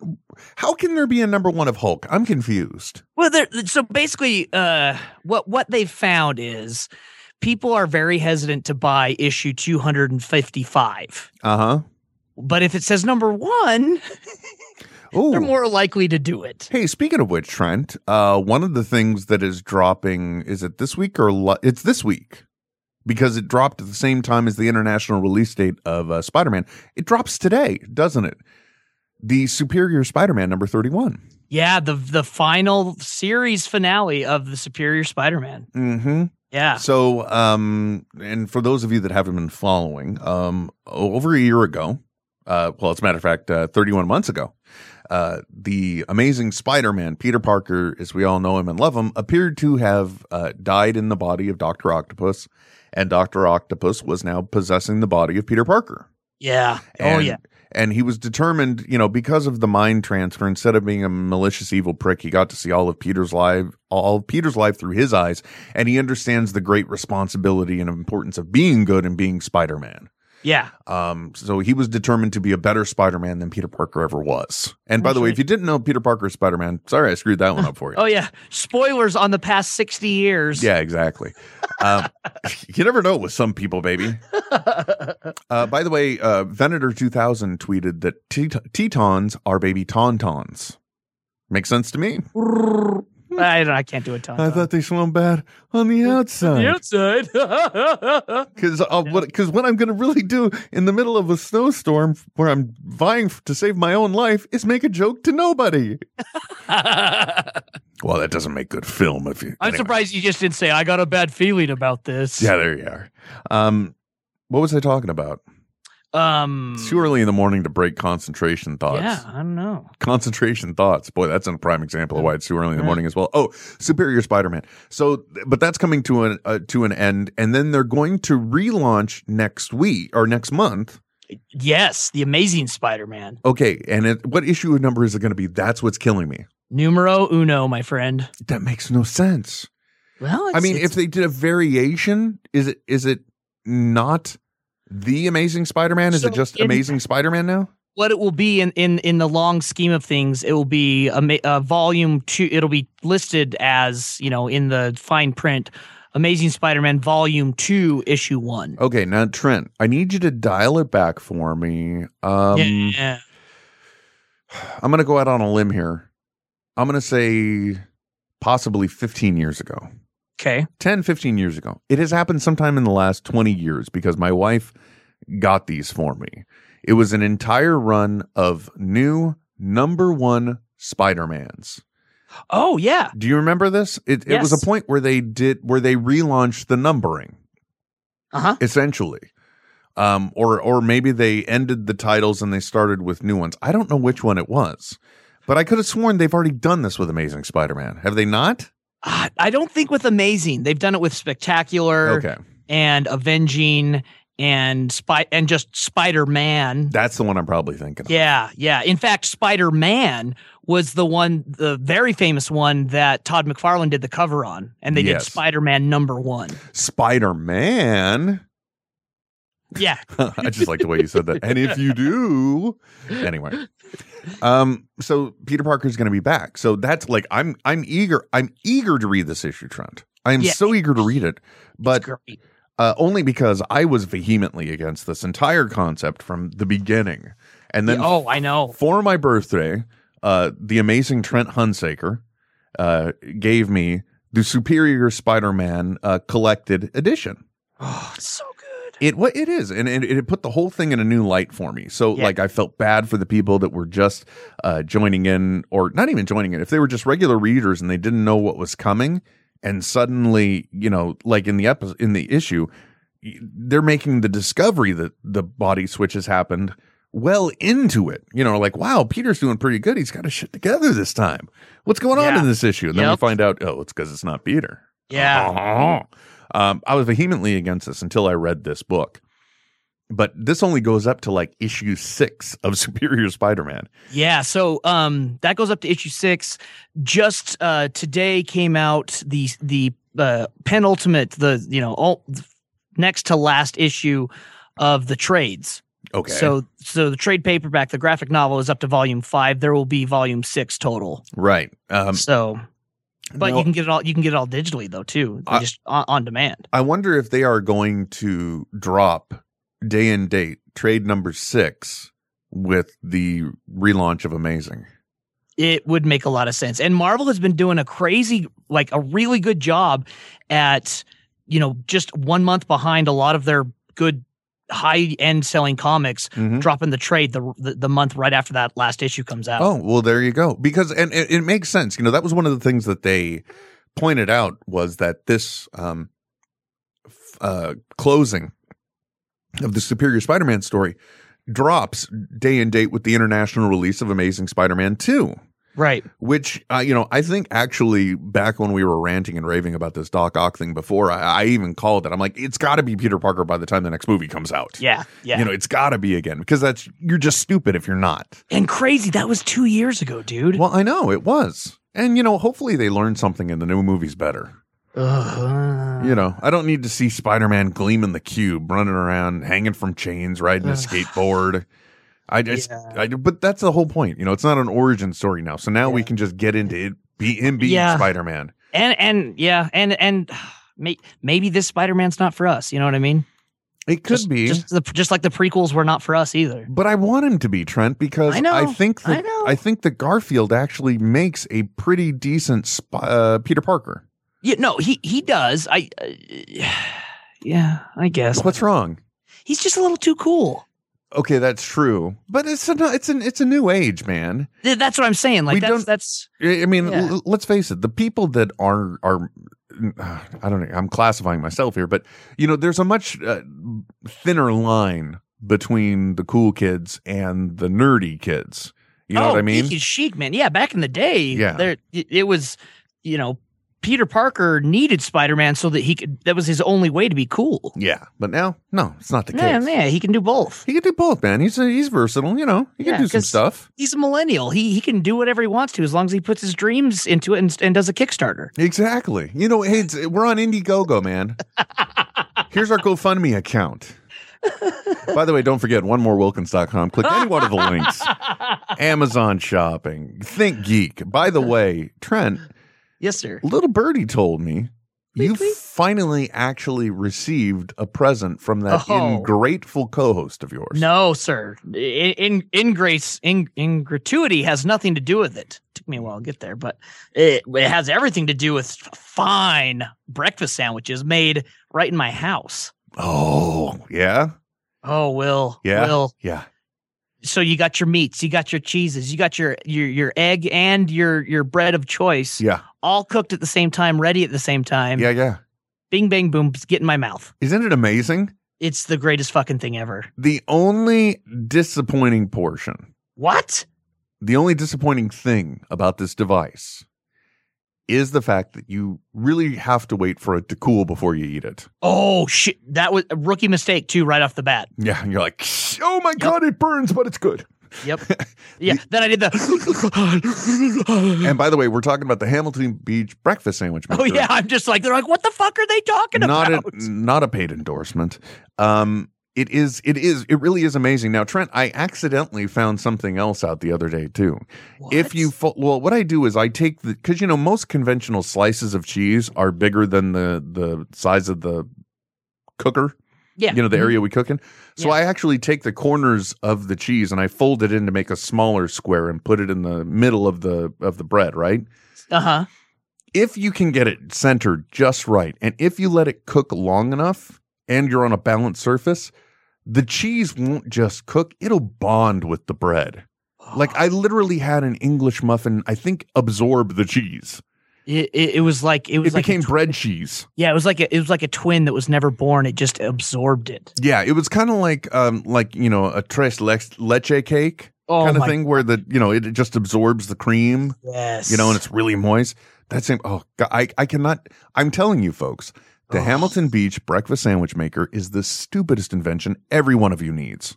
Speaker 2: How can there be a number one of Hulk? I'm confused.
Speaker 3: Well, there- so basically, uh, what what they found is people are very hesitant to buy issue 255,
Speaker 2: Uh huh.
Speaker 3: but if it says number one, they're
Speaker 2: Oh.
Speaker 3: more likely to do it.
Speaker 2: Hey, speaking of which, Trent, uh, one of the things that is dropping is it this week or li- it's this week? because it dropped at the same time as the international release date of uh, Spider Man. It drops today, doesn't it? The Superior Spider Man number 31.
Speaker 3: Yeah, the the final series finale of the Superior Spider-Man.
Speaker 2: Mm-hmm.
Speaker 3: Yeah.
Speaker 2: So, um, and for those of you that haven't been following, um, over a year ago, uh, well, as a matter of fact, uh, 31 months ago, uh, the amazing Spider Man, Peter Parker, as we all know him and love him, appeared to have uh, died in the body of Dr. Octopus, and Dr. Octopus was now possessing the body of Peter Parker.
Speaker 3: Yeah. oh
Speaker 2: And-
Speaker 3: yeah.
Speaker 2: And he was determined, you know, because of the mind transfer, instead of being a malicious evil prick, he got to see all of Peter's life, all of Peter's life through his eyes, and he understands the great responsibility and importance of being good and being Spider-Man.
Speaker 3: Yeah.
Speaker 2: Um, so he was determined to be a better Spider-Man than Peter Parker ever was. And by the way, if you didn't know Peter Parker is Spider-Man, sorry I screwed that one up for you.
Speaker 3: Oh yeah. Spoilers on the past 60 years.
Speaker 2: Yeah, exactly. um, you never know with some people, baby. Uh, by the way, uh, Venator 2000 tweeted that Tet- Tetons are baby Tauntauns. Makes sense to me.
Speaker 3: I don't I can't do a ton.
Speaker 2: I thought they smelled bad on the outside.
Speaker 3: outside.
Speaker 2: Because what, 'cause what I'm going to really do in the middle of a snowstorm where I'm vying f- to save my own life is make a joke to nobody. well, that doesn't make good film if you.
Speaker 3: I'm
Speaker 2: anyway.
Speaker 3: surprised you just didn't say I got a bad feeling about this.
Speaker 2: Yeah, there you are. Um, what was I talking about?
Speaker 3: Um
Speaker 2: It's too early in the morning to break concentration thoughts.
Speaker 3: Yeah, I don't know.
Speaker 2: Concentration thoughts. Boy, that's a prime example of why it's too early in the morning as well. Oh, Superior Spider-Man. So, th- but that's coming to an uh, to an end, and then they're going to relaunch next week or next month.
Speaker 3: Yes, the amazing Spider-Man.
Speaker 2: Okay, and it, what issue of number is it going to be? That's what's killing me.
Speaker 3: Numero uno, my friend.
Speaker 2: That makes no sense.
Speaker 3: Well,
Speaker 2: I
Speaker 3: it's-
Speaker 2: mean,
Speaker 3: it's-
Speaker 2: if they did a variation, is it is it not the Amazing Spider-Man? Is
Speaker 3: So
Speaker 2: it just
Speaker 3: in-
Speaker 2: Amazing Spider-Man now?
Speaker 3: what it will be in in in the long scheme of things, it will be a, ma- a volume two. It'll be listed as you know in the fine print, Amazing Spider-Man Volume Two, Issue One.
Speaker 2: Okay, now Trent, I need you to dial it back for me. Um,
Speaker 3: yeah,
Speaker 2: I'm going to go out on a limb here. I'm going to say possibly 15 years ago.
Speaker 3: Okay.
Speaker 2: 10, 15 years ago. It has happened sometime in the last 20 years because my wife got these for me. It was an entire run of new number one Spider-Mans.
Speaker 3: Oh, yeah.
Speaker 2: Do you remember this? It, it was
Speaker 3: Yes.
Speaker 2: a point where they did, where they relaunched the numbering.
Speaker 3: Uh-huh.
Speaker 2: Essentially. Um, or, or maybe they ended the titles and they started with new ones. I don't know which one it was, but I could have sworn they've already done this with Amazing Spider-Man. Have they not?
Speaker 3: I- I don't think with Amazing they've done it with Spectacular,
Speaker 2: Okay.
Speaker 3: and Avenging and spy and just Spider-Man.
Speaker 2: That's the one I'm probably thinking. of.
Speaker 3: Yeah, yeah. In fact, Spider Man was the one, the very famous one that Todd McFarlane did the cover on, and they
Speaker 2: Yes.
Speaker 3: did Spider Man number one.
Speaker 2: Spider-Man.
Speaker 3: Yeah,
Speaker 2: I just like the way you said that. And if you do, anyway. Um, so Peter Parker's going to be back. So that's like I'm I'm eager I'm eager to read this issue, Trent. I am
Speaker 11: Yeah.
Speaker 2: so eager to read it, but uh, only because I was vehemently against this entire concept from the beginning. And then
Speaker 3: oh, I know.
Speaker 2: for my birthday, uh, the amazing Trent Hunsaker uh, gave me the Superior Spider-Man uh, collected edition.
Speaker 3: Oh, it's so good.
Speaker 2: It what it is, and, and it put the whole thing in a new light for me. So
Speaker 3: Yeah.
Speaker 2: like I felt bad for the people that were just uh, joining in, or not even joining in. If they were just regular readers and they didn't know what was coming, and suddenly you know, like in the episode in the issue, y- they're making the discovery that the body switch has happened well into it. You know, like wow, Peter's doing pretty good. He's got his shit together this time. What's going on
Speaker 11: Yeah.
Speaker 2: in this issue? And then we
Speaker 11: Yep.
Speaker 2: find out, oh, it's because it's not Peter.
Speaker 11: Yeah.
Speaker 2: Um, I was vehemently against this until I read this book. But this only goes up to like issue six of Superior Spider Man.
Speaker 3: Yeah, so um, that goes up to issue six. Just uh, today came out the the uh, penultimate, the you know all next to last issue of the trades.
Speaker 2: Okay.
Speaker 3: So so the trade paperback, the graphic novel is up to volume five. There will be volume six total.
Speaker 2: Right. Um,
Speaker 3: so, But
Speaker 2: No.
Speaker 3: you can get it all you can get it all digitally though too,
Speaker 2: I-
Speaker 3: just on, on demand.
Speaker 2: I wonder if they are going to drop day and date trade number six with the relaunch of Amazing.
Speaker 3: It would make a lot of sense. And Marvel has been doing a crazy, like a really good job at you know, just one month behind a lot of their good high end selling comics,
Speaker 2: Mhm.
Speaker 3: dropping the trade the, the the month right after that last issue comes out.
Speaker 2: Oh, well, there you go. Because and it, it makes sense. You know, that was one of the things that they pointed out was that this um f- uh closing of the Superior Spider-Man story drops day and date with the international release of Amazing Spider-Man 2.
Speaker 3: Right.
Speaker 2: Which uh, you know, I think actually back when we were ranting and raving about this Doc Ock thing before, I, I even called it. I'm like, it's got to be Peter Parker by the time the next movie comes out.
Speaker 3: Yeah, yeah.
Speaker 2: You know, it's got to be again because that's you're just stupid if you're not.
Speaker 3: and crazy, that was two years ago, dude.
Speaker 2: Well, I know it was. And you know, hopefully they learn something in the new movies better.
Speaker 3: Ugh.
Speaker 2: You know, I don't need to see Spider-Man gleaming the cube, running around, hanging from chains, riding a
Speaker 3: Ugh.
Speaker 2: skateboard. I just, I, but that's the whole point. You know, it's not an origin story now, so now we can just get into it. Be him being
Speaker 3: Yeah.
Speaker 2: Spider-Man.
Speaker 3: And and yeah, and and may, maybe this Spider-Man's not for us, you know what I mean?
Speaker 2: It could be.
Speaker 3: Just the, just like the prequels were not for us either.
Speaker 2: But I want him to be Trent because
Speaker 3: I
Speaker 2: I,
Speaker 3: know,
Speaker 2: think
Speaker 3: I
Speaker 2: that I, think that Garfield actually makes a pretty decent sp- uh, Peter Parker.
Speaker 3: Yeah, no, he he does. I uh, yeah, I guess.
Speaker 2: What's wrong?
Speaker 3: He's just a little too cool.
Speaker 2: Okay, that's true. But it's a it's an it's a new age, man.
Speaker 3: Th- That's what I'm saying. Like
Speaker 2: We
Speaker 3: that's
Speaker 2: don't-
Speaker 3: that's
Speaker 2: I I mean,
Speaker 3: Yeah.
Speaker 2: l- let's face it. The people that are are uh, I don't know. I'm classifying myself here, but you know, there's a much uh, thinner line between the cool kids and the nerdy kids. You know
Speaker 3: oh,
Speaker 2: what I mean?
Speaker 3: geeky chic, man. Yeah, back in the day,
Speaker 2: Yeah.
Speaker 3: there it, it was, you know, Peter Parker needed Spider-Man so that he could. That was his only way to be cool.
Speaker 2: Yeah, but now, no, it's not the case.
Speaker 3: Yeah, yeah, he can do both.
Speaker 2: He can do both, man. He's he's versatile. You know, he
Speaker 3: Yeah,
Speaker 2: can do some
Speaker 3: 'cause-
Speaker 2: stuff.
Speaker 3: He's a millennial. He he can do whatever he wants to as long as he puts his dreams into it and, and does a Kickstarter.
Speaker 2: Exactly. You know, hey, it's, we're on Indiegogo, man. Here's our GoFundMe account. By the way, don't forget onemorewilkins.com. Click any one of the links. Amazon shopping. Think geek. By the way, Trent,
Speaker 3: Yes, sir.
Speaker 2: little birdie told me you finally actually received a present from that
Speaker 3: Oh.
Speaker 2: ingrateful co-host of yours.
Speaker 3: No, sir. In in, in grace in, in gratuity has nothing to do with it. Took me a while to get there, but it, it has everything to do with fine breakfast sandwiches made right in my house.
Speaker 2: Oh, yeah.
Speaker 3: Oh, Will.
Speaker 2: Yeah.
Speaker 3: Will.
Speaker 2: Yeah.
Speaker 3: So you got your meats, you got your cheeses, you got your your your egg and your your bread of choice.
Speaker 2: Yeah.
Speaker 3: All cooked at the same time, ready at the same time.
Speaker 2: Yeah, yeah.
Speaker 3: Bing bang boom, get in my mouth.
Speaker 2: Isn't it amazing?
Speaker 3: It's the greatest fucking thing ever.
Speaker 2: The only disappointing portion,
Speaker 3: What?
Speaker 2: the only disappointing thing about this device is the fact that you really have to wait for it to cool before you eat it.
Speaker 3: Oh shit! That was a rookie mistake too, right off the bat.
Speaker 2: Yeah, and you're like, "Oh my god, it burns, but it's good."
Speaker 3: Yep. Yeah. then I did the.
Speaker 2: And by the way, we're talking about the Hamilton Beach breakfast sandwich.
Speaker 3: oh
Speaker 2: maker.
Speaker 3: yeah, I'm just like they're like, what the fuck are they talking
Speaker 2: not
Speaker 3: about?
Speaker 2: A, not a paid endorsement. Um, it is. It is. It really is amazing. Now, Trent, I accidentally found something else out the other day too. If you fo- well, what I do is I take the because you know most conventional slices of cheese are bigger than the the size of the cooker.
Speaker 3: Yeah.
Speaker 2: You know, the
Speaker 3: Mhm.
Speaker 2: area we cook in. So I actually take the corners of the cheese and I fold it in to make a smaller square and put it in the middle of the of the bread, right?
Speaker 3: Uh huh.
Speaker 2: if you can get it centered just right, and if you let it cook long enough and you're on a balanced surface, the cheese won't just cook, it'll bond with the bread. Like I literally had an English muffin, I think, absorb the cheese.
Speaker 3: It, it, it was like it was
Speaker 2: It
Speaker 3: like a
Speaker 2: became
Speaker 3: tw-
Speaker 2: bread cheese.
Speaker 3: yeah, it was like a, it was like a twin that was never born. It just absorbed it.
Speaker 2: Yeah, it was kind of like um like, you know, a tres lex- leche cake
Speaker 3: Oh
Speaker 2: kind of
Speaker 3: my
Speaker 2: thing where the, you know, it just absorbs the cream.
Speaker 3: Yes.
Speaker 2: you know, and it's really moist. That same, oh, God, I, I cannot. I'm telling you, folks, the Hamilton Beach breakfast sandwich maker is the stupidest invention every one of you needs.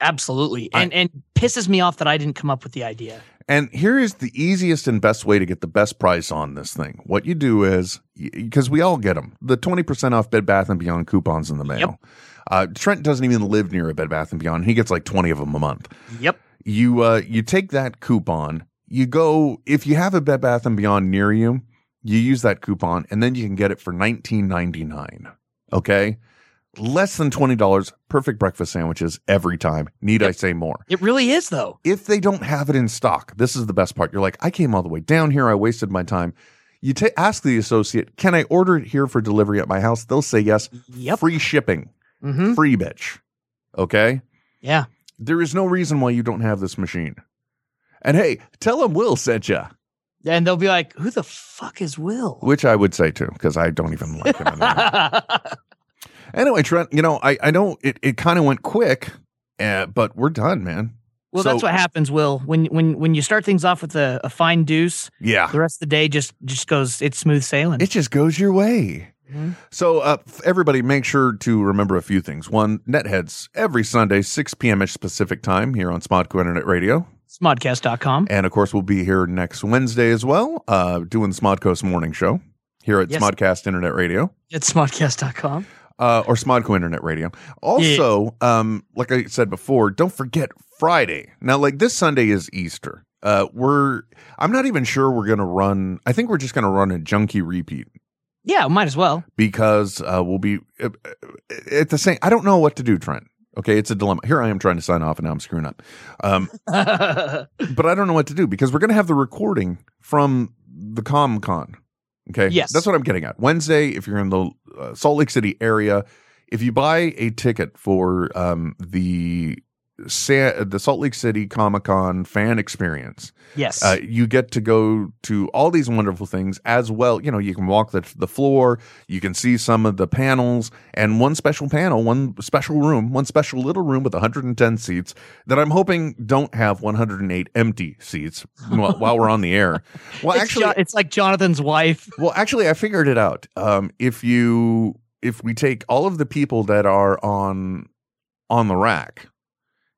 Speaker 3: absolutely, and and pisses me off that I didn't come up with the idea.
Speaker 2: And here is the easiest and best way to get the best price on this thing. What you do is because we all get them the 20% off Bed Bath and Beyond coupons in the mail. Uh, Trent doesn't even live near a Bed Bath and Beyond. He gets like 20 of them a month.
Speaker 3: Yep.
Speaker 2: You uh, you take that coupon. You go if you have a Bed Bath and Beyond near you. You use that coupon, and then you can get it for 19.99. Okay, less than twenty dollars. Perfect breakfast sandwiches every time. Need I say more?
Speaker 3: It really is though.
Speaker 2: If they don't have it in stock, this is the best part. You're like, I came all the way down here. I wasted my time. You ta ask the associate, "Can I order it here for delivery at my house?" They'll say yes. Free shipping.
Speaker 3: Hmm?
Speaker 2: Free bitch. Okay?
Speaker 3: Mm-hmm. Yeah.
Speaker 2: There is no reason why you don't have this machine. And hey, tell them Will sent you,
Speaker 3: And they'll be like, who the fuck is Will?
Speaker 2: which I would say too because I don't even like him. anyway, Trent, you know, I I know it it kind of went quick, uh, but we're done, man.
Speaker 3: Well,
Speaker 2: So-
Speaker 3: that's what happens, Will. When when when you start things off with a, a fine deuce,
Speaker 2: Yeah.
Speaker 3: the rest of the day just just goes it's smooth sailing.
Speaker 2: It just goes your way. So, uh, f- everybody, make sure to remember a few things. One, Netheads every Sunday, 6 p.m. ish Pacific time here on Smodco Internet Radio.
Speaker 3: Smodcast.com.
Speaker 2: And of course, we'll be here next Wednesday as well, uh, doing Smodco's morning show here at
Speaker 3: Yes.
Speaker 2: Smodcast Internet Radio
Speaker 3: It's smodcast.com.
Speaker 2: uh, or Smodco Internet Radio. Also, um, like I said before, don't forget Friday. Now, like this Sunday is Easter. Uh, we're I'm not even sure we're gonna run. I think we're just gonna run a junkie repeat
Speaker 3: Yeah, might as well.
Speaker 2: because uh, we'll be uh, uh, at the same. I don't know what to do, Trent. Okay, it's a dilemma. Here I am trying to sign off, and now I'm screwing up. Um, but I don't know what to do because we're going to have the recording from the Com Con. Okay,
Speaker 11: Yes.
Speaker 2: that's what I'm getting at. Wednesday, if you're in the uh, Salt Lake City area, if you buy a ticket for um, the Sa- the Salt Lake City Comic Con fan experience,
Speaker 3: Yes.
Speaker 2: uh, you get to go to all these wonderful things as well. You know, you can walk the, the floor, you can see some of the panels, and one special panel, one special room, one special little room with 110 seats that I'm hoping don't have 108 empty seats while, while we're on the air. Well,
Speaker 3: It's
Speaker 2: actually,
Speaker 3: Jo- it's like Jonathan's wife.
Speaker 2: well, actually, I figured it out. Um, if you if we take all of the people that are on on the rack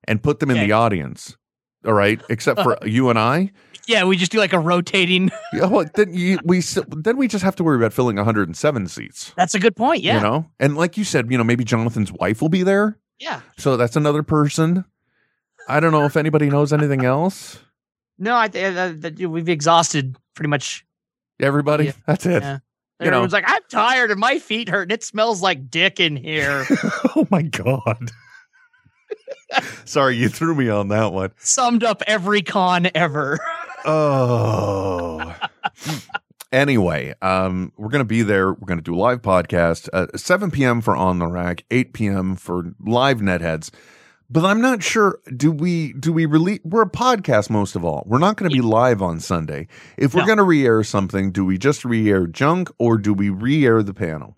Speaker 2: and put them in the audience, all right, except for you and I.
Speaker 3: Yeah, we just do like a rotating.
Speaker 2: Yeah, well, then you, we s- then we just have to worry about filling 107 seats.
Speaker 3: That's a good point. Yeah.
Speaker 2: You know, and like you said, you know, maybe Jonathan's wife will be there.
Speaker 3: Yeah.
Speaker 2: So that's another person. I don't know if anybody knows anything else.
Speaker 3: No, I th- uh, th- th- we've exhausted pretty much.
Speaker 2: Everybody,
Speaker 3: Yeah.
Speaker 2: that's it.
Speaker 3: Yeah.
Speaker 2: You know,
Speaker 3: Everyone's like, I'm tired and my feet hurt and it smells like dick in here.
Speaker 2: oh my god. Sorry, you threw me on that one.
Speaker 3: Summed up every con ever.
Speaker 2: Oh. anyway, um, we're going to be there. We're going to do a live podcast, uh, 7 p.m. for On the Rack, 8 p.m. for live netheads. But I'm not sure. Do we do we release? We're a podcast most of all. We're not going to be live on Sunday. If we're
Speaker 3: No.
Speaker 2: going to re-air something, do we just re-air junk or do we re-air the panel?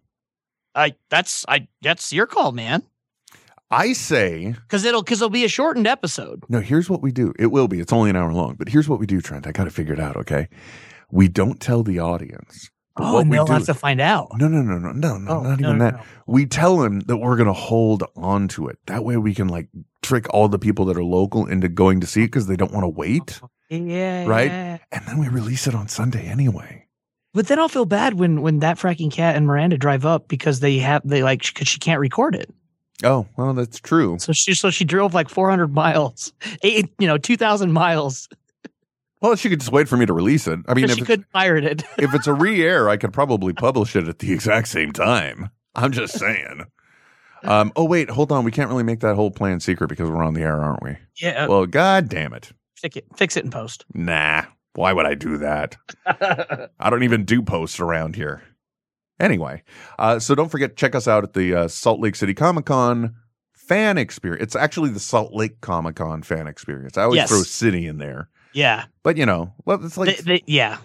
Speaker 3: I that's I that's your call, man.
Speaker 2: I say
Speaker 3: Because it'll because it'll be a shortened episode.
Speaker 2: No, here's what we do. It will be. It's only an hour long, but here's what we do, Trent. I got to figure it out. Okay, we don't tell the audience. but
Speaker 3: Oh,
Speaker 2: what
Speaker 3: and
Speaker 2: we
Speaker 3: they'll
Speaker 2: do-
Speaker 3: have to find out.
Speaker 2: No, no, no, no, no, no,
Speaker 3: Oh,
Speaker 2: not
Speaker 3: no,
Speaker 2: even
Speaker 3: no,
Speaker 2: that.
Speaker 3: no.
Speaker 2: We tell them that we're going to hold on to it. That way, we can like trick all the people that are local into going to see it because they don't want to wait,
Speaker 3: Oh, Yeah.
Speaker 2: right?
Speaker 3: yeah.
Speaker 2: And then we release it on Sunday anyway.
Speaker 3: But then I'll feel bad when when that fracking cat and Miranda drive up because they have they like because she can't record it.
Speaker 2: Oh, well, that's true.
Speaker 3: So she so she drove like 400 miles, eight, you know, 2,000 miles.
Speaker 2: Well, she could just wait for me to release it. I mean,
Speaker 3: because
Speaker 2: if
Speaker 3: she
Speaker 2: it's,
Speaker 3: couldn't pirate it.
Speaker 2: if it's a re-air, I could probably publish it at the exact same time. I'm just saying. Um, oh wait, hold on. We can't really make that whole plan secret because we're on the air, aren't we?
Speaker 3: Yeah. uh,
Speaker 2: Well, god damn it.
Speaker 3: fix it, fix it in post.
Speaker 2: Nah. Why would I do that? I don't even do posts around here. Anyway, uh, so don't forget check us out at the uh, Salt Lake City Comic Con fan experience. It's actually the Salt Lake Comic Con fan experience. I always
Speaker 3: Yes.
Speaker 2: throw city in there,
Speaker 3: Yeah.
Speaker 2: but you know, well, it's like
Speaker 3: They- they- yeah.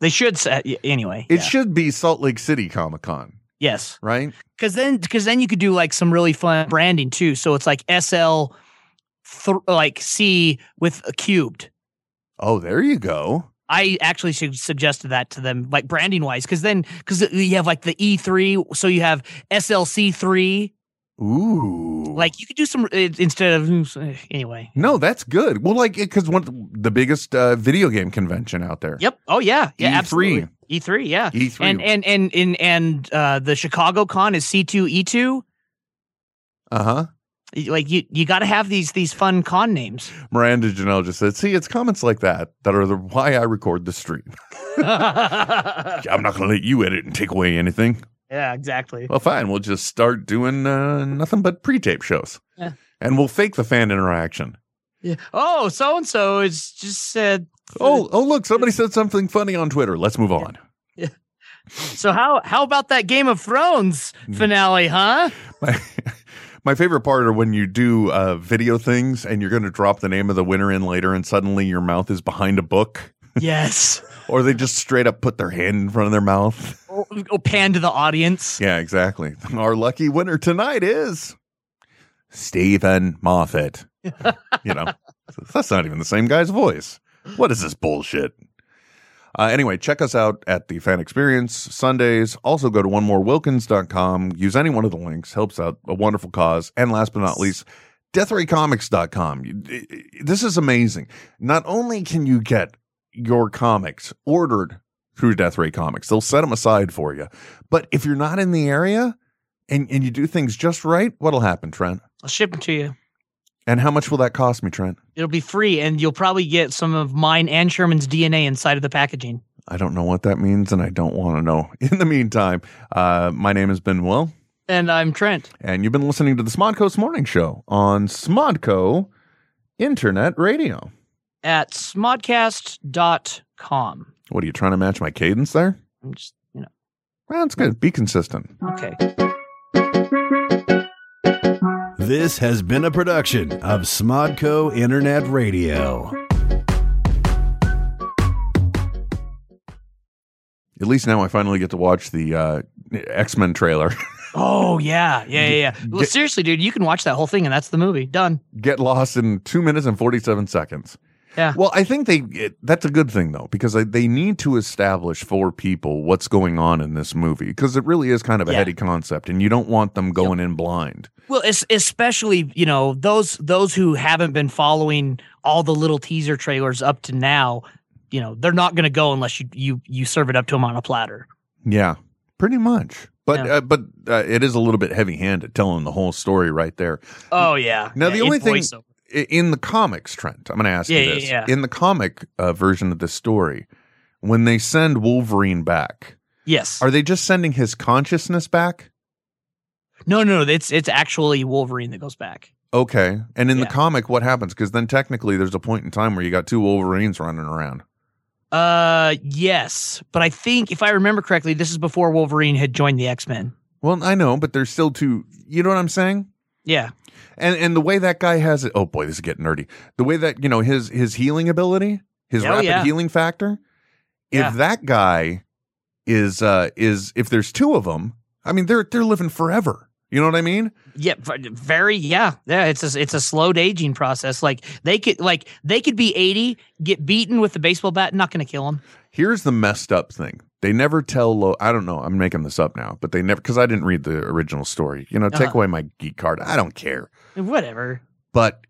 Speaker 3: They should say yeah, anyway.
Speaker 2: it
Speaker 3: yeah.
Speaker 2: should be Salt Lake City Comic Con,
Speaker 3: Yes.
Speaker 2: right?
Speaker 3: Cuz then cuz then you could do like some really fun branding too. So it's like SL th- like C with a cubed.
Speaker 2: Oh, there you go.
Speaker 3: I actually should suggested that to them, like branding wise, because then because you have like the E three, so you have SLC three.
Speaker 2: Ooh,
Speaker 3: like you could do some it- instead of eh, anyway.
Speaker 2: No, that's good. Well, like because one of the biggest uh, video game convention out there.
Speaker 3: Yep. Oh yeah. Yeah.
Speaker 2: E3.
Speaker 3: Absolutely. E three. Yeah.
Speaker 2: E3.
Speaker 3: And and and and and uh, the Chicago Con is C two E two.
Speaker 2: Uh huh.
Speaker 3: Like you you got to have these these fun con names.
Speaker 2: Miranda Janelle just said, "See, it's comments like that that are the why I record the stream. I'm not going to let you edit and take away anything.
Speaker 3: Yeah. Exactly.
Speaker 2: Well, fine. We'll just start doing uh, nothing but pre-tape shows,
Speaker 3: Yeah.
Speaker 2: and we'll fake the fan interaction.
Speaker 3: Yeah. Oh, so and so is just said.
Speaker 2: Oh, oh, look, somebody said something funny on Twitter. Let's move on.
Speaker 3: So how how about that Game of Thrones finale, huh?
Speaker 2: My favorite part are when you do uh, video things and you're going to drop the name of the winner in later, and suddenly your mouth is behind a book,
Speaker 3: Yes.
Speaker 2: or they just straight up put their hand in front of their mouth.
Speaker 3: Oh, oh, pan to the audience.
Speaker 2: Yeah, exactly. Our lucky winner tonight is Stephen Moffat. you know, that's not even the same guy's voice. What is this bullshit? Uh, anyway, check us out at the Fan Experience Sundays. Also, go to one onemorewilkins.com. Use any one of the links, helps out a wonderful cause. And last but not least, deathraycomics.com. You- it- it- This is amazing. Not only can you get your comics ordered through Death Ray Comics, they'll set them aside for you. But if you're not in the area and, and you do things just right, what'll happen, Trent?
Speaker 3: I'll ship them to you.
Speaker 2: And how much will that cost me, Trent?
Speaker 3: It'll be free, and you'll probably get some of mine and Sherman's DNA inside of the packaging.
Speaker 2: I don't know what that means, and I don't want to know. In the meantime, uh, my name has been Will,
Speaker 3: And I'm Trent.
Speaker 2: and you've been listening to the Smodco's Morning Show on Smodco Internet Radio.
Speaker 3: at smodcast.com.
Speaker 2: What are you trying to match my cadence there?
Speaker 3: I'm just, you know.
Speaker 2: That's good. Be consistent.
Speaker 3: Okay.
Speaker 1: This has been a production of Smodco Internet Radio.
Speaker 2: At least now I finally get to watch the uh, X Men trailer.
Speaker 3: Oh yeah, yeah, yeah. yeah. Well,
Speaker 2: get-
Speaker 3: seriously, dude, you can watch that whole thing, and that's the movie. Done.
Speaker 2: get lost in two minutes and 47 seconds.
Speaker 3: Yeah.
Speaker 2: Well, I think they it, that's a good thing though because they, they need to establish for people what's going on in this movie because it really is kind of a
Speaker 3: Yeah.
Speaker 2: heady concept and you don't want them going in blind.
Speaker 3: Well, es- especially you know those those who haven't been following all the little teaser trailers up to now, you know they're not going to go unless you you you serve it up to them on a platter.
Speaker 2: Yeah, pretty much. But
Speaker 3: Yeah.
Speaker 2: uh, but uh, it is a little bit heavy handed telling the whole story right there.
Speaker 3: Oh yeah.
Speaker 2: Now
Speaker 3: Yeah,
Speaker 2: the
Speaker 3: in
Speaker 2: only thing
Speaker 3: voiceover.
Speaker 2: i- in the comics, Trent, I'm going to ask
Speaker 3: Yeah,
Speaker 2: you
Speaker 3: yeah,
Speaker 2: this:
Speaker 3: yeah.
Speaker 2: in the comic uh, version of the story, when they send Wolverine back,
Speaker 3: Yes.
Speaker 2: are they just sending his consciousness back?
Speaker 3: No, no, it's it's actually Wolverine that goes back.
Speaker 2: Okay. And in the
Speaker 3: Yeah.
Speaker 2: comic, what happens? Because then technically there's a point in time where you got two Wolverines running around.
Speaker 3: Uh, yes, but I think if I remember correctly, this is before Wolverine had joined the X Men.
Speaker 2: Well, I know, but there's still two. You know what I'm saying?
Speaker 3: Yeah.
Speaker 2: And and the way that guy has it. Oh boy, this is getting nerdy. The way that you know his his healing ability, his
Speaker 3: Oh,
Speaker 2: rapid
Speaker 3: yeah.
Speaker 2: healing factor.
Speaker 3: Yeah.
Speaker 2: If that guy is uh is if there's two of them, I mean they're they're living forever. You know what I mean?
Speaker 3: Yeah, v- very yeah. Yeah, it's a it's a slow aging process. Like they could like they could be 80, get beaten with the baseball bat, not going to kill them.
Speaker 2: Here's the messed up thing. They never tell Lo. I don't know. I'm making this up now, but they never because I didn't read the original story. You know, take
Speaker 3: Uh-huh.
Speaker 2: away my geek card. I don't care.
Speaker 3: Whatever.
Speaker 2: But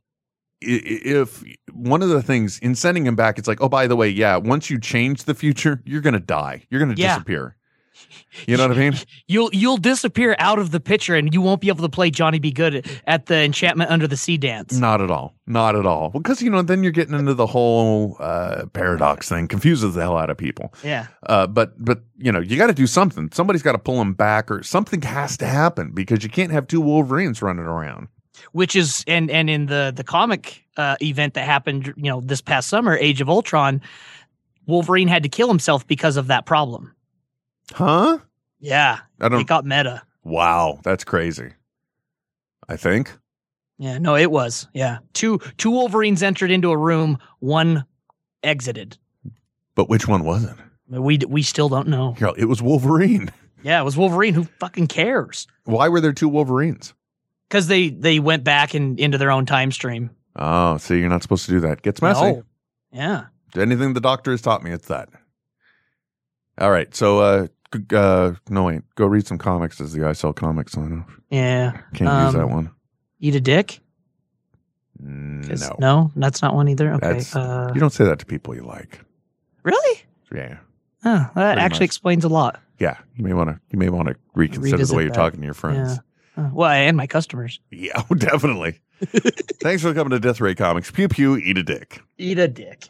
Speaker 2: i- i- if one of the things in sending him back, it's like, oh, by the way, yeah, once you change the future, you're gonna die. You're gonna
Speaker 3: Yeah.
Speaker 2: disappear. You know what I mean?
Speaker 3: You'll you'll disappear out of the picture and you won't be able to play Johnny B Good at- at the Enchantment Under the Sea dance.
Speaker 2: Not at all. Not at all. Because you know, then you're getting into the whole uh, paradox thing, confuses the hell out of people.
Speaker 3: Yeah.
Speaker 2: Uh, but but you know, you got to do something. Somebody's got to pull him back, or something has to happen because you can't have two Wolverines running around.
Speaker 3: Which is and and in the the comic uh, event that happened, you know, this past summer, Age of Ultron, Wolverine had to kill himself because of that problem.
Speaker 2: Huh?
Speaker 3: Yeah.
Speaker 2: I don't-
Speaker 3: It got meta.
Speaker 2: Wow, that's crazy. I think.
Speaker 3: Yeah, no, it was. Yeah. Two two Wolverines entered into a room, one exited.
Speaker 2: But which one was it?
Speaker 3: We we still don't know.
Speaker 2: Girl, it was Wolverine.
Speaker 3: Yeah, it was Wolverine. Who fucking cares?
Speaker 2: Why were there two Wolverines?
Speaker 3: Because they they went back and into their own time stream.
Speaker 2: Oh, see, you're not supposed to do that. Gets messy.
Speaker 3: No. Yeah.
Speaker 2: Anything the doctor has taught me, it's that. All right. So, uh, g- uh, no, wait. Go read some comics is the I Sell Comics sign off.
Speaker 3: Yeah.
Speaker 2: Can't use
Speaker 3: Um,
Speaker 2: that one.
Speaker 3: Eat a dick? 'Cause-
Speaker 2: No.
Speaker 3: No, that's not one either. Okay.
Speaker 2: That's-
Speaker 3: Uh,
Speaker 2: you don't say that to people you like.
Speaker 3: really?
Speaker 2: Yeah.
Speaker 3: Huh, that
Speaker 2: Pretty
Speaker 3: actually
Speaker 2: much.
Speaker 3: explains a lot.
Speaker 2: Yeah. You may want to, you may want to reconsider the
Speaker 3: Revisit
Speaker 2: way you're
Speaker 3: that.
Speaker 2: talking to your friends.
Speaker 3: Yeah. Uh, well, and my customers.
Speaker 2: Yeah, oh, definitely. Thanks for coming to Death Ray Comics. Pew pew, eat a dick.
Speaker 3: Eat a dick.